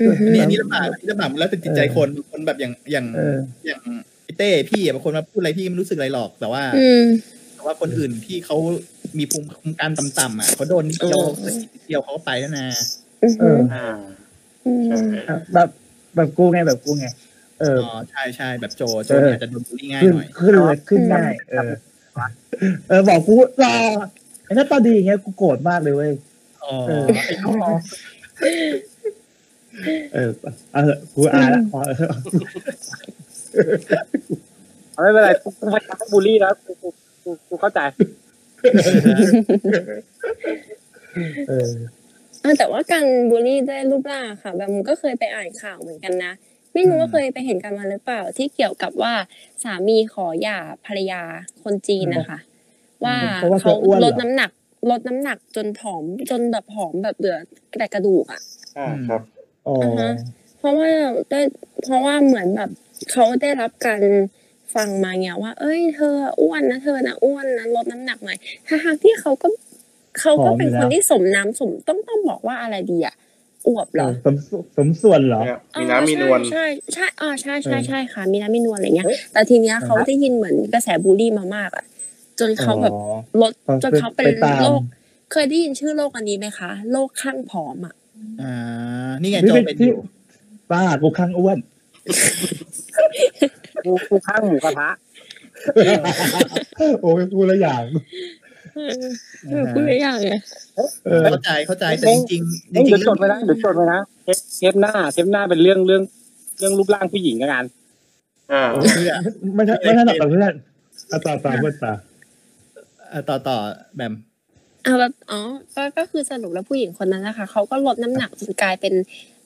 อืม อันนี้อันนี้ลำบากอันนี้ลำบากแล้วแต่จิตใจคนบางคนแบบอย่างอย่าง เออ อย่างไอ้เต้พี่อะบางคนมาพูดอะไรพี่ไม่รู้สึกอะไรหรอก แต่ว่า อืม แต่ว่าคนอื่นที่เขามีภูมิคุ้มกันต่ำๆอ่ะเขาโดนนิดเดียวสะกิดนิดเดียวเขาก็ไปแล้วนะ อืม เออ อ่า อืม ใช่ แบบแบบกูไงแบบกูไง เออ อ๋อใช่ใช่แบบโจโจ เออ เนี่ยอาจจะโดนบูลลี่ง่าย ขึ้น หน่อย ขึ้นเลยขึ้นได้เออเออบอกกูรอไอ้ถ้าตอนดีอย่างเงี้ยกูโกรธมากเลยเว้ย อ๋อ เออ เออเอาเถอะกูอานละพอเออ เอาไม่เป็นไรกูพยายามไม่บูลลี่แล้วกูกูกูกูเข้าใจ เออ เออแต่ว่าการบูลลี่ด้วยรูปร่างค่ะแบมก็เคยไปอ่านข่าวเหมือนกันนะ ไม่รู้ว่าเคยไปเห็นกันมาหรือเปล่า ที่เกี่ยวกับว่าสามีขอหย่าภรรยาคนจีนนะคะ ว่า เพราะว่า เขา เธออ้วนเหรอ ลดน้ำหนัก ลดน้ำหนักจนผอมจนแบบผอมแบบเหลือแต่กระดูกอ่ะ อ่าครับ อ๋ออ เพราะว่าได้เพราะว่าเหมือนแบบเขาได้รับการฟังมาเงี้ยว่า เอ้ยเธออ้วนนะเธอนะอ้วนนะลดน้ำหนักหน่อยทั้งๆที่เขาก็เขาก็เป็นคนที่สมน้ำสมต้องต้องบอกว่าอะไรดีอ่ะอวบเหรอ สมส่วนสมส่วนเหรอ เนี่ยมีน้ำมีนวล ใช่ใช่ใช่อ่าใช่ใช่ เออ ใช่ค่ะ มีน้ำมีนวลอะไรเงี้ย แต่ทีเนี้ยเขาได้ยินเหมือนกระแสบูลลี่มามากอ่ะ จนเขาแบบ อ๋อ ลด เขา จนเขาเป็น ไปตาม โรคเคยได้ยินชื่อโรคอันนี้ไหมคะโรคข้างผอมอ่ะ อ่านี่ไง นี่ โจ เป็น เป็นอ ที่ ยู่ ป้ากูข้างอ้วน กูกูข้างหมูกระทะ โอ้ยกูละอย่าง เออพูดไม่ยากไง เออ เข้าใจเข้าใจแต่จริงๆจ เอ้ย ริ เดี๋ย งๆวจ เรื่องดไว้นะเดี๋ยวจดไว้นะเทปเทปหน้าเทปหน้าเป็นเรื่องเรื่องเรื่องรูปร่างผู้หญิงแล้วกัน อ่า เพื่อ ไม่ใช่ไม่ใช่หรอกแต่เพื่อนเอาต่อต่อเพื่อนต่อ เอ่อต่อต่อแบม อ่าแบบอ๋อก็ก็คือสรุปแล้วผู้หญิงคนนั้นนะคะเขาก็ลดน้ำหนักจนกลายเป็น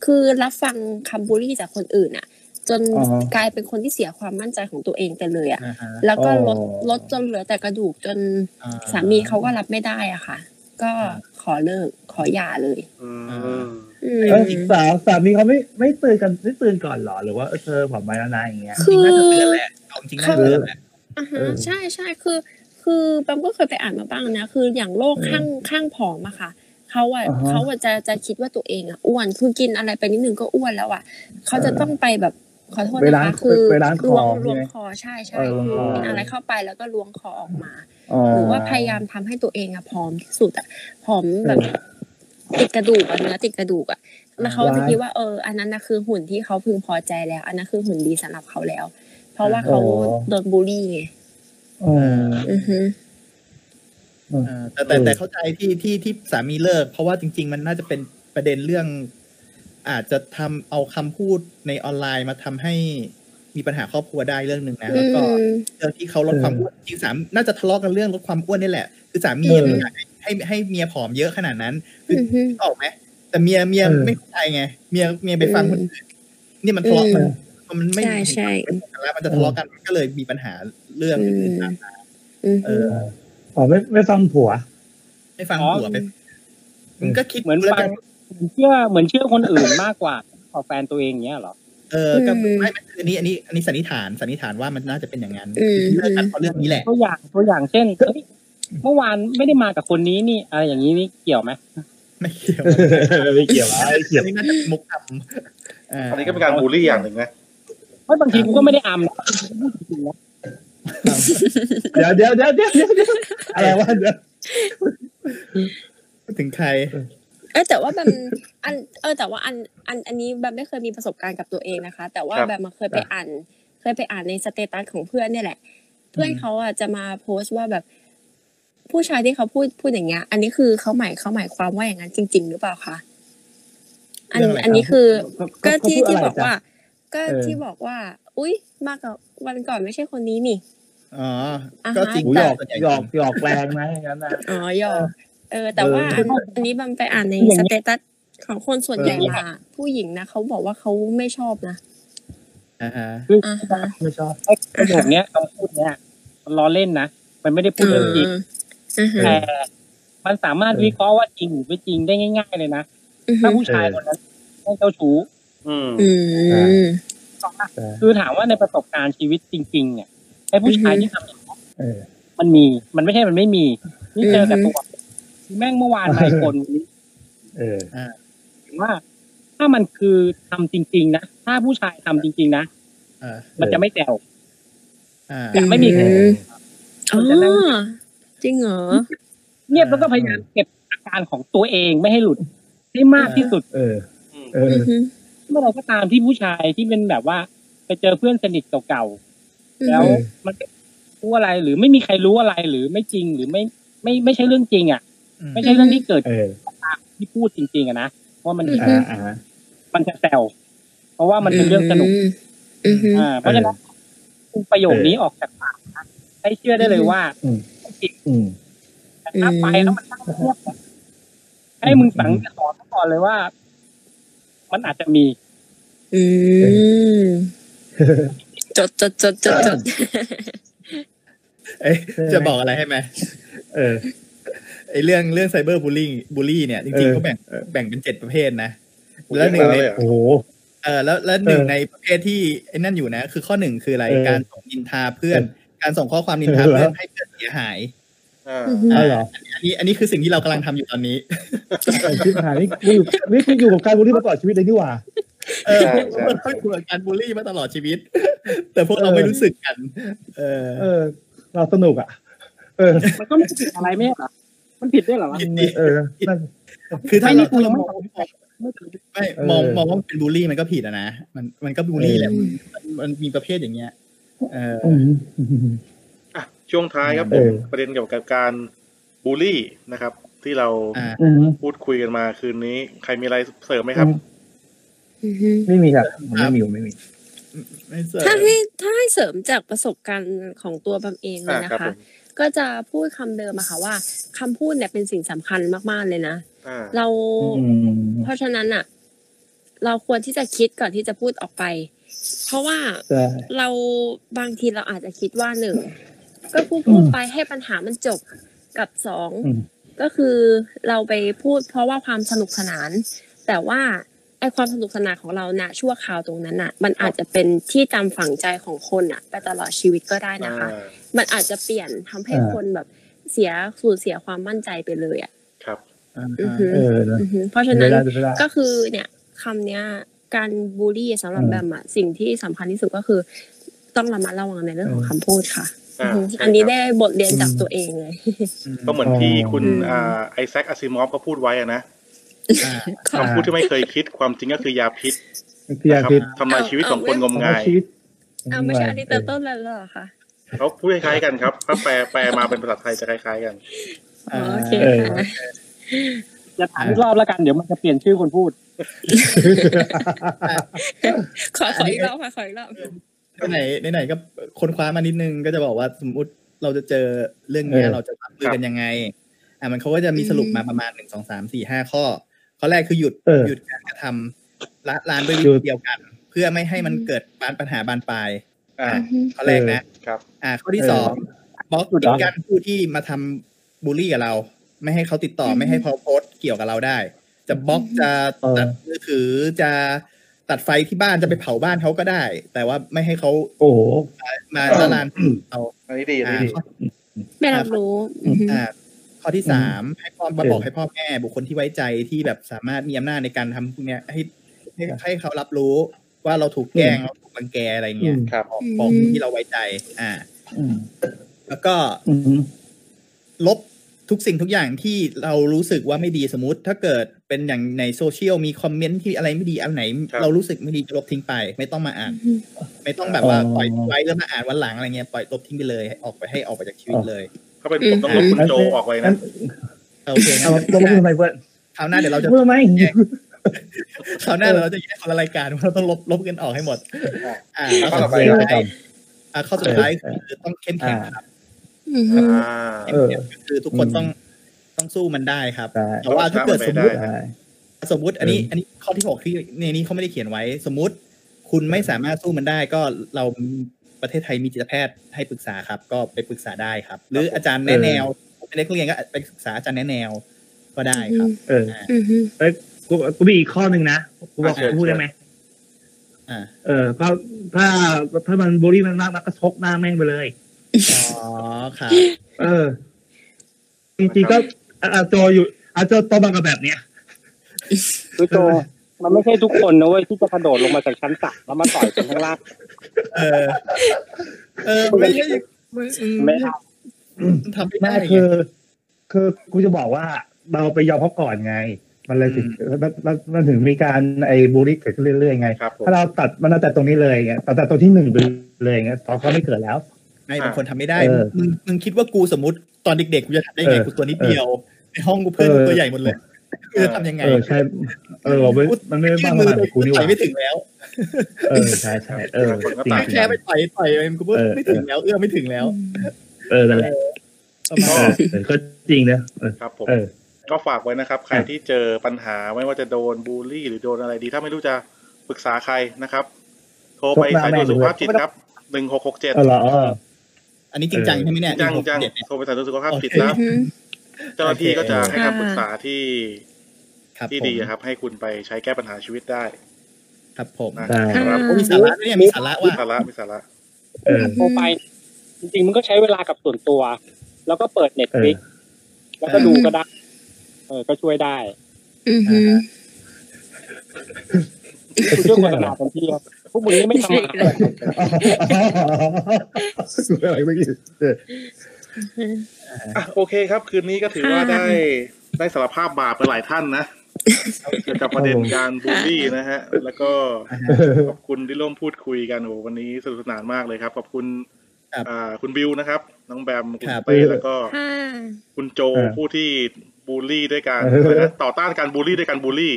คือรับฟังคำบูลลี่จากคนอื่นอ่ะ จน อ่าฮะ กลายเป็นคนที่เสียความมั่นใจของตัวเองไปเลยอ่ะ อ่าฮะ แล้วก็ลด อ๋อ ลดจนเหลือแต่กระดูกจน อ่ สามีเขาก็รับไม่ได้อะค่ะ ก็ขอเลิกขอหย่าเลย อืม อื เออ ม สาวสามีเขาไม่ไม่ตื่นกันไม่ตื่นก่อนเหรอหรือว่าเออเธอผอมไปแล้วนะอย่างเงี้ย จริงๆน่าจะเตือนแหละเอาจริงๆน่าจะเตือนแหละ อ่า เอ ฮะ อ ใช่ใช่คือ คือแปมก็เคยไปอ่านมาบ้างนะ คืออย่างโรคข้างข้างผอมอะค่ะเขาอะ อ่าฮะ เขาอะจะจะคิดว่าตัวเองอะอ้วนคือกินอะไรไปนิดนึงก็อ้วนแล้วอะเขาจะต้องไปแบบขอโทษ ไป นะ ล้าง คะคือ ไปล้างค ล้ว อง ใช่ไหม ล้วงคอใช่ใช่ เออล้วง คือ คอ กินอะไรเข้าไปแล้วก็ล้วงคอออกมา หรือว่าพยายามทำให้ตัวเองอะผอมที่สุดอะผอมแบบ ติดกระดูกอะเนื้อติดกระดูกอะแล้วเขาจะคิดว่าเออ อันนั้นนะคือหุ่นที่เขาพึงพอใจแล้ว อันนั้นคือหุ่นดีสำหรับเขาแล้ว เพราะว่าเขา อ๋อ โดนบูลลี่ไง เออ อือฮึ เออแต่แต่ เออ แต่เข้าใจที่ที่ที่สามีเลิก เพราะว่าจริง ๆ มันน่าจะเป็นประเด็นเรื่อง อาจจะทำเอาคำพูดในออนไลน์มาทำให้มีปัญหาครอบครัวได้เรื่องหนึ่งนะแล้วก็ อืม เรื่องที่เขาลดความอ้วนจริงสามน่าจะทะเลาะกันเรื่องลดความอ้วนนี่แหละ คือสามี เออ ไม่อยากให้ให้ให้เมียผอมเยอะขนาดนั้นคือ อฮึ นึกออกไหมแต่เมียเมีย เออ ไม่เข้าใจไงเมียเมียไปฟังคนอื่นนี่มันทะเลาะกันมันไม่ ใช่ใช่ แล้วมันจะทะเลาะกันมันก็เลยมีปัญหาเรื่อง อื อื่ ม นๆตามมา อือ เอ ฮึ อ อ๋อไม่ไม่ฟังผัว [LAUGHS] ไม่ฟัง อ๋อ หัวไปมึงก็คิด เหมือน ดูแล้ว ฟั กั ง น เหมือนเชื่อเหมือนเชื่อคนอื่นมากกว่าขอแฟนตัวเองเนี้ยเหรอ เออก็ไม่ไม่อันนี้อันนี้อันนี้สันนิษฐานสันนิษฐานว่ามันน่าจะเป็นอย่างนั้นเรื่องกันเพราะเรื่องนี้แหละ ตัวอย่างตัวอย่างเช่นเอ้ยเมื่อวานไม่ได้มากับคนนี้นี่อะไรอย่างนี้นี่เกี่ยวไหม ไม่เกี่ยว ไม่เกี่ยวอะไม่เกี่ย อั วน นี้น่าจะเป็นมุกทำเออ อันนี้ก็เป็นการบูลลี่อย่างหนึ่งนะ เพราะบางทีกูก็ไม่ได้อำนะพูดจริงๆนะ เดี๋ยวเดี๋ยวเดี๋ยวเดี๋ยวเดี๋ยวเดี๋ยวอะไรวะเดี๋ยว พูดถึงใคร เอยแต่ว่าแบบอันเออแต่ว่าอันอันอันนี้แบบไม่เคยมีประสบการณ์กับตัวเองนะคะ แต่ว่า ครับ แบบมาเคยไปอ่าน เคยไปอ่านในสเตตัสของเพื่อนเนี่ยแหละ เพื่อนเขาอ่ะจะมาโพสต์ว่าแบบ ผู้ชายที่เขาพูดพูดอย่างเงี้ย อันนี้คือเขาหมายเขาหมายความว่าอย่างนั้นจริง ๆ หรือเปล่าคะอัน เรื่องอะไร อันนี้คือ เขาเขา ก็ที่ เขาพูด ที่ อะไร บอก จ๊ะ ว่า ก็ เออ ที่บอกว่า อุ๊ย มากับวันก่อนไม่ใช่คนนี้นี่ อ๋ออา ฮะ ก็จริง หูหยอก ส่วนใญ่ หยอกหยอกแรงนะอย่างนั้นนะ อ๋อหยอกเออ แต่ เออ ว่าอันอันนี้บัมไปอ่านใน อย่าง ส นี้ เตตัสของคนส่วนใหญ่ เออ มา ผู้หญิงนะเขาบอกว่าเขาไม่ชอบนะ อ่าฮะ คือ อ่าฮะ ไม่ชอบ ไอ้ประโยคเนี้ยคำพูดเนี้ยมันล้อเล่นนะมันไม่ได้พูดเรื่องจริง อ่าฮะ แต่ มันสามารถวิเคราะห์ว่าจริงหรือไม่จริงได้ง่าย ๆ เลยนะ อือฮึ ถ้าผู้ชายคนนั้นไม่เจ้าชู้ อืม อืม คือถามว่าในประสบการณ์ชีวิตจริง ๆ เนี่ยไอ้ผู้ชาย อือฮึ ที่ทำอย่างนี้ เออ มันมีมันไม่ใช่มันไม่มี นี่เจอกับ อือฮึ ตัวแม่งเมื่อวานไปคนวันนี้ เออ ถึงว่า ถ้ามันคือทำจริง ๆ นะถ้าผู้ชายทำจริง ๆ นะ เออ มันจะไม่แจว อ่า แต่ไม่มี อื มั อ๋ นจะนั่ง อจริงเหรอ เงียบแล้วก็พยายามเก็บอาการของตัวเองไม่ให้หลุดให้มากที่สุด เออ เอ อื อ อฮึ เมื่อไหรก็ตามที่ผู้ชายที่เป็นแบบว่า ไปเจอเพื่อนสนิทเก่าๆแล้วมันรู้อะไรหรือไม่มีใครรู้อะไรหรือไม่จริงหรือไม่ไม่ไม่ใช่เรื่องจริง อ่ะ อืม ไม่ใช่เรื่องที่เกิด เออ ที่พูดจริง ๆอะนะว่ามัน อ่าอ่า มันจะแซวเพราะว่ามันเป็นเรื่องสนุก อือฮึ อ่าเพราะฉะนั้นประโยคนี้ออกจากปากนะให้เชื่อได้เลยว่า อืม อืม แต่ถ้าไปแล้วมันตั้งเงียบอะให้มึงสังสอนเขาก่อนเลยว่า มันอาจจะมี อืม จดจดจดจดจด เอ้ยจะบอกอะไรให้ไหม เออ ไอ้เรื่องเรื่องไซเบอร์บูลลี่บูลลี่เนี่ยจริงๆเขาแบ่งแบ่งเป็นเจ็ดประเภทนะ โอ้ย แล้วหนึ่งใน เยอะมากเลยอะ โอ้โห เออแล้วแล้วหนึ่ง เออ ในประเภทที่ไอ้นั่นอยู่นะ คือข้อหนึ่งคืออะไร เออ การส่งนินทาเพื่อน การส่งข้อความนินทา เออ เพื่อนให้เกิดเสียหาย อ่า อ๋อเหรอ อันนี้อันนี้คือสิ่งที่เรากำลังทำอยู่ตอนนี้ ไอ้ที่หายนี่กูอยู่นี่กูอยู่กับการบูลลี่มาตลอดชีวิตเลยนี่หว่า เออ ใช่ใช่ มันก็ถูกบการบูลลี่มาตลอดชีวิต แต่พวกเราไม่รู้สึกกัน เออ เออ เราสนุกอ่ะ เออ มันก็ไม่ผิดอะไรไม่ใช่เหรอมันผิดด้วยเหรอวะ คิดดี เออนั่น คือถ้า ไม่นี่ เรา กูยังไม่ มองไม่มองมองว่ามันเป็นบูลลี่มันก็ผิดอะนะมันมันก็บูลลี่แหละมันมันมีประเภทอย่างเงี้ย เออ อืม อ่ะช่วงท้ายครับผ เอ ม อ ประเด็นเกี่ยวกับการบูลลี่นะครับ ที่เรา อ่า อืม พูดคุยกันมาคืนนี้ ใครมีอะไรเสริมไหมครับ อือฮึ ไม่มีครับผมไม่มีผมไม่มี ไม่เสริม ถ้าให้ถ้าให้เสริมจากประสบการณ์ของตัวบำเองเลย อ่า นะครับ คะ ผม ก็จะพูดคำเดิมอะค่ะว่าคำพูดเนี่ยเป็นสิ่งสำคัญมากๆเลยนะ อ่า เรา อืม เพราะฉะนั้นอะเราควรที่จะคิดก่อนที่จะพูดออกไป เพราะว่า ใช่ เราบางทีเราอาจจะคิดว่าหนึ่งก็พูดพูดไปให้ปัญหามันจบกับสอง อืม ก็คือเราไปพูดเพราะว่าความสนุกสนาน แต่ว่าไอความสนุกสนานของเราณชั่วคราวตรงนั้นน่ะ มันอาจจะเป็นที่จำฝังใจของคนน่ะไปตลอดชีวิตก็ได้นะคะ อ่า มันอาจจะเปลี่ยนทำให้ อ่า คนแบบเสียสูญเสียความมั่นใจไปเลยอ่ะ ครับ อ่า อือฮึ เออนะ อือฮึเพราะฉะ เว นั้น ลาเวลา ก็คือเนี่ยคำเนี้ยการบูลลี่สำหรับ อืม แบมอะสิ่งที่สำคัญที่สุดก็คือ ต้องระมัดระวังในเรื่องของคำพูดค่ะ อ่า อืม ใช่ อันนี้ ครับ ได้บทเรียนจาก อืม ตัวเองเลย ก็เหมือนที่คุณ อืม อ่าไอแซคอาซิมอฟก็พูดไว้อะนะ อ่า ค่ะ คำพูดที่ไม่เคยคิดความจริงก็คือยาพิษ เสีย นะครับ คิด ทำลายชีวิตของคนงมงาย ชีวิต อ่าไม่ใช่อันนี้เติมต้นแล้วเหรอคะ เขาพูดคล้ายๆกันครับ ถ้าแปลแปลมาเป็นภาษาไทยจะคล้ายๆกัน อ๋อโอเค เออ ค่ะ จะถามอีกรอบแล้วกันเดี๋ยวมันจะเปลี่ยนชื่อคนพูด ขอขออีกรอบค่ะขออีกรอบ ไหนไหนไหนก็ค้นคว้ามานิดนึงก็จะบอกว่าสมมติเราจะเจอเรื่องเนี้ย เออ เราจะรับมือกันยังไง อ่ามันเขาก็จะมีสรุปมาประมาณหนึ่งสองสามสี่ห้าข้อ ข้อแรกคือหยุด เออ หยุดการกระทำละลานด้วยวิธีเดียวกัน เพื่อไม่ให้มันเกิดบานปัญหาบานปลาย อ่า อ่ะ ข้อแรกนะ ครับ อ่าข้อที่ เออ สองบล็อก หยุดเหร ทิ้ อ งการผู้ที่มาทำบูลลี่กับเรา ไม่ให้เขาติดต่อไม่ให้เขาโพสต์เกี่ยวกับเราได้ จะบล็อกจะตัดมือถือจะตัดไฟที่บ้านจะไปเผาบ้านเขาก็ได้ แต่ว่าไม่ให้เขา โอ้โห มาละลานเรา อันนี้ดีอัน อ่า นี้ดี ข้อ ไม่รับรู้อือฮึ อ่าข้อที่สามให้พ่อมา เออ บอกให้พ่อแม่บุคคลที่ไว้ใจที่แบบสามารถมีอำนาจในการทำพวกเนี้ยให้ให้ให้เขารับรู้ว่าเราถูกแกล้งเราถูกบังแกอะไรเงี้ย ครับ บอกบอกคนที่เราไว้ใจ อ่า อืม แล้วก็ อืม ลบทุกสิ่งทุกอย่างที่เรารู้สึกว่าไม่ดีสมมติ ถ้าเกิดเป็นอย่างในโซเชียลมีคอมเมนต์ที่อะไรไม่ดีอันไหน ครับ เรารู้สึกไม่ดีก็ลบทิ้งไป ไม่ต้องมาอ่าน อือฮึ ไม่ต้องแบบว่าปอ๋อล่อยไว้แล้วมาอ่านวันหลังอะไรเงี้ยปล่อยลบทิ้งไปเลยให้ออกไปให้ออกไปจากชีวิตเลย ถ้าเป็นผมต้องลบคุณโจออกไปนะ โอเคงั้ เอา น ลงมือไปเพื่อน คราวหน้าเดี๋ยวเราจะ เพื่อไหม คราวหน้าเดี๋ยวเราจะแยกคนละรายการว่าเราต้องลบลบกันออกให้หมด อ่าข้ ข้ อ อ สุ ต่อไปดท้าย นะครับ ครับ อ่าข้อสุดท้ายคือต้องเข้มแข็ง อ่า ครับ อือฮึ อ่า เออ คือทุกคน อืม ต้องต้องสู้มันได้ครับ ได้ แต่ว่าถ้าเกิดสมมติ ได้ ได้ สมมติอันนี้ เอออั อันนี้ข้อที่หกที่ในนี้เขาไม่ได้เขียนไว้ สมมติคุณไม่สามารถสู้มันได้ก็เราประเทศไทยมีจิตแพทย์ให้ปรึกษาครับ ก็ไปปรึกษาได้ครับ หรืออาจารย์แนะแนว เป็นนักเรียนก็ไปศึกษาอาจารย์แนะแนวก็ได้ครับ เออ อือฮึ เอ้ยกูกูมีอีกข้อหนึ่งนะกูบอก อ่ะเชิญ กูพูดได้ไหม อ่า เออก็ถ้าถ้ามันบูลลี่มันมากนักก็ชกหน้าแม่งไปเลย อ๋อครับ เออ จริงๆก็อ่ะอาโจอยู่อาโจโตมากับแบบเนี้ย คือโจมันไม่ใช่ทุกคนนะเว้ยที่จะกระโดดลงมาจากชั้นสามแล้วมาต่อยกันข้างล่าง เออ เออไม่ใช่ไม่อืม ไม่ได้ ทำไม่ ไม่ ได้ไง คือ คือกูจะบอกว่าเราไปยอมเขาก่อนไง มันเลยถึงมันมันมันถึงมีการไอ้บูลลี่เกิดขึ้นเรื่อยๆไง ครับผม ถ้าเราตัดมันตั้งแต่ตรงนี้เลยไงตัดแต่ตรงที่หนึ่งไปเลยไงตอนเขาไม่เกิดแล้ว ไม่ อ่า บางคนทำไม่ได้ เออ มึง มึงคิดว่ากูสมมติตอนเด็กๆ กูจะทำได้ไง เออ กูตัวนิดเดียว ในห้องกูเพื่อน เออ กูตัวใหญ่หมดเลย กูจะทำยังไง เออใช่เออบอกไม่มันไม่บ้างข มื นาดกูนี่ห ต่อ ว่าย ไม่ถึงแล้ว เออใช่ใช่เออจริงจริ แค่ ง ไปต่อยต่อยไปกูก็ เออ ไม่ถึงแล้ว เอื้อมไม่ถึงแล้ว เออนั่นแหละ ประมาณ เออเออก็จริงนะเออ ครับผม เออ ก็ฝากไว้นะครับ ใคร ครับ ที่เจอปัญหาไม่ว่าจะโดนบูลลี่ หรือโดนอะไรดี ถ้าไม่รู้จะปรึกษาใครนะครับ โทรไปสายด่วนสุขภาพจิตครับหนึ่งหกหกเจ็ด เออเหรอเออ อันนี้จริงจังใช่ไหมเนี่ย ยัง 16 ยัง เจ็ดเนี่ย โทรไปสายด่วนสุขภาพจิต โอเค นะเจ้าหน้าที่ก็จะให้ อ่า คำปรึกษาที่ ครับ ที่ ผม ดีครับ ให้คุณไปใช้แก้ปัญหาชีวิตได้ ครับผม นะ ได้ ครับ โอ้มีสาระไหมเนี่ย มีสาระ มี ว่ะ สาระมีสาระ เออ โปรไฟล์จริงๆมันก็ใช้เวลากับส่วนตัว แล้วก็เปิดเน็ตฟลิกแล้วก็ดูก็ได้เออก็ช่วยได้ อือฮึ คุณช่วยโฆษณาเต็มที่ครับพวกมึงนี่ไม่ทำงาน [LAUGHS] อ๋อกูอะไรไม่อกี้เออ อ่ะโอเคครับ คืนนี้ก็ถือว่าได้ได้สารภาพบาปไปหลายท่านนะเกี่ยวกับประเด็นการบูลลี่นะฮะ แล้วก็ ขอบคุณที่ร่วมพูดคุยกันโอ้โหวันนี้สนุกสนานมากเลยครับขอบคุณ ครับ อ่าคุณบิวนะครับ น้องแบมคุณ ครับ เป้แล้วก็ ค่ะ คุณโจ เออ ผู้ที่บูลลี่ด้วยการ เออ อะไรนะต่อต้านการบูลลี่ด้วยการบูลลี่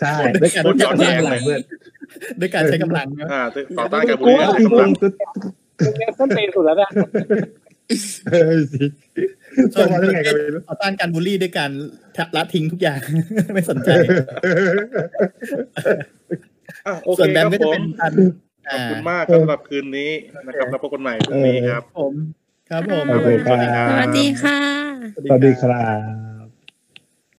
ใช่ ด้วยการ พูดย้อนแย้ง เพื่อน ด้วยการใช้กำลังนะ อ่าต่อต้านการบูลลี่ เออ ด้วยกำลัง มึงเนี่ยต้นเตนสุดแล้วนะ เออสิส่งมาได้ไงกันไม่รู้ ต่อต้านการบูลลี่ด้วยการละทิ้งทุกอย่าง [LAUGHS] ไม่สนใจ อ่ะโอเค ส่วนแบ ครับมก็ ผ จะเป็ ม นพัน ขอบคุณ อ่าม ากครับสำหรับคืนนี้นะครับแล้วพบกันใหม่พรุ่งนี้ครับ ผม ครับผม ขอบคุณ ครับ สวัสดีค่ะ สวัสดีครับ